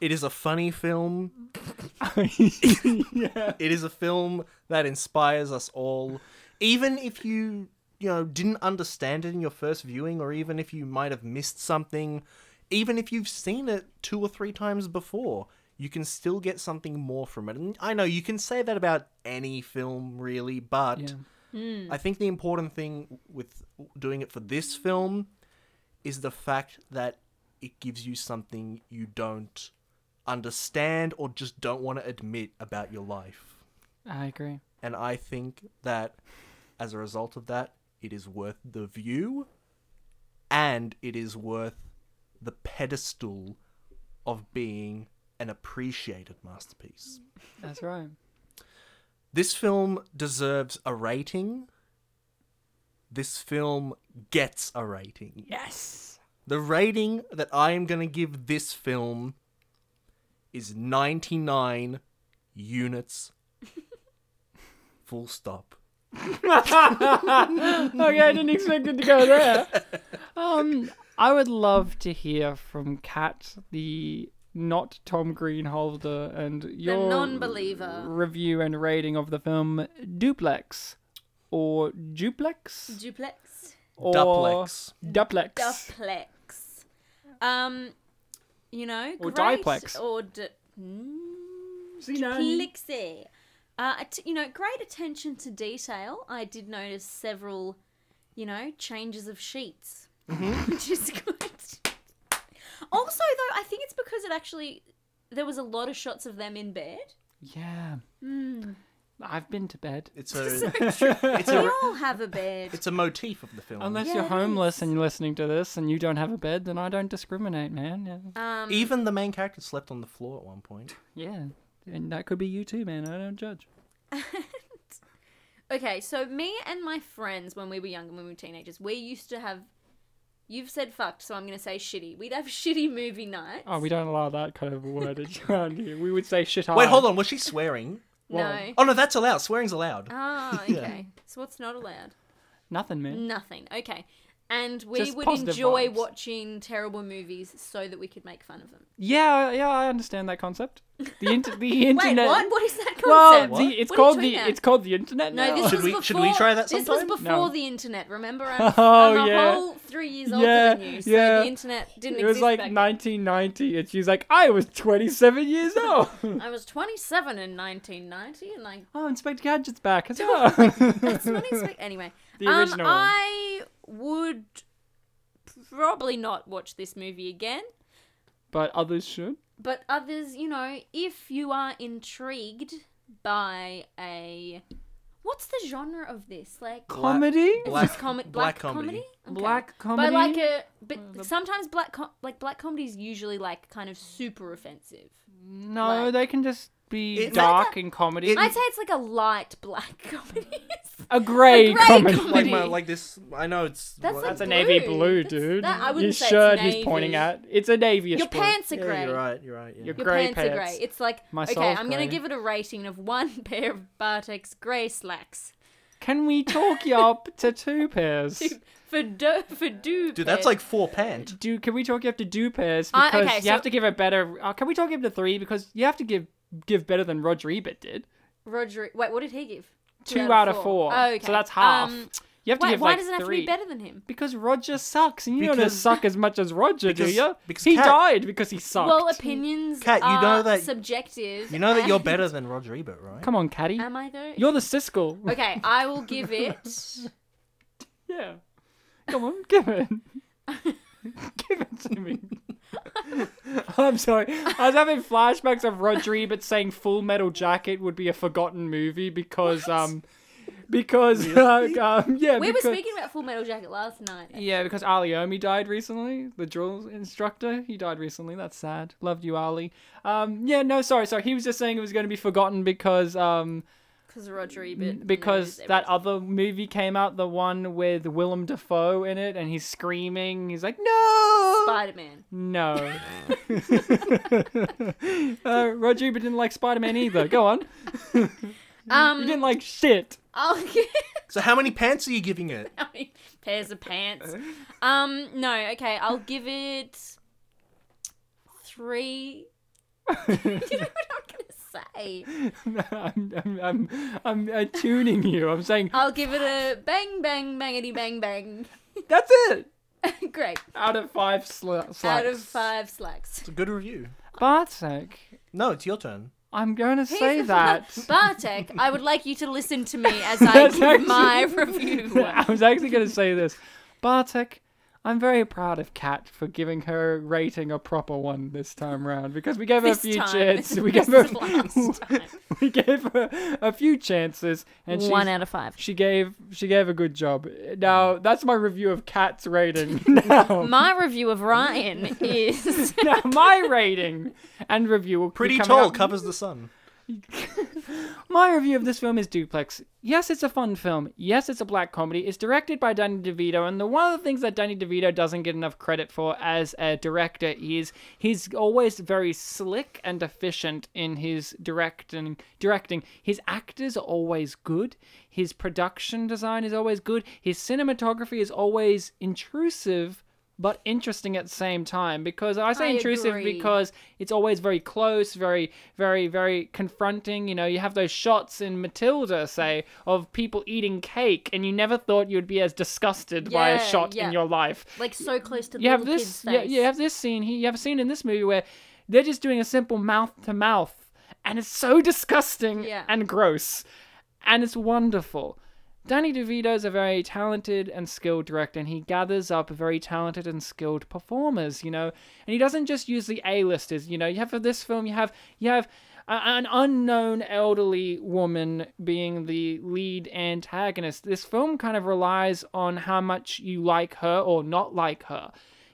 S2: it is a funny film.
S1: it does. yeah.
S2: It is a film that inspires us all. Even if you, you know, didn't understand it in your first viewing, or even if you might have missed something, even if you've seen it two or three times before, you can still get something more from it. And I know you can say that about any film, really, but
S1: Yeah.
S2: I think the important thing with doing it for this film is the fact that it gives you something you don't understand or just don't want to admit about your life.
S1: I agree.
S2: And I think that as a result of that, it is worth the view and it is worth the pedestal of being an appreciated masterpiece.
S1: That's right.
S2: This film deserves a rating. This film gets a rating.
S1: Yes.
S2: The rating that I am going to give this film is 99 units. Full stop.
S1: okay, I didn't expect it to go there. Um, I would love to hear from Kat, the not Tom Greenholder, and your
S3: non-believer.
S1: review and rating of the film Duplex, or Duplex,
S3: Duplex.
S1: or
S2: Duplex.
S1: Duplex.
S3: Duplex. Um, you know,
S1: Or
S3: great,
S1: diplex.
S3: or d- mm,
S1: See, now-
S3: duplexy. Uh, att- you know, great attention to detail. I did notice several, you know, changes of sheets,
S2: Mm-hmm.
S3: which is good. Also, though, I think it's because it actually there was a lot of shots of them in bed.
S1: Yeah.
S3: Hmm.
S1: I've been to bed.
S2: It's a
S3: we all have a bed.
S2: it's a motif of the film.
S1: Unless
S3: Yeah,
S1: you're
S3: it
S1: homeless and you're listening to this and you don't have a bed, then I don't discriminate, man. Yeah.
S3: Um,
S2: Even the main character slept on the floor at one point.
S1: Yeah. And that could be you too, man. I don't judge.
S3: Okay, so me and my friends, when we were younger, when we were teenagers, we used to have. You've said fucked, so I'm going to say shitty. We'd have shitty movie nights.
S1: Oh, we don't allow that kind of wordage around here. We would say shit
S2: Wait, hold on. Was she swearing?
S3: no.
S2: Oh no, that's allowed. Swearing's allowed.
S3: Ah, okay. So what's not allowed?
S1: Nothing, man.
S3: Nothing. Okay. And we
S1: Just
S3: would
S1: positive
S3: enjoy
S1: vibes.
S3: watching terrible movies so that we could make fun of them.
S1: Yeah, yeah, I understand that concept. The inter- the internet.
S3: Wait, what? What is that
S1: Well,
S3: concept?
S1: the, it's
S3: What are you
S1: called the
S3: talking about?
S1: it's called the internet now.
S3: No, this
S2: Should
S3: was
S2: we-
S3: before,
S2: should we try that
S3: This was
S2: sometime?
S3: before
S1: No.
S3: the internet. Remember, I'm,
S1: Oh,
S3: I'm a
S1: yeah.
S3: whole three years older
S1: Yeah,
S3: than you, so
S1: yeah.
S3: the internet didn't
S1: it
S3: exist
S1: was like
S3: back then.
S1: 1990, and she's like, I was 27 years old.
S3: I was 27 in 1990, and I
S1: oh, Inspector Gadget's back as well.
S3: That's not expect- anyway.
S1: The
S3: um,
S1: original one.
S3: I would probably not watch this movie again,
S1: but others should.
S3: but others, you know, if you are intrigued by a what's the genre of this? Like
S2: Black-
S1: Comedy?
S3: it's just comi- black, comedy, Okay.
S1: Black
S3: But
S1: comedy. Mm,
S3: like a but sometimes black com- like black comedy is usually like kind of super offensive.
S1: no,
S3: like-
S1: they can just be
S2: It's
S3: like
S1: dark
S3: a-
S1: and comedy.
S2: it-
S3: I'd say it's like a light black comedy.
S1: a grey
S3: a grey
S1: comedy.
S3: comedy.
S2: Like my like this. I know it's.
S3: That's
S2: well,
S3: like
S1: That's a navy blue,
S3: Blue. That's-
S1: dude.
S3: that- I
S1: Your
S3: wouldn't say it's
S1: shirt he's
S3: navy.
S1: pointing at. It's a navy.
S3: Your pants are
S2: yeah,
S3: grey.
S2: You're right. You're right. Yeah.
S1: Your
S3: Your
S1: grey
S3: pants, are grey.
S1: pants.
S3: It's like
S1: My
S3: okay,
S1: soul's
S3: I'm gonna
S1: grey.
S3: give it a rating of one pair of Bartek's grey slacks
S1: Can we talk you up to two pairs?
S3: for do for do.
S2: Dude, that's like four pant.
S1: Do can we talk you up to do pairs
S3: Uh,
S1: because
S3: okay,
S1: you
S3: so-
S1: have to give a better. Uh, can we talk you up to three because you have to give give better than Roger Ebert did.
S3: Roger. Wait, what did he give?
S1: Two out of four.
S3: Oh, okay.
S1: So that's half.
S3: Um,
S1: you have to
S3: wait,
S1: give
S3: why
S1: like
S3: does it
S1: three.
S3: have to be better than him?
S1: Because Roger sucks, and you don't
S2: Because-
S1: suck as much as Roger, do
S2: because-
S1: you?
S2: because
S1: he
S2: Kat-
S1: died because he sucked.
S3: Well, opinions
S2: Kat, you
S3: are
S2: know that-
S3: subjective.
S2: You know that you're
S3: and-
S2: better than Roger Ebert, right?
S1: Come on, Caddy.
S3: Am I though?
S1: You're the Siskel.
S3: Okay, I will give it.
S1: Yeah. Come on, give it. give it to me. I'm sorry. I was having flashbacks of Roger Ebert saying Full Metal Jacket would be a forgotten movie because um because uh, um yeah
S3: We were
S1: because,
S3: speaking about Full Metal Jacket last night.
S1: yeah because Ali Omi died recently the drill instructor he died recently that's sad loved you Ali um yeah no sorry sorry he was just saying it was going to be forgotten because um
S3: Because Roger Ebert.
S1: because
S3: knows
S1: that
S3: everything.
S1: other movie came out, the one with Willem Dafoe in it, and he's screaming. He's like, "No,
S3: Spider-Man.
S1: no." uh, Roger Ebert didn't like Spider Man either. Go on, you
S3: Um,
S1: didn't like shit.
S3: I'll give.
S2: So how many pants are you giving it?
S3: How many pairs of pants. Um, no, okay, I'll give it three. you know what I'm gonna say?
S1: I'm, I'm, I'm, I'm uh, tuning you. I'm saying
S3: I'll give it a bang, bang, bangity, bang, bang.
S1: that's it.
S3: Great.
S1: Out of five sla- slacks.
S3: Out of five slacks.
S2: It's a good review.
S1: Bartek,
S2: No, it's your turn.
S1: I'm gonna say
S3: Here's the-
S1: that.
S3: Bartek, I would like you to listen to me as I
S1: That's
S3: give
S1: actually-
S3: my review.
S1: I was actually going to say this. Bartek, I'm very proud of Kat for giving her rating a proper one this time round because we gave
S3: This
S1: her a few
S3: time.
S1: chances. We
S3: This
S1: gave her
S3: is last time.
S1: we gave her a few chances and she
S3: One out of five.
S1: she gave she gave a good job. Now that's my review of Kat's rating. Now,
S3: My review of Ryan is
S1: now my rating and review will be
S2: Pretty
S1: coming
S2: tall
S1: up-
S2: covers the sun.
S1: My review of this film is Duplex. Yes, it's a fun film. Yes, it's a black comedy. It's directed by Danny DeVito, and the one of the things that Danny DeVito doesn't get enough credit for as a director is he's always very slick and efficient in his directing. Directing. His actors are always good. His production design is always good. His cinematography is always intrusive. But interesting at the same time because I say
S3: I
S1: intrusive
S3: agree.
S1: because because it's always very close, very, very, very confronting. You know, you have those shots in Matilda, say, of people eating cake, and you never thought you'd be as disgusted by a
S3: Yeah,
S1: shot
S3: yeah.
S1: in your life.
S3: Like so close to the
S1: You have
S3: little
S1: this,
S3: kid's
S1: yeah,
S3: face.
S1: you have this scene. here- You have a scene in this movie where they're just doing a simple mouth to mouth, and it's so disgusting
S3: Yeah.
S1: and gross, and it's wonderful. Danny DeVito's a very talented and skilled director, and he gathers up very talented and skilled performers, you know. And he doesn't just use the A-listers, you know. You have for this film, you have you have a, an unknown elderly woman being the lead antagonist. This film kind of relies on how much you like her or not like her.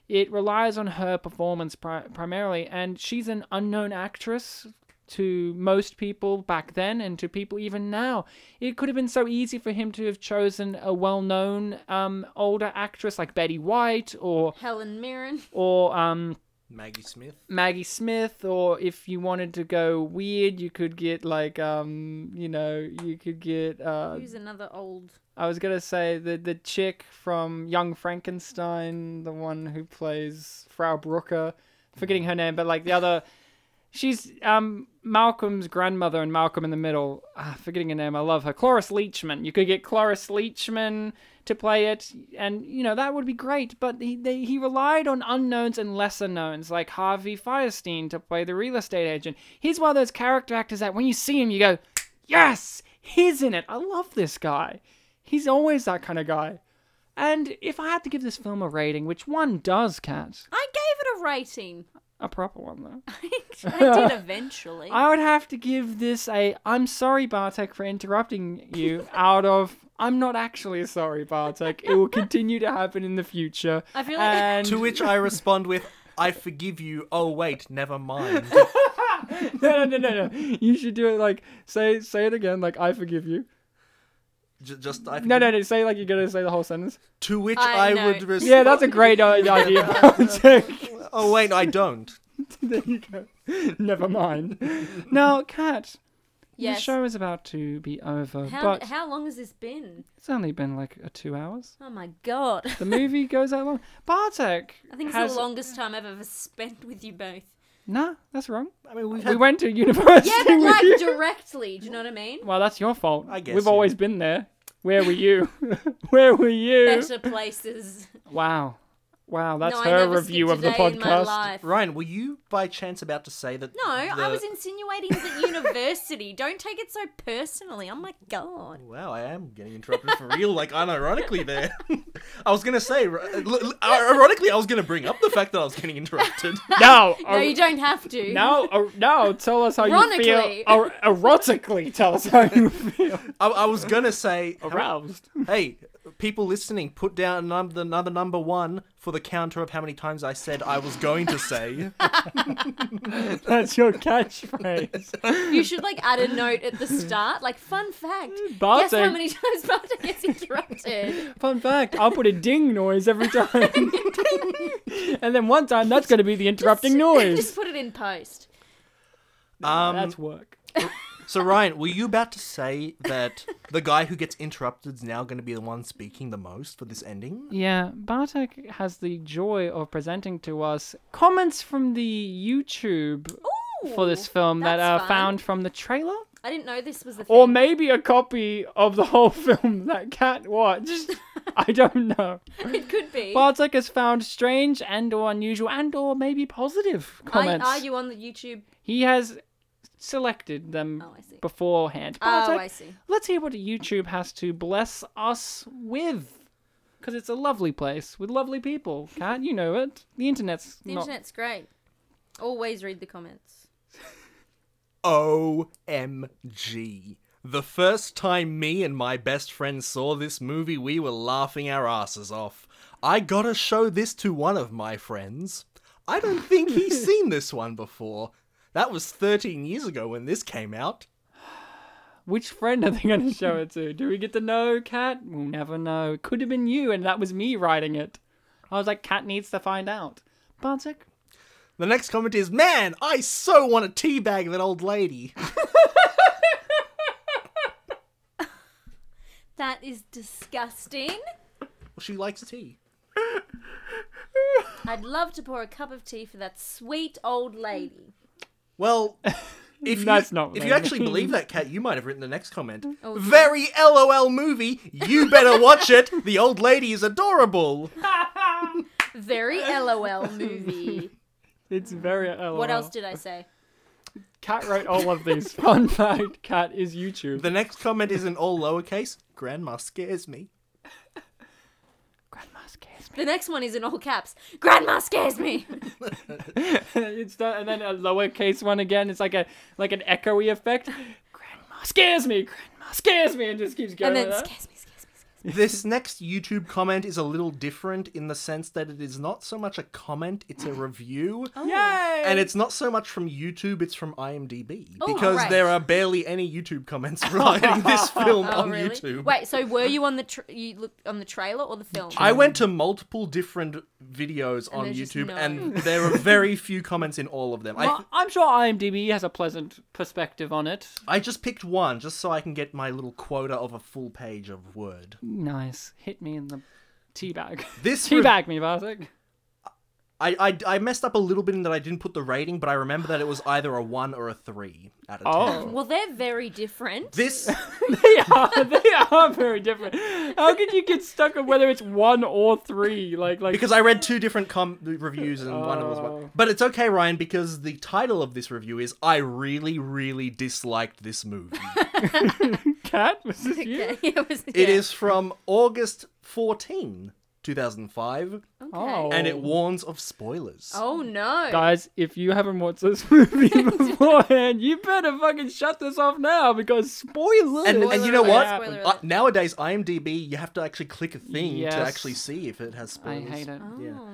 S1: It relies on her performance pri- primarily, and she's an unknown actress to most people back then and to people even now. It could have been so easy for him to have chosen a well-known um, older actress like Betty White or
S3: Helen Mirren.
S1: or um,
S2: Maggie Smith.
S1: Maggie Smith, or if you wanted to go weird, you could get like um, you know, you could get uh,
S3: Who's another old?
S1: I was gonna say the the chick from Young Frankenstein, the one who plays Frau Brooker, forgetting her name, but like the other, she's um Malcolm's grandmother and Malcolm in the Middle. Ah, forgetting her name, I love her. Cloris Leachman. You could get Cloris Leachman to play it, and you know that would be great. But he they, he relied on unknowns and lesser knowns, like Harvey Firestein to play the real estate agent. He's one of those character actors that when you see him, you go, yes, he's in it. I love this guy. He's always that kind of guy. And if I had to give this film a rating, which one does, Cat,
S3: I gave it a rating.
S1: a proper one though,
S3: I did eventually.
S1: I would have to give this a I'm sorry, Bartek, for interrupting you out of I'm not actually sorry, Bartek. It will continue to happen in the future.
S3: I feel like-
S1: and
S2: To which I respond with, I forgive you. Oh, wait, never mind.
S1: no, no, no, no, no. You should do it like say say it again, like I forgive you.
S2: J- just, I forgive
S1: No, no, no. Say it like you're gonna say the whole sentence.
S2: To which I,
S3: I know.
S2: would respond.
S1: Yeah, that's a great i- idea, Bartek.
S2: Oh, wait, I don't.
S1: there you go. Never mind. Now, Cat.
S3: yes.
S1: The show is about to be over,
S3: How,
S1: but
S3: how long has this been?
S1: it's only been like uh, two hours.
S3: Oh my god.
S1: The movie goes that long. Bartek,
S3: I think it's
S1: has...
S3: the longest time I've ever spent with you both.
S1: Nah, that's wrong.
S2: I mean, we've
S1: We
S2: had.
S1: went to university.
S3: Yeah, but
S1: with
S3: like
S1: you.
S3: directly. Do you know what I mean?
S1: Well, that's your fault.
S2: I guess,
S1: we've
S2: yeah.
S1: always been there. Where were you? Where were you?
S3: Better places.
S1: Wow, wow, that's
S3: no, I
S1: her
S3: never
S1: review
S3: skipped
S1: of
S3: a
S1: the
S3: day in my
S1: podcast.
S3: life.
S2: Ryan, were you by chance about to say that?
S3: No, I
S2: the-
S3: was insinuating that university. Don't take it so personally. Oh my god.
S2: Wow, I am getting interrupted for real, like unironically there. I was gonna say, r- uh, l- l- ironically, I was gonna bring up the fact that I was getting interrupted.
S1: No,
S3: No, you don't have to.
S1: Oh, Now, uh, now, tell us how you feel.
S3: Ironically.
S1: Or, erotically, tell us how you feel.
S2: I, I was gonna say,
S1: Aroused.
S2: hey, people listening, put down num- the another number one for the counter of how many times I said I was going to say.
S1: That's your catchphrase.
S3: You should like add a note at the start, like fun fact.
S1: Bartek.
S3: Guess how many times Bartek gets interrupted?
S1: Fun fact, I'll put a ding noise every time. and then one time, that's going to be the interrupting
S3: Just
S1: noise.
S3: put it in post.
S2: Um,
S1: That's work.
S2: so Ryan, were you about to say that the guy who gets interrupted is now going to be the one speaking the most for this ending?
S1: Yeah, Bartek has the joy of presenting to us comments from the YouTube for this
S3: Ooh,
S1: film that are
S3: that's fun.
S1: found from the trailer.
S3: I didn't know this was a thing.
S1: Or maybe a copy of the whole film that Cat watched. I don't know.
S3: it could be.
S1: Bartek has found strange and or unusual and or maybe positive
S3: are,
S1: comments.
S3: are you on the YouTube?
S1: He has selected them
S3: Oh, I see.
S1: beforehand. But
S3: Oh,
S1: it's like,
S3: I see.
S1: Let's hear what YouTube has to bless us with. Because it's a lovely place with lovely people. Can't you know it? The internet's
S3: The
S1: not.
S3: internet's great. Always read the comments.
S2: OMG. The first time me and my best friend saw this movie, we were laughing our asses off. I gotta show this to one of my friends. I don't think he's seen this one before. That was 13 years ago when this came out.
S1: Which friend are they going to show it to? Do we get to know Cat? We'll never know. It could have been you, and that was me writing it. I was like, Cat needs to find out. Bartek,
S2: The next comment is, man, I so want to teabag that old lady.
S3: That is disgusting.
S2: Well, she likes tea.
S3: I'd love to pour a cup of tea for that sweet old lady.
S2: Well, if
S1: That's
S2: you,
S1: not what
S2: if
S1: I
S2: you actually
S1: mean.
S2: believe that, Kat, you might have written the next comment.
S3: Oh, dear.
S2: Very LOL movie. You better watch it. The old lady is adorable.
S3: Very LOL movie.
S1: it's very. LOL.
S3: What else did I say?
S1: Cat wrote all of these. Fun fact: Cat is YouTube.
S2: The next comment is in all lowercase. Grandma scares me.
S1: Grandma scares me.
S3: The next one is in all caps. Grandma scares me.
S1: it's the, and then a lowercase one again. It's like a like an echoey effect. Grandma scares me. Grandma scares me, and just keeps going.
S3: And then
S1: like that.
S3: scares me, scares me, scares me.
S2: This next YouTube comment is a little different in the sense that it is not so much a comment, it's a review.
S1: Yay!
S2: And it's not so much from YouTube, it's from IMDb.
S3: Oh,
S2: because
S3: right.
S2: there are barely any YouTube comments regarding this film
S3: Oh,
S2: on
S3: really?
S2: YouTube.
S3: Wait, so were you on the tra- you looked on the trailer or the film?
S2: I
S1: Um,
S2: went to multiple different videos on
S3: there's just
S2: YouTube,
S3: no-
S2: and there are very few comments in all of them. I,
S1: Well, I'm sure IMDb has a pleasant perspective on it.
S2: I just picked one just so I can get my little quota of a full page of Word.
S1: Nice. Hit me in the teabag.
S2: This re-
S1: teabag me, Bartek.
S2: I, I I messed up a little bit in that I didn't put the rating, but I remember that it was either a one or a three out of ten.
S1: Oh.
S3: Well, they're very different.
S2: This
S1: they are. They are very different. How could you get stuck on whether it's one or three? Like, like
S2: because I read two different com- reviews and one was one.
S1: Oh.
S2: But it's okay, Ryan, because the title of this review is "I really, really disliked this movie."
S1: cat was this you?
S3: Okay, it was-
S2: It
S3: yeah.
S2: is from August 14, 2005,
S3: Okay.
S1: Oh.
S2: and it warns of spoilers.
S3: Oh, no.
S1: Guys, if you haven't watched this movie beforehand, you better fucking shut this off now because spoilers.
S2: And, and you know
S3: alert,
S2: what?
S3: spoiler
S2: Uh,
S3: alert.
S2: nowadays, IMDb, you have to actually click a thing
S1: Yes.
S2: to actually see if it has
S1: I
S2: spoilers.
S1: hate it.
S2: Yeah.
S3: Oh.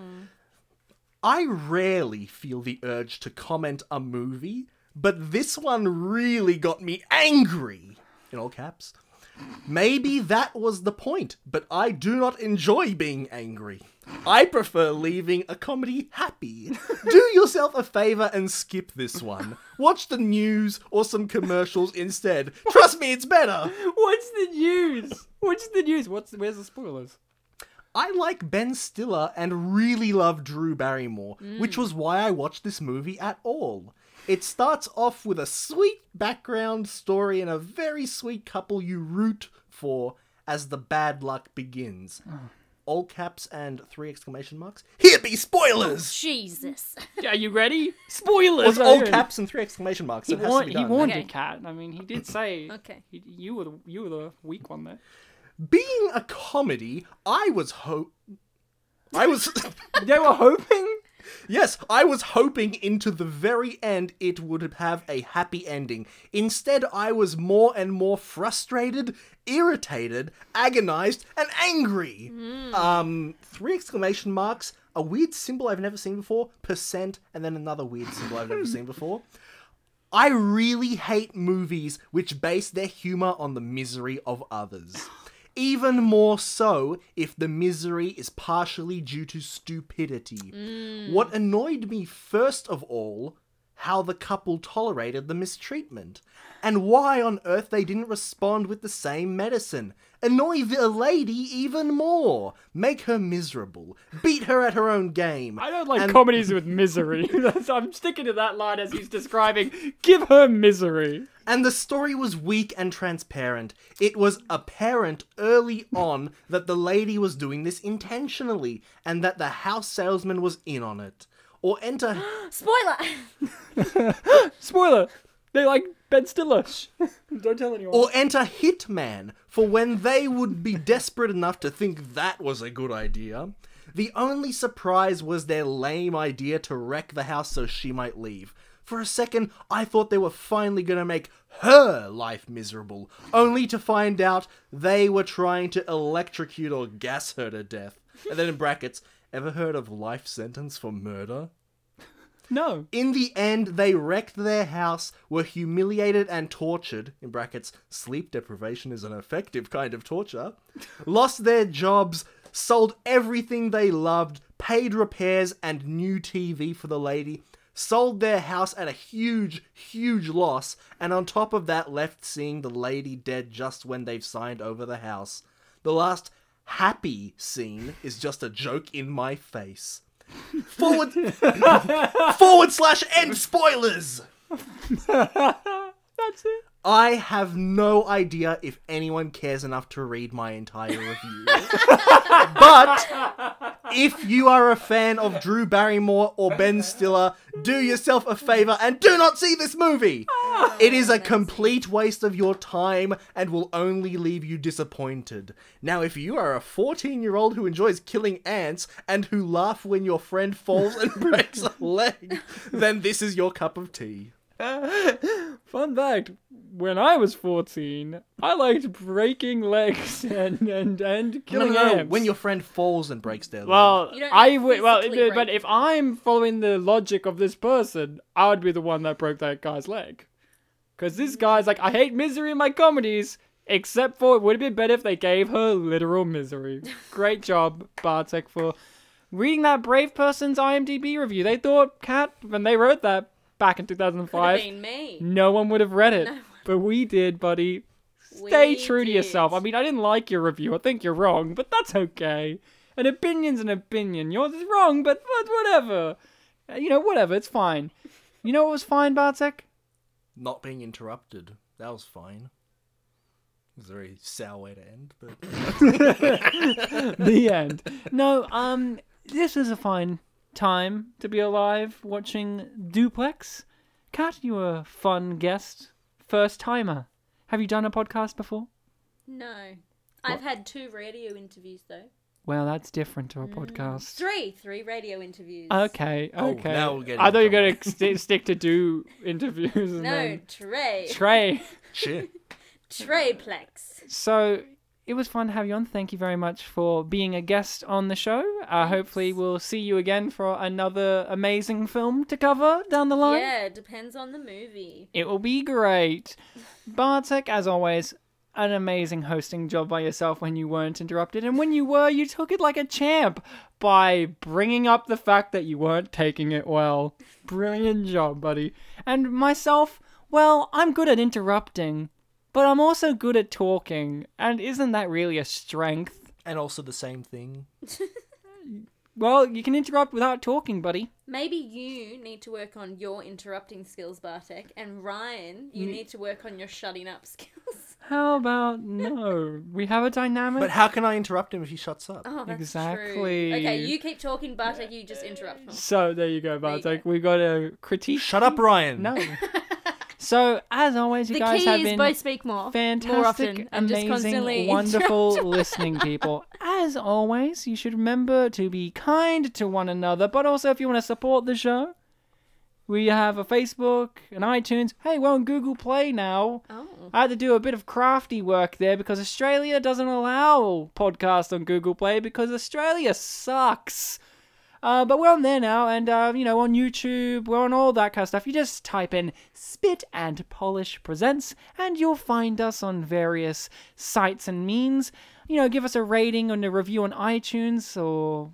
S2: I rarely feel the urge to comment a movie, but this one really got me angry. In all caps. Maybe that was the point, but I do not enjoy being angry. I prefer leaving a comedy happy. Do yourself a favor and skip this one. Watch the news or some commercials instead. Trust me, it's better.
S1: What's the news? What's the news? What's where's the spoilers?
S2: I like Ben Stiller and really love Drew Barrymore, which was why I watched this movie at all. It starts off with a sweet background story and a very sweet couple you root for as the bad luck begins.
S1: Oh.
S2: All caps and three exclamation marks. Here be spoilers!
S3: Jesus.
S1: Are you ready? Spoilers. Oh,
S2: It's all
S1: are in.
S2: caps and three exclamation marks.
S1: He,
S2: it has
S1: warn-
S2: to be
S1: he
S2: done.
S1: warned
S3: Okay.
S1: you, cat. I mean, he did say.
S3: Okay.
S1: he- you were the, you were the weak one there.
S2: Being a comedy, I was ho. I was.
S1: They were hoping.
S2: Yes, I was hoping into the very end it would have a happy ending. Instead, I was more and more frustrated, irritated, agonized, and angry.
S1: Hmm.
S2: Um, three exclamation marks, a weird symbol I've never seen before, percent, and then another weird symbol I've never seen before. I really hate movies which base their humor on the misery of others. Even more so if the misery is partially due to stupidity.
S1: Mm.
S2: What annoyed me first of all, how the couple tolerated the mistreatment, and why on earth they didn't respond with the same medicine. Annoy the lady even more. Make her miserable. Beat her at her own game.
S1: I don't like
S2: and-
S1: comedies with misery. That's, I'm sticking to that line as he's describing. Give her misery.
S2: And the story was weak and transparent. It was apparent early on that the lady was doing this intentionally and that the house salesman was in on it. Or enter
S3: Spoiler.
S1: Spoiler. They like Ben Stiller. Shh. Don't tell anyone.
S2: or enter Hitman for when they would be desperate enough to think that was a good idea. The only surprise was their lame idea to wreck the house so she might leave. For a second, I thought they were finally going to make her life miserable, only to find out they were trying to electrocute or gas
S1: Oh.
S2: her to death. And then in brackets, ever heard of life sentence for murder?
S1: No.
S2: In the end, they wrecked their house, were humiliated and tortured. In brackets, sleep deprivation is an effective kind of torture. lost their jobs, sold everything they loved, paid repairs and new TV for the lady, sold their house at a huge, huge loss, and on top of that, left seeing the lady dead just when they've signed over the house. The last happy scene is just a joke in my face. Forward forward slash end spoilers.
S1: That's it.
S2: I have no idea if anyone cares enough to read my entire review. but if you are a fan of Drew Barrymore or Ben Stiller, do yourself a favor and do not see this movie. It is a complete waste of your time and will only leave you disappointed. Now, if you are a 14 year old who enjoys killing ants and who laugh when your friend falls and breaks a leg, then this is your cup of tea.
S1: Fun fact: When I was fourteen, I liked breaking legs and and and
S2: No,
S1: killing
S2: no, no.
S1: ants.
S2: When your friend falls and breaks their leg.
S1: well,
S3: You don't
S1: I would. Well,
S3: physically
S1: but
S3: break
S1: if I'm following the logic of this person, I would be the one that broke that guy's leg. Because this guy's like, I hate misery in my comedies. Except for it would have been better if they gave her literal misery. Great job, Bartek, for reading that brave person's IMDb review. They thought Cat when they wrote that back in 2005.
S3: Could've been me.
S1: No one would have read it. But we did, buddy. Stay
S3: We
S1: true to
S3: did.
S1: yourself. I mean, I didn't like your review. I think you're wrong, but that's okay. An opinion's an opinion. Yours is wrong, but but whatever. Uh, You know, whatever. It's fine. You know what was fine, Bartek?
S2: not being interrupted. That was fine. It was a very sour way to end, but
S1: the end. No, um, this is a fine time to be alive watching Duplex. Kat, you were a fun guest. First timer. Have you done a podcast before?
S3: No. I've had two radio interviews though.
S1: Well, that's different to a podcast.
S3: Three, three radio interviews.
S1: Okay, okay.
S2: Oh, now we're getting
S1: I thought you were
S2: somewhere.
S1: going to st- stick to do interviews and
S3: No,
S1: then
S3: Trey.
S1: Trey.
S2: shit.
S3: Treyplex.
S1: So it was fun to have you on. Thank you very much for being a guest on the show. Uh, hopefully, we'll see you again for another amazing film to cover down the line.
S3: Yeah, depends on the movie.
S1: It will be great. Bartek, as always, an amazing hosting job by yourself when you weren't interrupted. And when you were, you took it like a champ by bringing up the fact that you weren't taking it well. Brilliant job, buddy. And myself, well, I'm good at interrupting, but I'm also good at talking. And isn't that really a strength?
S2: And also the same thing.
S1: Well, you can interrupt without talking, buddy.
S3: Maybe you need to work on your interrupting skills, Bartek, and
S1: Mm.
S3: Ryan, you need to work on your shutting up skills.
S1: How about no? We have a dynamic.
S2: But how can I interrupt him if he shuts up?
S3: Oh, that's true.
S1: Exactly.
S3: Okay, you keep talking, Bartek. You just interrupt me.
S1: so there you go, Bartek. We got a critique.
S2: Shut up, Ryan.
S1: No. so as always, you
S3: The
S1: guys
S3: key
S1: have
S3: is
S1: been
S3: both speak more, more
S1: fantastic,
S3: often, and just
S1: amazing,
S3: constantly
S1: wonderful
S3: interrupt.
S1: listening people. As always, you should remember to be kind to one another, but also if you want to support the show, we have a Facebook, an iTunes. Hey, we're on Google Play now.
S3: Oh,
S1: I had to do a bit of crafty work there because Australia doesn't allow podcasts on Google Play because Australia sucks. Uh, but we're on there now, and uh, you know, on YouTube, we're on all that kind of stuff. You just type in "Spit and Polish Presents," and you'll find us on various sites and means. You know, give us a rating and a review on iTunes or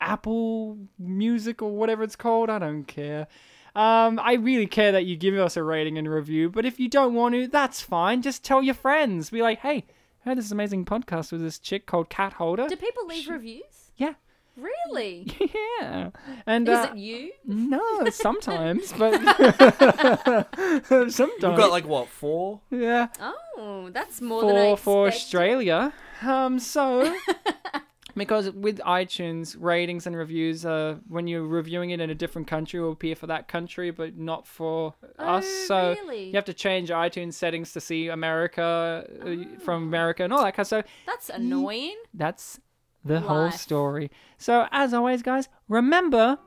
S1: Apple Music or whatever it's called. I don't care. Um, I really care that you give us a rating and review, but if you don't want to, that's fine. Just tell your friends. Be like, hey, I heard this amazing podcast with this chick called Cat Holder.
S3: do people leave reviews?
S1: yeah.
S3: Really?
S1: Yeah. And
S3: Is
S1: uh,
S3: it you?
S1: no, sometimes, but sometimes.
S2: We've got like what four?
S1: yeah
S3: Oh, that's more than
S1: for
S3: I expected.
S1: for Australia. Um, so because with iTunes ratings and reviews, uh, when you're reviewing it in a different country, it will appear for that country, but not for us.
S3: Oh,
S1: So
S3: really?
S1: you have to change your iTunes settings to see America uh,
S3: Oh.
S1: from America and all that kind of stuff.
S3: That's annoying.
S1: That's the whole
S3: Life.
S1: story. So as always, guys, remember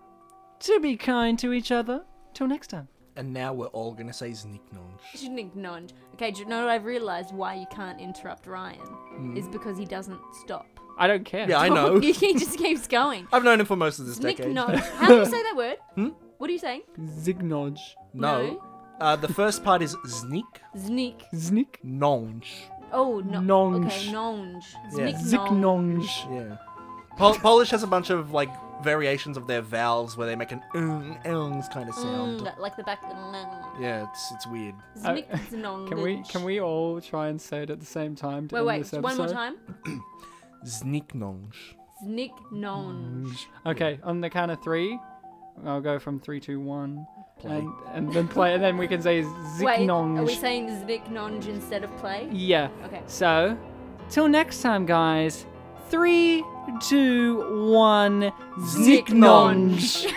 S1: to be kind to each other. Till next time.
S2: And now we're all gonna say Zniknonch.
S3: You shouldn't ignore. it. Okay, do you know what I've realised? Why you can't interrupt Ryan
S1: Hmm.
S3: is because he doesn't stop.
S1: I don't care.
S2: Yeah, I know.
S3: he just keeps going.
S2: I've known him for most of this
S3: Nick
S2: decade.
S3: Nod. How do you say that word? Hmm? What are you saying?
S1: Zignoj.
S2: No. Uh, the first part is Znik
S3: Znik.
S1: Znik.
S2: Nonj.
S3: Oh, no.
S1: Nonge.
S3: Okay, nonge.
S2: Yeah.
S3: Znik nonge.
S1: Zignonj.
S2: Yeah. Pol- Polish has a bunch of like variations of their vowels where they make an ung, ungs kind of sound.
S3: Mm, like the back. mm.
S2: Yeah, it's it's weird.
S3: Znik nonge.
S1: Uh, Can we can we all try and say it at the same time to
S3: Wait,
S1: end
S3: wait.
S1: this
S3: One
S1: episode?
S3: more time.
S2: Zniknąć.
S3: Znik
S1: Mm,
S3: nonge.
S1: Okay, on the count of three, I'll go from three, two, one,
S2: Play.
S1: and and then play, and then we can say
S3: Wait, are we
S1: Zignonj.
S3: saying Znik nonge instead of play?
S1: Yeah.
S3: Okay.
S1: So, till next time, guys. Three, two, one, Zignonj.